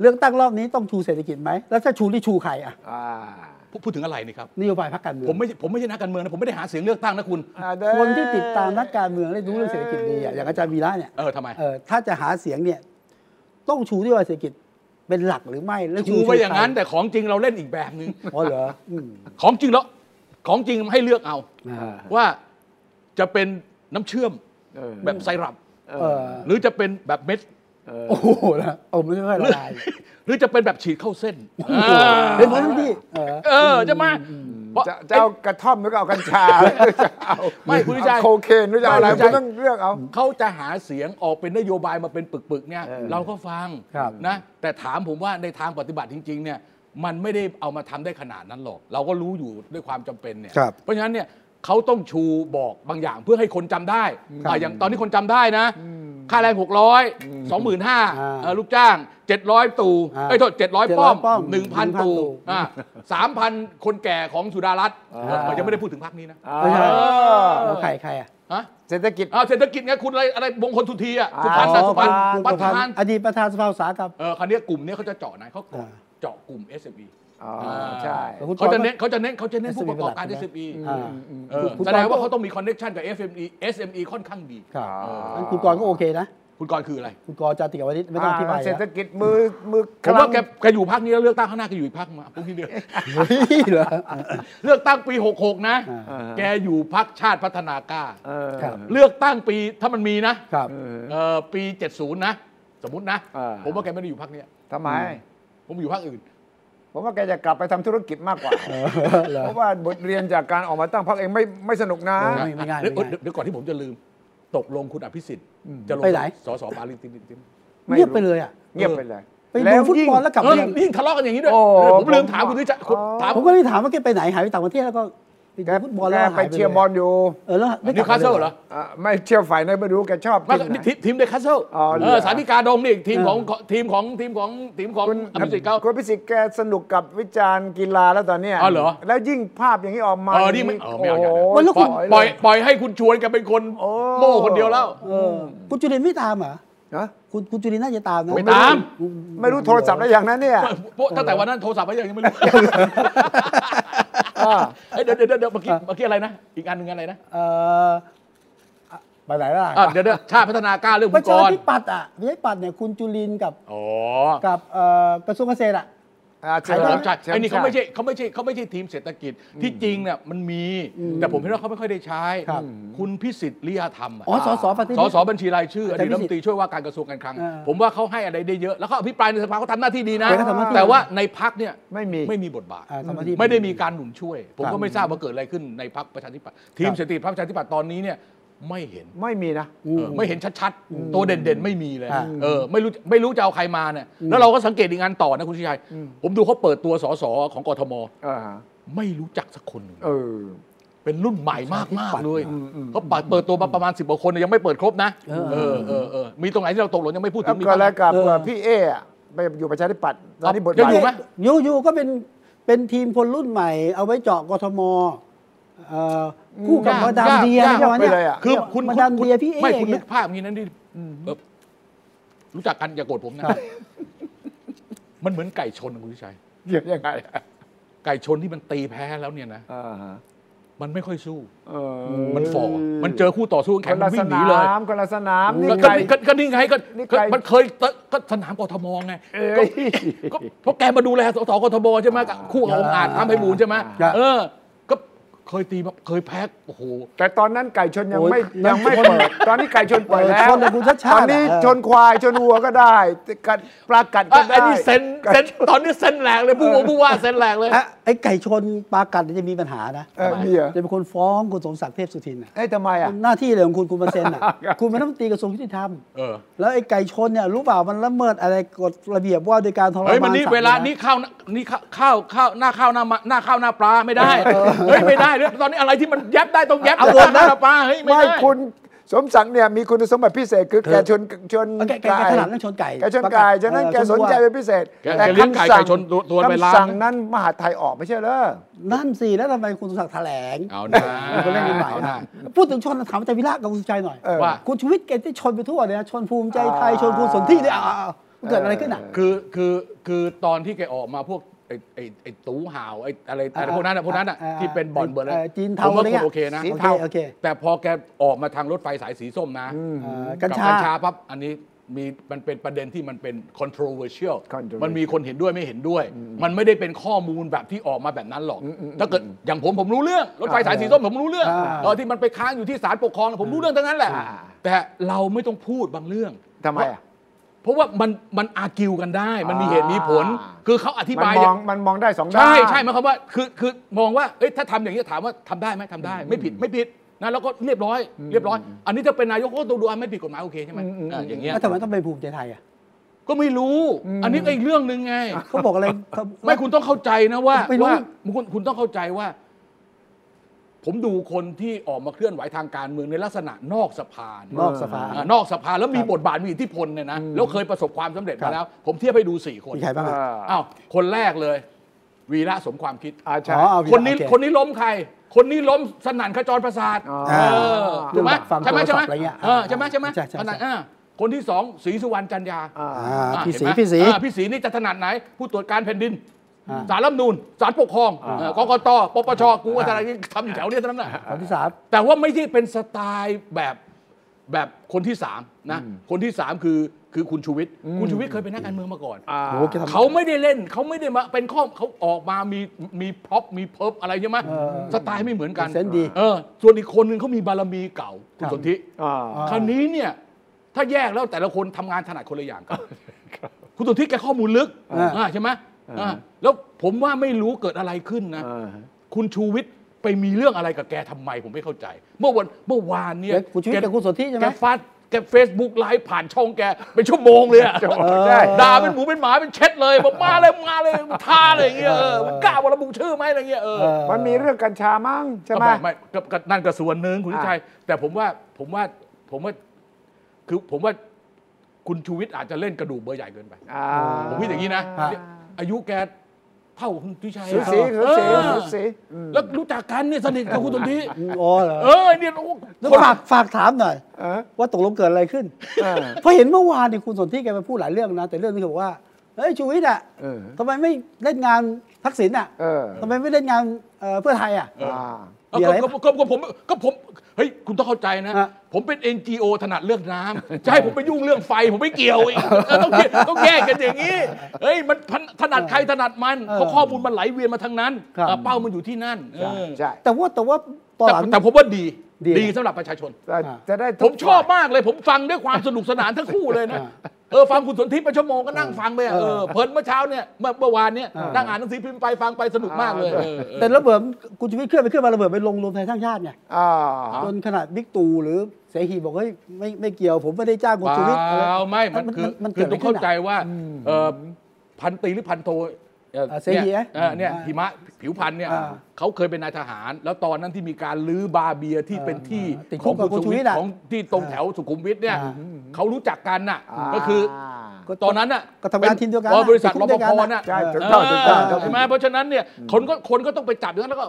Speaker 2: เลือกตั้งรอบนี้ต้องชูเศรษฐกิจไหม แล้วถ้าชูนี่ชูใครอ่ะ
Speaker 3: อ่า
Speaker 4: พูดพูดถึงอะไรนี่ครับ
Speaker 2: นโยบายพรรคการเมือง
Speaker 4: ผมไม่ใช่ผมไม่ใช่นักการเมืองนะผมไม่ได้หาเสียงเลือกตั้งนะคุณ
Speaker 2: คนที่ติดตามนักการเมืองได้รู้เรื่องเศรษฐกิจดีอ่ะอย่างอาจารย์วีระเนี่ย
Speaker 4: เออทำไม
Speaker 2: เออถ้าจะหาเสียงเนี่ย ต้องชูนโยบายเศรษฐกิจเป็นหลักหรือไม่แล้ว
Speaker 4: ชูไว้อย่างนั้น
Speaker 2: ใคร
Speaker 4: แต่ของจริงเราเล่นอีกแบบนึง
Speaker 2: อ๋อเหรออืม
Speaker 4: ของจริงแล้วของจริงให้เลือกเอา
Speaker 2: อ่า
Speaker 4: ว่า จะเป็นน้ำเชื่อมแบบไซรัป
Speaker 2: เออ
Speaker 4: หรือจะเป็นแบบเม็ด
Speaker 2: โอ้โหนะโอ้ไม่ค่อย
Speaker 4: <laughs>
Speaker 2: ละลาย
Speaker 4: หรือจะเป็นแบบฉีดเข้าเส้น
Speaker 2: เห็นไหมทั้งที่เออ
Speaker 4: เออจะมาเพราะ
Speaker 3: จะจะเอากระท่อมหรือเอากัญชาจะเอา
Speaker 4: ไม่คุณวิจัย
Speaker 3: เอาโคเคนหรือจะเอาอะไรคุณต้องเลือกเอา
Speaker 4: เขาจะหาเสียงออกเป็นนโยบายมาเป็นปึกๆเนี่ย
Speaker 3: เออ
Speaker 4: เราก็ฟัง
Speaker 2: ครับ
Speaker 4: นะแต่ถามผมว่าในทางปฏิบัติจริงๆเนี่ยมันไม่ได้เอามาทำได้ขนาดนั้นหรอก เราก็รู้อยู่ด้วยความจำเป็นเนี่ย
Speaker 2: ครับ
Speaker 4: เพราะฉะนั้นเนี่ยเขาต้องชูบอกบางอย่างเพื่อให้คนจำได้อ่ะอย่างตอนนี้คนจำได้นะ ค่าแรง 600 25,000เออลูกจ้าง 700 ตู่
Speaker 2: อ่า
Speaker 4: ไอ้ยโทษ700 ป้อม
Speaker 2: 700ป้อม
Speaker 4: 1,000 ตู่
Speaker 2: ตู่
Speaker 4: อ่ะ3,000 คนแก่ของสุดารัตน์
Speaker 3: อ่า
Speaker 4: เออยังไม่ได้พูดถึงพรรคนี้นะ
Speaker 2: ไม่ใช่
Speaker 4: เออ
Speaker 2: แล้วใครใครอ่ะ
Speaker 4: ฮะ
Speaker 3: เศรษฐกิจ
Speaker 4: อ้าวเศรษฐกิจไงคุณอะไรอะไรมงคลทุนทีอ่ะ
Speaker 3: อ่า
Speaker 4: สุพรรณนะสุพรรณ
Speaker 2: คุณ
Speaker 4: ประ
Speaker 2: ประ
Speaker 4: ธา
Speaker 2: พั
Speaker 4: น
Speaker 2: นธ์อดีตประธานสภาอุตสาหกรรม
Speaker 4: เออคราวเนี้ยกลุ่มเนี้ยเขาจะเจาะไหนเขาเจาะ
Speaker 2: อ่า
Speaker 4: เจาะกลุ่ม SME
Speaker 3: อ๋อใช่
Speaker 2: แล้วคุณ
Speaker 4: เขาจะ
Speaker 2: ปอก็
Speaker 4: เน้นเขาจะเน้นเขาจะเน้นผู้ประกอบการ
Speaker 2: SME เป็นหลัก
Speaker 4: SME
Speaker 2: อ่า
Speaker 4: เออ
Speaker 2: คุณ
Speaker 4: แสดง
Speaker 2: ปอก็
Speaker 4: ว่าเขาต้องมีคอนเน t ชันกับ SME SME ค่อนข้างดี
Speaker 2: ครับ
Speaker 3: อ่า
Speaker 2: งั้นคุณกรณ์ก็โอเคนะ
Speaker 4: คุณกรณ์คืออะไร
Speaker 2: คุณกรณ์จะติกับวันนี้ไม่ต้องอธิบาย
Speaker 3: เศรษฐ
Speaker 2: แล้ว
Speaker 3: กิจมือมือ
Speaker 4: ผมว่าแก
Speaker 3: คล
Speaker 4: แกอยู่พักนี้แล้วเลือกตั้งข้างหน้าแกอยู่อีกพักมาพรุ่งนี้เดือน
Speaker 2: เฮ้ยเหรอ
Speaker 4: เลือกตั้งปี 66 นะ
Speaker 2: อ่า
Speaker 3: ำ
Speaker 4: แกอยู่พักชาติพัฒนากล้า
Speaker 3: เออ
Speaker 2: ครับ
Speaker 4: เลือกตั้งปีถ้ามันมีนะครับ เออปี 70 นะ สมมตินะ
Speaker 3: อ่
Speaker 4: ผมว่าแกไม่ได้อยู่พักนี้ย
Speaker 3: ทำไม
Speaker 4: ผมอยู่พักอื่น
Speaker 3: ผมว่าแกจะกลับไปทำธุรกิจมากกว่า
Speaker 2: เหรอ
Speaker 3: เพราะว่าบทเรียนจากการออกมาตั้งพรรคเองไม่ไม่สนุกนะ
Speaker 2: เออ ไม่ไม่ง่าย
Speaker 4: เดี๋ยว
Speaker 2: ไม่ง่าย
Speaker 4: เดี๋ยวก่อนที่ผมจะลืม ตกลงคุณอภิสิทธิ์ จะลง
Speaker 2: ไปไหน
Speaker 4: สสปาลิตินิติน
Speaker 3: ไม่รู้
Speaker 2: เงียบไปเลยอ่ะ
Speaker 3: เงียบไปเลย
Speaker 2: ไปดูฟุตบอลแล้วกลับ
Speaker 4: เอ
Speaker 2: มา
Speaker 4: อ
Speaker 2: ยัง
Speaker 4: ยิ่งทะเลาะกันอย่างนี้ด้วย
Speaker 3: โอ้
Speaker 4: เออผมลืมถามคุณ
Speaker 3: ผ
Speaker 4: วิจัยคุณถาม
Speaker 2: ผมก็เลยถามว่าแกไปไหนหายไปต่างประเทศแล้วก็ไป
Speaker 3: แก
Speaker 2: ดูฟุตบอลแล้ว
Speaker 3: แกไป
Speaker 2: หาล
Speaker 3: เชียร์บอลอยู่
Speaker 2: เออแล้วได้ก
Speaker 4: นิ
Speaker 2: ลั
Speaker 4: ว
Speaker 2: บ
Speaker 4: คาสเซิลเหรอ
Speaker 3: อ่ะไม่เชียร์ฝ่ายไหนไม่รู้แกชอบ
Speaker 4: มา
Speaker 3: ทีมไหน
Speaker 4: ทีมทีมเดคัสเซิล
Speaker 3: อ๋อเหรอ
Speaker 4: เออสาธิกาดงนี่ทีมของทีมของทีมของทีมของ
Speaker 3: คุณ
Speaker 4: อภิสิทธิ์เขา
Speaker 3: คุณพิสิทธิ์แกสนุกกับวิจารณ์กีฬาแล้วตอนเนี้ย
Speaker 4: อ๋อเหรอ
Speaker 3: แล้วยิ่งภาพอย่างนี้ออกมา
Speaker 4: เออนี่ไม่เออไม่เอาอย่า
Speaker 3: โโห
Speaker 4: งนั้นปล่อยปล่อยปล่อยให้คุณชวนแกเป็นคน
Speaker 3: โอ้
Speaker 4: โม่คนเดียวแล้ว
Speaker 2: เออคุณจุลินไม่ตามเหรอ
Speaker 3: ฮะ
Speaker 2: คุณคุณจุลินน่าจะตามนะ
Speaker 4: ไม่ตาม
Speaker 3: ไม่รู้โทรศัพท์ได้ยังนะเนี่ย
Speaker 4: พวกตั้งแต่วันนั้นโทรศัพท์ไม่ยังไม่รู้
Speaker 3: เออ
Speaker 4: เอ้ยเดี๋ยวเดี๋ยวเดี๋ยวเมื่อกี้เมื่อกี้อะไรนะ อีกอันหนึ่งอะไรนะ
Speaker 2: เอออ่ะไปไหนล่ะ
Speaker 4: อ่ะเดี๋ยวเดี๋ยวชาติพัฒนากล้าเรื่อง
Speaker 2: ป
Speaker 4: คุณ
Speaker 2: ระ
Speaker 4: ก
Speaker 2: ชาร
Speaker 4: ณ์
Speaker 2: ธิปัตย์อ่ะประชาธิปัตย์เนี่ยคุณจุลินกับ
Speaker 4: อ๋อ
Speaker 2: กับเอ่อกระทรวงเกษตรอ่ะ
Speaker 3: อ่ะ
Speaker 4: ใช่
Speaker 3: เญ
Speaker 4: ครับใช่
Speaker 3: ชิญ
Speaker 4: ไอ้นี่
Speaker 3: ชิ
Speaker 4: เขา
Speaker 3: ญ
Speaker 4: ไม่ใช่เขาไม่ใช่เขาไม่ใช่ทีมเศรษฐกิจที่จริงเนี่ยมันมี แต่ผมเห็นว่าเขาไม่ค่อยได้ใช้
Speaker 2: ครับ
Speaker 4: คุณพิสิทธิ์ลิยาธรรมอะ
Speaker 2: อ๋อสสปฏิ
Speaker 4: ส
Speaker 2: บัติ
Speaker 4: สบัญชีรายชื่ออ
Speaker 2: แต่
Speaker 4: ดีตรัฐ
Speaker 2: พิสิ
Speaker 4: ม
Speaker 2: ทธิ์
Speaker 4: นตรีช่วยว่าการกระทรวงการคลัง
Speaker 2: อ่า
Speaker 4: ผมว่าเขาให้อะไรได้เยอะแล้วเขาอภิปรายในสภาเขาทำหน้าที่ดีนะ
Speaker 2: เขาทำหน้าที่
Speaker 4: แต่ว่าในพักเนี่ย
Speaker 3: ไม่มี
Speaker 4: ไม่มีบทบาท
Speaker 2: อ่าสมาธิ
Speaker 4: ไม่ได้มีการหนุนช่วย ผม
Speaker 2: ครั
Speaker 4: ก็
Speaker 2: บ
Speaker 4: ไม่ทราบว่าเกิดอะไรขึ้นในพักประชาธิปัตย์ที
Speaker 2: ค
Speaker 4: ม
Speaker 2: รับ
Speaker 4: เศรษฐกิจพรรคประชาธิปัตย์ตอนนี้เนี่ยไม่เห็น
Speaker 3: ไม่มีนะ
Speaker 2: อืม
Speaker 4: เออไม่เห็นชัดๆ ตัวเด่นๆ ไม่มีเลย
Speaker 2: อ่า
Speaker 4: เออ ไม่รู้ไม่รู้จะเอาใครมาเนี่ย แล้วเราก็สังเกตอีกงานต่อนะคุณชิชัย ผมดูเขาเปิดตัวสสของกทม
Speaker 3: เออ
Speaker 4: ไม่รู้จักสักคนหนึ่ง
Speaker 3: เออ
Speaker 4: เป็นรุ่นใหม่มากมากๆเลย
Speaker 3: อืมอืม
Speaker 4: เขาเปิดเปิดตัวมาประมาณสิบกว่าคนเนี่ยยังไม่เปิดครบนะ
Speaker 2: เออ
Speaker 4: เออเออเออมีตรงไหนที่เราตกหล่นยังไม่พูด
Speaker 3: แล้
Speaker 4: ถึ
Speaker 3: ว
Speaker 4: งมี
Speaker 3: ก็
Speaker 4: บ้างไหม
Speaker 3: แล้วกับ
Speaker 2: เออ
Speaker 3: พี่เออะไปอยู่ประชาธิปัตย์ตอนนี้บท
Speaker 4: ยั
Speaker 3: บาง ท
Speaker 4: อยู่ไหม
Speaker 2: ยูยูก็เป็นเป็นทีมคนรุ่นใหม่ เอาไว้เจาะกทมเอ่อคู่กับ
Speaker 4: ยาก
Speaker 2: มาดาม
Speaker 4: ยาก
Speaker 2: เดีย
Speaker 4: ยาก
Speaker 2: ใช่ไหม
Speaker 3: ไป
Speaker 2: เนี่ย
Speaker 3: เลยอ่ะ
Speaker 4: คือคุณ
Speaker 2: มาดาม
Speaker 4: คุณ
Speaker 2: เดียพี่เอ๊ะ
Speaker 4: ไม่คุณ
Speaker 2: เนี่
Speaker 4: นึ
Speaker 2: ย
Speaker 4: กภาพอย่างนี้นั้นดิเออรู้จักกันอย่าโกรธผมนะ มันเหมือนไก่ชนนะคุณชิชัย
Speaker 3: เดี๋ยวยังไงอะ
Speaker 4: ไก่ชนที่มันตีแพ้แล้วเนี่ยนะ
Speaker 3: อ่าฮะ
Speaker 4: มันไม่ค่อยสู้
Speaker 3: เออ
Speaker 4: มันฝ่อ มันเจอคู่ต่อสู้
Speaker 3: ค
Speaker 4: แข็ง
Speaker 3: น
Speaker 4: มั
Speaker 3: ละ
Speaker 4: นวิ่
Speaker 3: ส
Speaker 4: งหนี
Speaker 3: นา
Speaker 4: เลย
Speaker 3: มคนละสนามนี่
Speaker 4: ก็
Speaker 3: ไกล
Speaker 4: ก็ก็นี่ไงก็
Speaker 3: นี่ไกล
Speaker 4: มันเคยตก็สนามกทมไง
Speaker 3: เอ้
Speaker 4: ก็
Speaker 3: ย
Speaker 4: ก็เพราะแกมาดูแลสสกทมใช่ไหมกับคู่ขององค์อาจทำให้บูลย์ใช่ไหม
Speaker 2: ครับ
Speaker 4: เออ ก็เคยตีมาเคยแพ้โอ้โห
Speaker 3: แต่ตอนนั้นไก่ชนยัง
Speaker 2: โอ้ย
Speaker 3: ไม่
Speaker 2: นั่
Speaker 3: ยัง
Speaker 2: น
Speaker 3: ไม่
Speaker 2: ชน
Speaker 3: เปิด ตอนนี้ไก่ชนเปิดแล้ว
Speaker 2: ชนเลยคุณชัดชาติ
Speaker 3: ตอนนี้
Speaker 2: อะเออ
Speaker 3: ชนควายชนวัวก็ได้กัดปลากัดก็
Speaker 4: อ่ะ
Speaker 3: ได้
Speaker 4: ไอ้นี่เซนเซนตอนนี้เซนแหลกเลยผู้ว่าผู้ว่าเซนแหลกเลย
Speaker 2: อ่ะไอ้ไก่ชนปลากัดเนี่ยจะมีปัญหานะ
Speaker 3: เออเดี๋ยว
Speaker 2: จะเป็นคนฟ้องคุณสมศักดิ์เทพสุทินน่ะ
Speaker 3: เอ้ยทำไมอ่ะ
Speaker 2: หน้าที่เลยของคุณคุณมาเซ็นอ่ะ
Speaker 3: ครับ
Speaker 2: คุณเป็นรัฐมนตรีกระทรวงยุติธรรม
Speaker 4: เออ
Speaker 2: แล้วไอ้ไก่ชนเนี่ยรู้เปล่ามันละเมิดอะไรกฎระเบียบว่าโดยการทรมาน
Speaker 4: เฮ้ยมันนี่
Speaker 2: สัต
Speaker 4: เวลา
Speaker 2: ว์ะ
Speaker 4: นี่ข้าวนี่ข้าวข้าวข้าวหน้าข้าวหน้ามาหน้าข้าวหน้าปลาไม่ได้เฮ้ยไม่ได้เลยตอนนี้อะไรที่มันยับได้ต้องยับ
Speaker 2: เอา
Speaker 4: ห
Speaker 2: เลย
Speaker 4: น้า
Speaker 2: นะ
Speaker 4: ข้าวหน้าปลาเฮ้ยไม่
Speaker 3: ไม่
Speaker 4: ได้
Speaker 3: คุณสมศักดิ์เนี่ยมีคุณสมบัติพิเศษคือแกชนชน
Speaker 2: แกแกแกถนัดเรื่องชนไก่
Speaker 3: แกชนไก่ฉะนั้น
Speaker 2: เออ
Speaker 3: แก
Speaker 2: ชนวัว
Speaker 3: สนใจเป็นพิเศษ
Speaker 4: แกจะเลี้ยงไก่ไก่ชนตัวตัวไปล้าง
Speaker 3: คำสั่งนั้นมหาดไทยออกไม่ใช่เหรอ
Speaker 2: นั่นสิแล้วทำไมคุณสมศักดิ์แถลง
Speaker 4: เอานะ
Speaker 2: คุณเล่นมีหมาย
Speaker 4: เอา
Speaker 2: นะ
Speaker 4: นะ
Speaker 2: พูดถึงชนถามอาจารย์วิระกับคุณสุชัยหน่อย
Speaker 3: เออ
Speaker 4: ว่า
Speaker 2: คุณชูวิทย์แกที่ชนไปทั่วเลยนะชนภูมิใจไทย
Speaker 3: อ่า
Speaker 2: ชนภูมิสนธิเนี่ยอ่าอ่ามันเกิดอะไรขึ้นอ่ะ
Speaker 4: คือคือคือตอนที่แกออกมาพวกไอ้ไอ้ไอ้ตู้ห่าวไอ้อะไรอะไร
Speaker 2: อ่า
Speaker 4: พวกนั้นอะพวกนั้นอะ
Speaker 2: อ่า
Speaker 4: ที่เป็นบ่อนเบอร์เลย
Speaker 2: เอ่อจีนเทา
Speaker 4: ผมว่า
Speaker 2: อะไร
Speaker 4: ค
Speaker 2: เงี้
Speaker 4: น
Speaker 2: ย
Speaker 4: โอเคนะ
Speaker 2: สีเทาโอเค
Speaker 4: แต่พอแกออกมาทางรถไฟสายสีส้มนะ
Speaker 2: เอ่อ
Speaker 4: กั
Speaker 2: กั
Speaker 4: ญ
Speaker 2: ญ
Speaker 4: ชา
Speaker 2: ชา
Speaker 4: ปั๊บอันนี้ มีมันเป็นประเด็นที่มันเป็น controversial
Speaker 3: controversial
Speaker 4: มันมีคนเห็นด้วยไม่เห็นด้วย มันไม่ได้เป็นข้อมูลแบบที่ออกมาแบบนั้นหรอก ถ้าเกิดอย่างผมผมรู้เรื่องรถไฟสายสีส้มผมรู้เรื่อง
Speaker 2: อ่า
Speaker 4: เออที่มันไปค้างอยู่ที่ศาลปกครองผมรู้เรื่องทั้งนั้นแหละ
Speaker 3: อ่า
Speaker 4: แต่เราไม่ต้องพูดบางเรื่อง
Speaker 3: ทำไมอ่ะ
Speaker 4: เพราะว่ามันมันอากิวกันได้ มันมีเหตุมีผล
Speaker 3: อ่า
Speaker 4: คือเขาอธิ
Speaker 3: มัน
Speaker 4: บาย
Speaker 3: มองมันมองได้สองด้าน
Speaker 4: ใช่ใช่หมายความว่าคือคือมองว่าเอ้ยถ้าทำอย่างนี้ถามว่าทำได้ไหมทำได้ ไม่ผิดไม่ผิดนะแล้วก็เรียบร้อย เรียบร้อย อันนี้จะเป็นนายกก็ต้องดูอ่ะไม่ผิดกฎหมายโอเคใช่ไหม
Speaker 3: อืมอืม
Speaker 4: อ่าอย่างเงี้ย
Speaker 2: แล้วทำไมต้องเป็นภูมิใจไทยอ่ะ
Speaker 4: ก็ไม่รู้ อันนี้ก็อีกเรื่องหนึ่งไง
Speaker 2: เขาบอกอะไรเขา
Speaker 4: ไม่คุณต้องเข้าใจนะว่า
Speaker 2: ไม่รู้
Speaker 4: ว่าคุณคุณต้องเข้าใจว่า ผมดูคนที่ออกมาเคลื่อนไหวทางการเมืองในลักษณะนอกสภาเย
Speaker 2: นอกสภา
Speaker 4: อ่านอกสภาแล้วมีบทบาทมีอิทธิพลเนี่ยนะแล้วเคยประสบความสำเร็จ
Speaker 2: ครั
Speaker 4: มา
Speaker 2: บ
Speaker 4: แล้ว ผมเทียบให้ดู 4 คน
Speaker 2: มีใครบ้างอ่ะ
Speaker 4: อ้าวคนแรกเลย วีระสมความคิด
Speaker 3: อาใช่
Speaker 2: อ๋อเอาวีระ
Speaker 4: คนนี้
Speaker 2: โอเ
Speaker 4: คนนี้ล้มใคร คนนี้ล้มสนั่นขจรประสาท
Speaker 3: อ๋อ
Speaker 4: เออถูกไหม
Speaker 2: เรื่องแบบฟัง
Speaker 4: ใช่ไหม
Speaker 2: โทรศัพ
Speaker 4: ใช่
Speaker 2: ท์
Speaker 4: ไหม
Speaker 2: อะไรเงี้ย
Speaker 4: เออใช่ไหมใช่ไหม
Speaker 2: ใช่ใช่ใช่
Speaker 4: สนั่นอ่าคนที่สองศรีสุวรรณจันยา
Speaker 3: อ่า
Speaker 2: อ่า
Speaker 4: อ่า
Speaker 2: พี่สี
Speaker 4: เห็นไหม
Speaker 2: พี่สี
Speaker 4: อ่าพี่ศรีนี่จะถนัดไหน ผู้ตรวจการแผ่นดิน
Speaker 2: อ่า
Speaker 4: สารรัฐธรรมนูนสารปกครอง
Speaker 3: อ่า
Speaker 4: เออกกตปปชกูอะไรทำอยู่แถวเนี้ยทั้งนั้นแหละ
Speaker 2: คนที่สาม
Speaker 4: แต่ว่าไม่ใช่เป็นสไตล์แบบแบบคนที่สามนะคนที่สามคือคือคุณชูวิทย์คุณชูวิทย์เคยเป็นนักการเมืองมาก่อน
Speaker 3: อ่า
Speaker 2: โอ้แกทำ
Speaker 4: เขาไม่ได้เล่นเขาไม่ได้มาเป็นข้อเขาออกมามีมีพร็อพมีเพิบอะไรใช่ไหม
Speaker 2: เออ
Speaker 4: สไตล์ไม่เหมือนกัน
Speaker 2: เซนส์ดี
Speaker 4: เออส่วนอีกคนหนึ่งเขามีบารมีเก่า
Speaker 2: ค
Speaker 4: คุณ
Speaker 2: รับ
Speaker 4: สนธิ
Speaker 3: อ่า
Speaker 2: อ่า
Speaker 4: คราวนี้เนี่ยถ้าแยกแล้วแต่ละคนทำงานถนัดคนละอย่างกันคุณสนธิแกข้อมูลลึก
Speaker 2: อ่า
Speaker 4: อ่าใช่ไหมอ่าแล้วผมว่าไม่รู้เกิดอะไรขึ้นนะ
Speaker 3: อ่า
Speaker 4: คุณชูวิทย์ไปมีเรื่องอะไรกับแกทำไมผมไม่เข้าใจ เมื่อวันเมื่อวานเนี่ย
Speaker 2: เดี๋ยวคุณชูวิทย์กับคุณสนธิใช่ไหม
Speaker 4: แกฟาดแกเฟซบุ๊กไลฟ์ผ่านช่องแก เป็นชั่วโมงเลยอะ
Speaker 3: ใช่
Speaker 4: ด่าเป็นหมูเป็นหมาเป็นเช็ดเลยบอกมาเลยมาเลยท่าเลยอย่างเงี้ยเออมันกล้าว่าระบุชื่อไหมอะไรเงี้ยเออ
Speaker 2: เออ
Speaker 3: มันมีเรื่องกัญชามั้งใช่ไหม
Speaker 4: ก็ไม่กับกับนั่นก็ส่วนหนึ่งคุณ
Speaker 3: อ่ะ
Speaker 4: ชัยแต่ผมว่าผมว่าผมว่าคือผมว่าคุณชูวิทย์อาจจะเล่นกระดูกเบอร์ใหญ่เกินไป
Speaker 3: อ่า
Speaker 4: ผมคิดอย่างนี้นะ
Speaker 2: ครับ
Speaker 4: อายุแกเท่าคุณทิชัย
Speaker 3: สู
Speaker 4: อะ
Speaker 3: สีสูสี
Speaker 4: เออ
Speaker 3: สูสีอืม
Speaker 4: แล้วรู้จักกันเนี่ยสนิทกับคุณสนธิ
Speaker 2: อ๋อเหรอ
Speaker 4: เออเนี่ยโอ้
Speaker 2: แล้วฝากฝากถามหน่อย
Speaker 3: เออ
Speaker 2: ว่าตกลงเกิดอะไรขึ้น
Speaker 3: เออ
Speaker 2: เพราะเห็นเมื่อวานเนี่ยคุณสนธิแกไปพูดหลายเรื่องนะ แต่เรื่องที่บอกว่า เฮ้ยชูวิทย์อ่ะ
Speaker 3: เออ
Speaker 2: ทำไมไม่เล่นงานทักษิณอ่ะ
Speaker 3: เออ
Speaker 2: ทำไมไม่เล่นงานเอ่อเพื่อไทยอ่ะ
Speaker 3: อ่า
Speaker 4: เอา
Speaker 2: เดี๋ยว
Speaker 4: ก็ก็ก็ก็ผมก็ผมเฮ้ยคุณต้องเข้าใจนะ
Speaker 2: ฮะ
Speaker 4: ผมเป็น NGO ถนัดเรื่องน้ำจะให้ผมไปยุ่งเรื่องไฟผมไม่เกี่ยวอีกเออต้องแยกต้องแยกกันอย่างนี้เฮ้ยมันถนถนัดใครถนัดมันเพราะข้อมูลมันไหลเวียนมาทางนั้น
Speaker 2: ครับ
Speaker 4: เออเป้ามันอยู่ที่นั่นเออ
Speaker 3: ใช่
Speaker 2: แต่ว่าแต่ว่าตอน
Speaker 4: แต่
Speaker 2: หลัง
Speaker 4: แต่ผมว่าดี
Speaker 2: ดีนะ
Speaker 4: ดีสำหรับประชาชน
Speaker 3: แต่จะได้
Speaker 4: ผมชอบมากเลยผมฟังด้วยความสนุกสนานทั้งคู่เลยนะเออฟังคุณสนทิไปชั่วโมงก็นั่งฟังไปอะเออเพลินเมื่อเช้าเนี่ยเมื่อเมื่อวานเนี่ยนั่งอ่านหนังสือพิมพ์ไปฟังไปสนุกมากเลยเออเออ
Speaker 2: แต่ระเบิดคุณชูวิทย์เคลื่อนไปเคลื่อนมาระเบิดไปลงรวมไทยสร้างชาติไง
Speaker 3: อ่า
Speaker 2: จนขนาดบิ๊กตู่หรือเสหีบอกเฮ้ยไม่ไม่เกี่ยว ผมไม่ได้จ้างคุณชูวิทย์อะไร
Speaker 4: เปล่าไม่มันคือ
Speaker 2: มัน
Speaker 4: คื
Speaker 2: เกิ
Speaker 4: อ
Speaker 2: ดะ
Speaker 4: ต้
Speaker 2: ไร
Speaker 4: อง
Speaker 2: ขึ้น
Speaker 4: เข้า
Speaker 2: อะ
Speaker 4: ใจว่าเออพันตรีหรือพันโทเออ
Speaker 2: อ่ะเสหี
Speaker 4: เนี่ย
Speaker 2: อะ
Speaker 4: เออเนี่ยหิมะผิวพันเนี่ย
Speaker 2: อ่า
Speaker 4: เขาเคยเป็นนายทหาร แล้วตอนนั้นที่มีการลื้อบาเบียที่เป็นที่
Speaker 2: อ่าติดคุก
Speaker 4: ของ
Speaker 2: กับคุณชูวิทย์อะ
Speaker 4: ของที่ตรงแถวสุขุมวิทเนี่ย
Speaker 2: อ่า
Speaker 4: เขารู้จักกันน่ะก็คือ
Speaker 2: ก็
Speaker 4: ตอนนั้นน่ะ
Speaker 2: ก็ทำงานทีมเดียวกัน
Speaker 4: อ๋อบริษัทร
Speaker 2: ติดคุก
Speaker 4: ป
Speaker 2: ด้วยกั
Speaker 4: ภ
Speaker 2: นน่ะ
Speaker 4: น่ะ
Speaker 3: ใช่ถูก
Speaker 4: เอ
Speaker 3: ต้องถูกต้อง
Speaker 4: อ
Speaker 3: ครับ
Speaker 4: ใช่ไหมเพราะฉะนั้นเนี่ยคนก็คนก็ต้องไปจับอย่างนั้นแล้วก็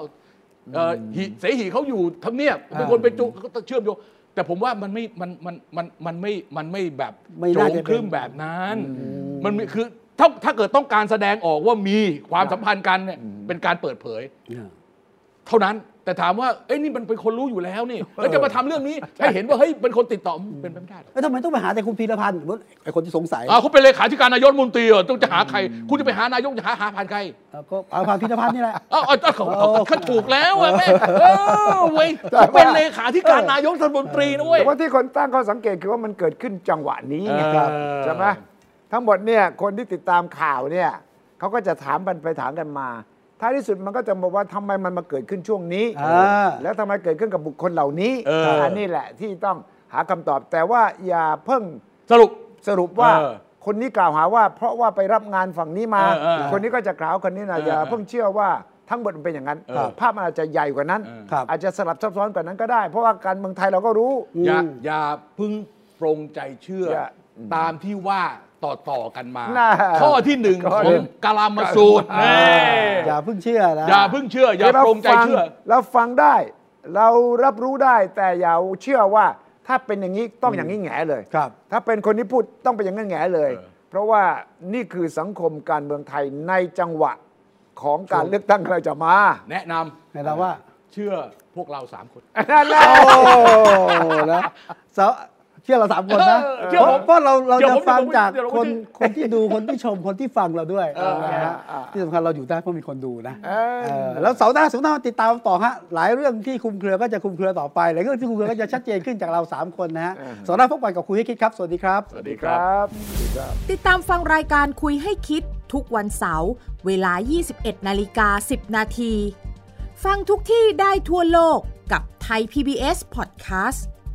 Speaker 4: เอ่อหิเสหีเขาอยู่ทำเนียบเป็นคนไปจุก็ต้องเชื่อมโยงแต่ผมว่ามันไม่มันมันมันมันไม่มันไม่แบบ
Speaker 2: ไม่
Speaker 4: โจ
Speaker 2: น่าง จะเป็น
Speaker 4: ครึ่มแบบนั้น มันมีคือถ้าถ้าเกิดต้องการแสดงออกว่ามีความสัมพันธ์กันเนี่ยเป็นการเปิดเผย เท่านั้นแต่ถามว่าเอ้ยนี่มันเป็นคนรู้อยู่แล้วนี่แล้วจะมาทำเรื่องนี้ให้เห็นว่าเฮ้ยเป็นคนติดต่อมันเป็นไปไม่ได้หรอก
Speaker 2: แล้วทำไมต้องไปหาแต่คุณพีรพันธ์หรือไอคนที่สงสัย
Speaker 4: อ่าคุณเป็นเลขาธิการนายกรัฐมนตรีเหรอต้องจะหาใคร คุณจะไปหานายกจะหาหาผ่านใคร
Speaker 2: เออก็เอาผ่านพีรพันธ์นี่แหละ
Speaker 4: เอ้าวก็เขาเขา
Speaker 2: เออ
Speaker 4: เขาถูกแล้วอะแม่เออเว้ยคุณเป็นเลขาธิการนายกรัฐมนตรีนะเว้ย
Speaker 3: แต่ว่าที่คนตั้งข้อสังเกตคือว่ามันเกิดขึ้นจังหวะนี้ไง
Speaker 4: ครับ
Speaker 3: ใช่ไหมทั้งหมดเนี่ยคนที่ติดตามข่าวเนี่ยเขาก็จะถามกันไปถามกันมา ท้ายที่สุดมันก็จะบอกว่าทำไมมันมาเกิดขึ้นช่วงนี้
Speaker 2: อ่า
Speaker 3: แล้วทำไมเกิดขึ้นกับบุคคลเหล่านี้
Speaker 4: เอออั
Speaker 3: นนี้แหละที่ต้องหาคำตอบ แต่ว่าอย่าเพิ่ง
Speaker 4: สรุป
Speaker 3: สรุปว่า
Speaker 4: เออ
Speaker 3: คนนี้กล่าวหาว่า เพราะว่าไปรับงานฝั่งนี้มา
Speaker 4: เออเออ
Speaker 3: คนนี้ก็จะกล่าวคนนี้
Speaker 4: เอ
Speaker 3: นะ
Speaker 4: ออย่
Speaker 3: อาเพิ่งเชื่อว่าทั้งหมดมันเป็นอย่างนั้น
Speaker 4: เออ
Speaker 3: ภาพมันอาจจะใหญ่กว่านั้น
Speaker 4: เออ
Speaker 2: ครับ
Speaker 3: อาจจะสลับซับซ้อนกว่านั้นก็ได้ เพราะว่าการเมืองไทยเราก็รู้
Speaker 4: อย่าอย่าเพึ่งปรงใจเชื่ออย่
Speaker 3: า
Speaker 4: ตามที่ว่าต่อต่อๆกันมา
Speaker 3: น่า
Speaker 4: ข้อที่หนึ่ง
Speaker 3: ข้อ
Speaker 4: ขอ
Speaker 3: หนึ่
Speaker 4: ง
Speaker 3: ง
Speaker 4: กาลามาสูตรนี่
Speaker 2: อย่าเพิ่งเชื่อนะ
Speaker 4: อย่าเพึ่งเชื่อ อย่า
Speaker 3: เรา
Speaker 4: ปรงใจ
Speaker 3: ฟัง
Speaker 4: เชื่อ
Speaker 3: เราฟังได้ เรารับรู้ได้แต่อย่าเชื่อว่าถ้าเป็นอย่างนี้ต้องอย่างนี้แหง่เลย
Speaker 2: ครับ
Speaker 3: ถ้าเป็นคนที่พูดต้องเป็นอย่างนั้นแหง่เลย
Speaker 4: เออ
Speaker 3: เพราะว่านี่คือสังคมการเมืองไทยในจังหวะของการเลือกตั้งเราจะมา
Speaker 4: แนะนำ
Speaker 2: แนะนำว่า
Speaker 4: เชื่อพวกเราสามคน
Speaker 2: โอ้นะสาว เชื่อเราสามคนนะ
Speaker 4: เออเชื่
Speaker 2: เพ
Speaker 4: อ
Speaker 2: ราะ
Speaker 4: ผม
Speaker 2: เพราะเราเรา
Speaker 4: เชื่อ
Speaker 2: จะ
Speaker 4: ผม
Speaker 2: ฟัง
Speaker 4: เชื่อผม
Speaker 2: จาก
Speaker 4: เชื่อผม
Speaker 2: คนค
Speaker 4: เชื่อ
Speaker 2: นที่ดูคนที่ชมคนที่ฟังเราด้วย
Speaker 3: เออ
Speaker 2: นะฮะ
Speaker 3: เออ
Speaker 2: ที่สำคัญเราอยู่ได้เพราะมีคนดูนะ
Speaker 3: เออ
Speaker 2: เออแล้วเสาร์หน้าเสาร์หน้าติดตามต่อฮะหลายเรื่องที่คุมเครือก็จะคุมเครือต่อไปหลายเรื่องที่คุมเครือก็จะชัดเจนขึ้นจากเราสามคนนะฮะเสาร์หน้าพบกันกับคุยให้คิดครับสวัสดีครับ
Speaker 4: สวัสดีค
Speaker 3: ครับ รับ
Speaker 1: ติดตามฟังรายการคุยให้คิดทุกวันเสาร์เวลา 21 นาฬิกา 10 นาที ฟังทุกที่ได้ทั่วโลกกับไทย PBS Podcast